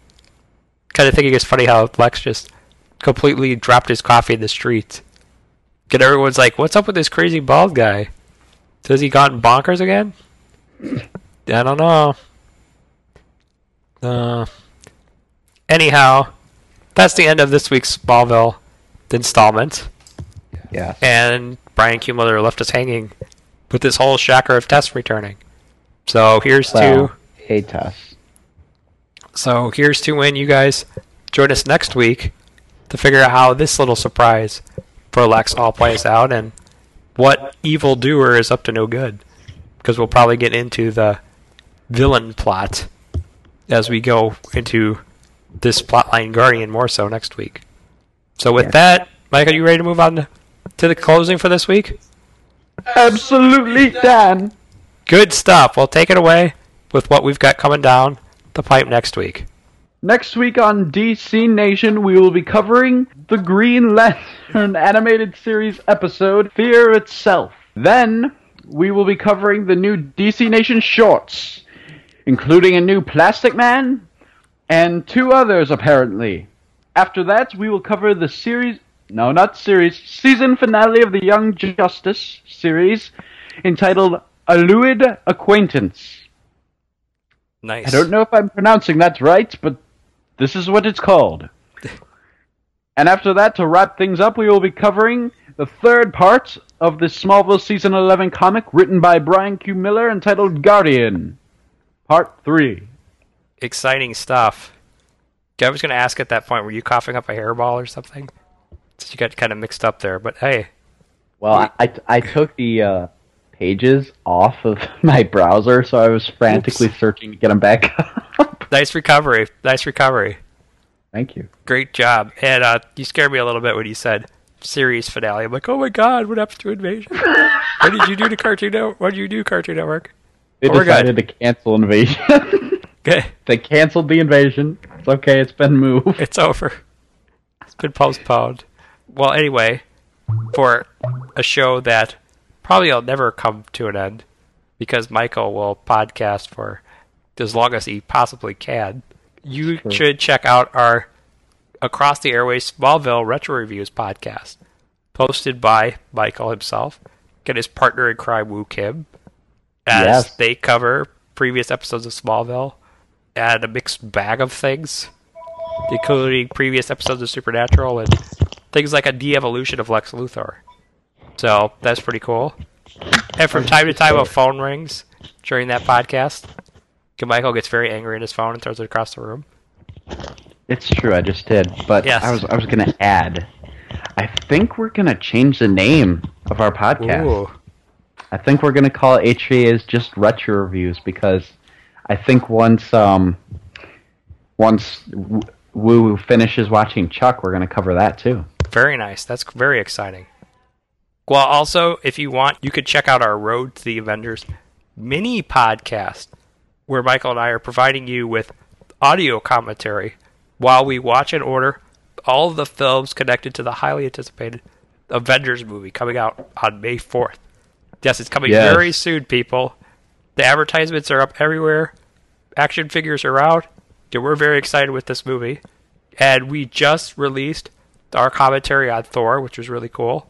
Speaker 7: kind of thinking it's funny how Lex just completely dropped his coffee in the street. And everyone's like, what's up with this crazy bald guy? Has he gotten bonkers again? I don't know. Uh, anyhow, that's the end of this week's Smallville installment
Speaker 8: Yeah.
Speaker 7: and Brian Kumuller left us hanging with this whole shocker of Tess returning. So here's
Speaker 8: Well,
Speaker 7: to
Speaker 8: hate us.
Speaker 7: so here's to when you guys join us next week to figure out how this little surprise for Lex all plays out and what evil doer is up to no good. Because we'll probably get into the villain plot as we go into this plotline Guardian more so next week. So with that, Mike, are you ready to move on to the closing for this week?
Speaker 2: Absolutely, Dan.
Speaker 7: Good stuff. Well, take it away with what we've got coming down the pipe next week.
Speaker 2: Next week on DC Nation, we will be covering the Green Lantern animated series episode, Fear Itself. Then, we will be covering the new DC Nation shorts, including a new Plastic Man and two others, apparently. After that, we will cover the series. No, not series. Season finale of the Young Justice series entitled A Luid Acquaintance.
Speaker 7: Nice.
Speaker 2: I don't know if I'm pronouncing that right, but this is what it's called. and after that, to wrap things up, we will be covering the third part of the Smallville Season 11 comic written by Brian Q. Miller entitled Guardian, Part 3.
Speaker 7: Exciting stuff. I was going to ask at that point, were you coughing up a hairball or something? So you got kind of mixed up there, but hey,
Speaker 8: Well, I, I, I took the uh, pages off of my browser, so I was frantically searching to get them back up.
Speaker 7: nice recovery. Nice recovery.
Speaker 8: Thank you.
Speaker 7: Great job. And uh, you scared me a little bit when you said series finale. I'm like, oh my god, what happened to Invasion? what did you do to Cartoon Network? What did you do, Cartoon Network?
Speaker 8: They
Speaker 7: We're good.
Speaker 8: decided to cancel invasion.
Speaker 7: Okay,
Speaker 8: they canceled the invasion. It's okay. It's been moved.
Speaker 7: it's over. It's been postponed. Well, anyway, for a show that probably will never come to an end because Michael will podcast for as long as he possibly can. You should check out our Across the Airways Smallville Retro Reviews podcast, posted by Michael himself and his partner in crime, Woo Kim, as
Speaker 8: Yes.
Speaker 7: they cover previous episodes of Smallville and a mixed bag of things, including previous episodes of Supernatural and things like a de evolution of Lex Luthor. So that's pretty cool. And from time to time, a phone rings during that podcast. Michael gets very angry at his phone and throws it across the room.
Speaker 8: It's true, I just did. But
Speaker 7: Yes.
Speaker 8: I was I was gonna add. I think we're gonna change the name of our podcast. I think we're gonna call it HVA's just retro reviews because I think once um once W- Woo finishes watching Chuck, we're gonna cover that too.
Speaker 7: Very nice. That's very exciting. Well, also, if you want, you could check out our Road to the Avengers mini podcast, where Michael and I are providing you with audio commentary while we watch and order all of the films connected to the highly anticipated Avengers movie coming out on May 4th. Yes, it's coming
Speaker 8: Yes.
Speaker 7: very soon, people. The advertisements are up everywhere, action figures are out. Yeah, we're very excited with this movie and we just released our commentary on Thor, which was really cool.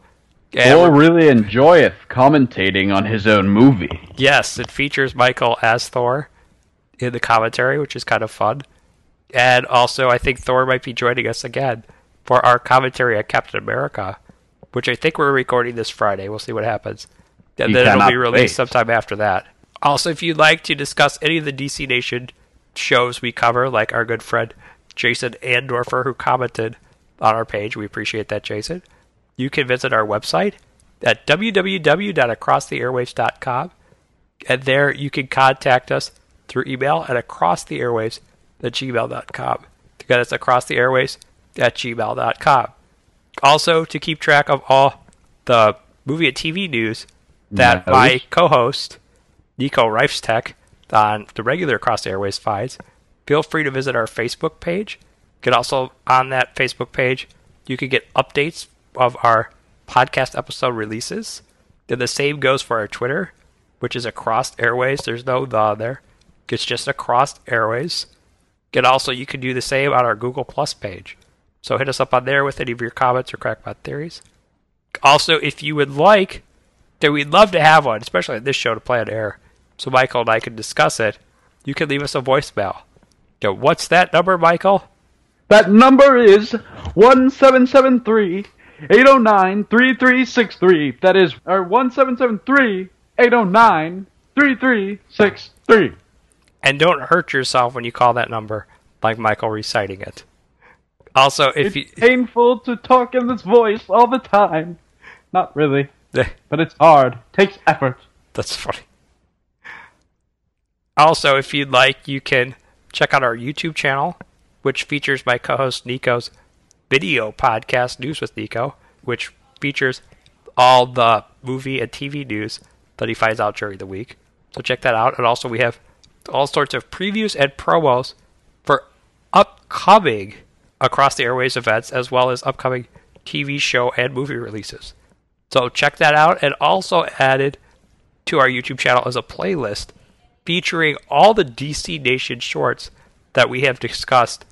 Speaker 7: And we're-
Speaker 8: really enjoyeth commentating on his own movie.
Speaker 7: yes, it features Michael as Thor in the commentary, which is kind of fun. And also, I think Thor might be joining us again for our commentary on Captain America, which I think we're recording this Friday. We'll see what happens. And
Speaker 8: You
Speaker 7: then it'll
Speaker 8: cannot
Speaker 7: be released
Speaker 8: wait.
Speaker 7: sometime after that. Also, if you'd like to discuss any of the DC Nation shows we cover, like our good friend Jason Andorfer, who commented on our page, we appreciate that, Jason. You can visit our website at www.acrosstheairwaves.com and there you can contact us through email at across the airwaves at gmail.com. To get us across the airwaves at gmail.com. Also, to keep track of all the movie and TV news that
Speaker 8: Nice.
Speaker 7: my co host, Nico Reifstech, on the regular Across the Airways finds, feel free to visit our Facebook page. You can also, on that Facebook page, you can get updates of our podcast episode releases. Then the same goes for our Twitter, which is across airways. There's no the there. It's just across airways. And also, you can do the same on our Google Plus page. So hit us up on there with any of your comments or crackpot theories. Also, if you would like, then we'd love to have one, especially on this show to play on air, so Michael and I can discuss it. You can leave us a voicemail. Now, what's that number, Michael?
Speaker 2: That number is 1773 809 3363. That is or 1773 809 3363.
Speaker 7: And don't hurt yourself when you call that number, like Michael reciting it. Also, if you
Speaker 2: It's painful to talk in this voice all the time. Not really, but it's hard. Takes effort.
Speaker 7: That's funny. Also, if you'd like, you can check out our YouTube channel, which features my co host Nico's video podcast, News with Nico, which features all the movie and TV news that he finds out during the week. So check that out. And also, we have all sorts of previews and promos for upcoming Across the Airways events, as well as upcoming TV show and movie releases. So check that out. And also added to our YouTube channel as a playlist featuring all the DC Nation shorts that we have discussed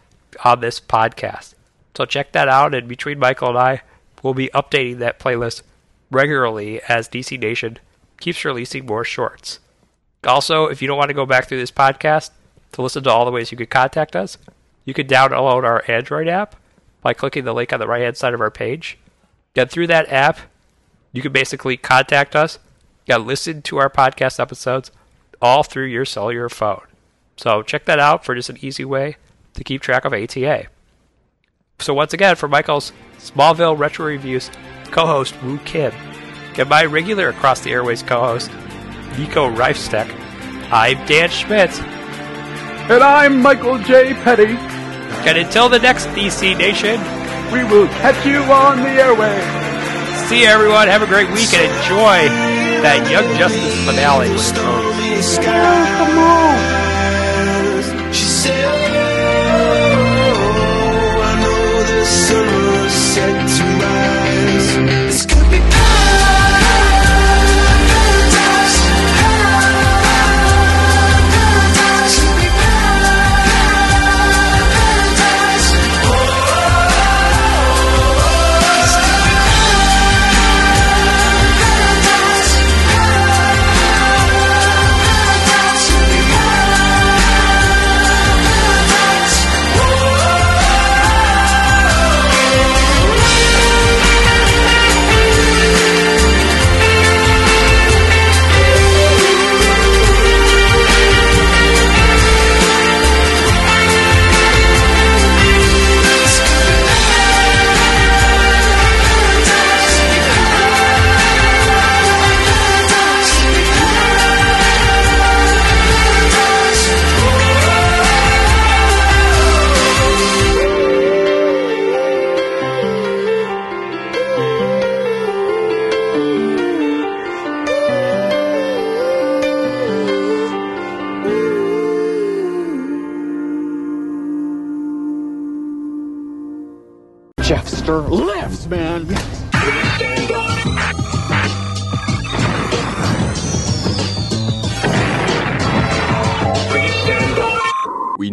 Speaker 7: on this podcast. So check that out. And between Michael and I, we'll be updating that playlist regularly as DC Nation keeps releasing more shorts. Also, if you don't want to go back through this podcast to listen to all the ways you could contact us, you could download our Android app by clicking the link on the right hand side of our page. Then through that app, you can basically contact us. You can listen to our podcast episodes all through your cellular phone. So check that out for just an easy way to keep track of ATA. So once again, for Michael's Smallville Retro Reviews co-host Woo Kim, and my regular Across the Airways co-host Nico Reifsteck, I'm Dan Schmidt.
Speaker 2: And I'm Michael J. Petty.
Speaker 7: And until the next DC Nation,
Speaker 2: We will catch you on the airway.
Speaker 7: see you, everyone. Have a great week and enjoy that Young Justice finale. which goes
Speaker 9: She said, Oh, I know the sun will set to rise. This could be par- paradise. Para- paradise. Should be
Speaker 10: down.
Speaker 11: We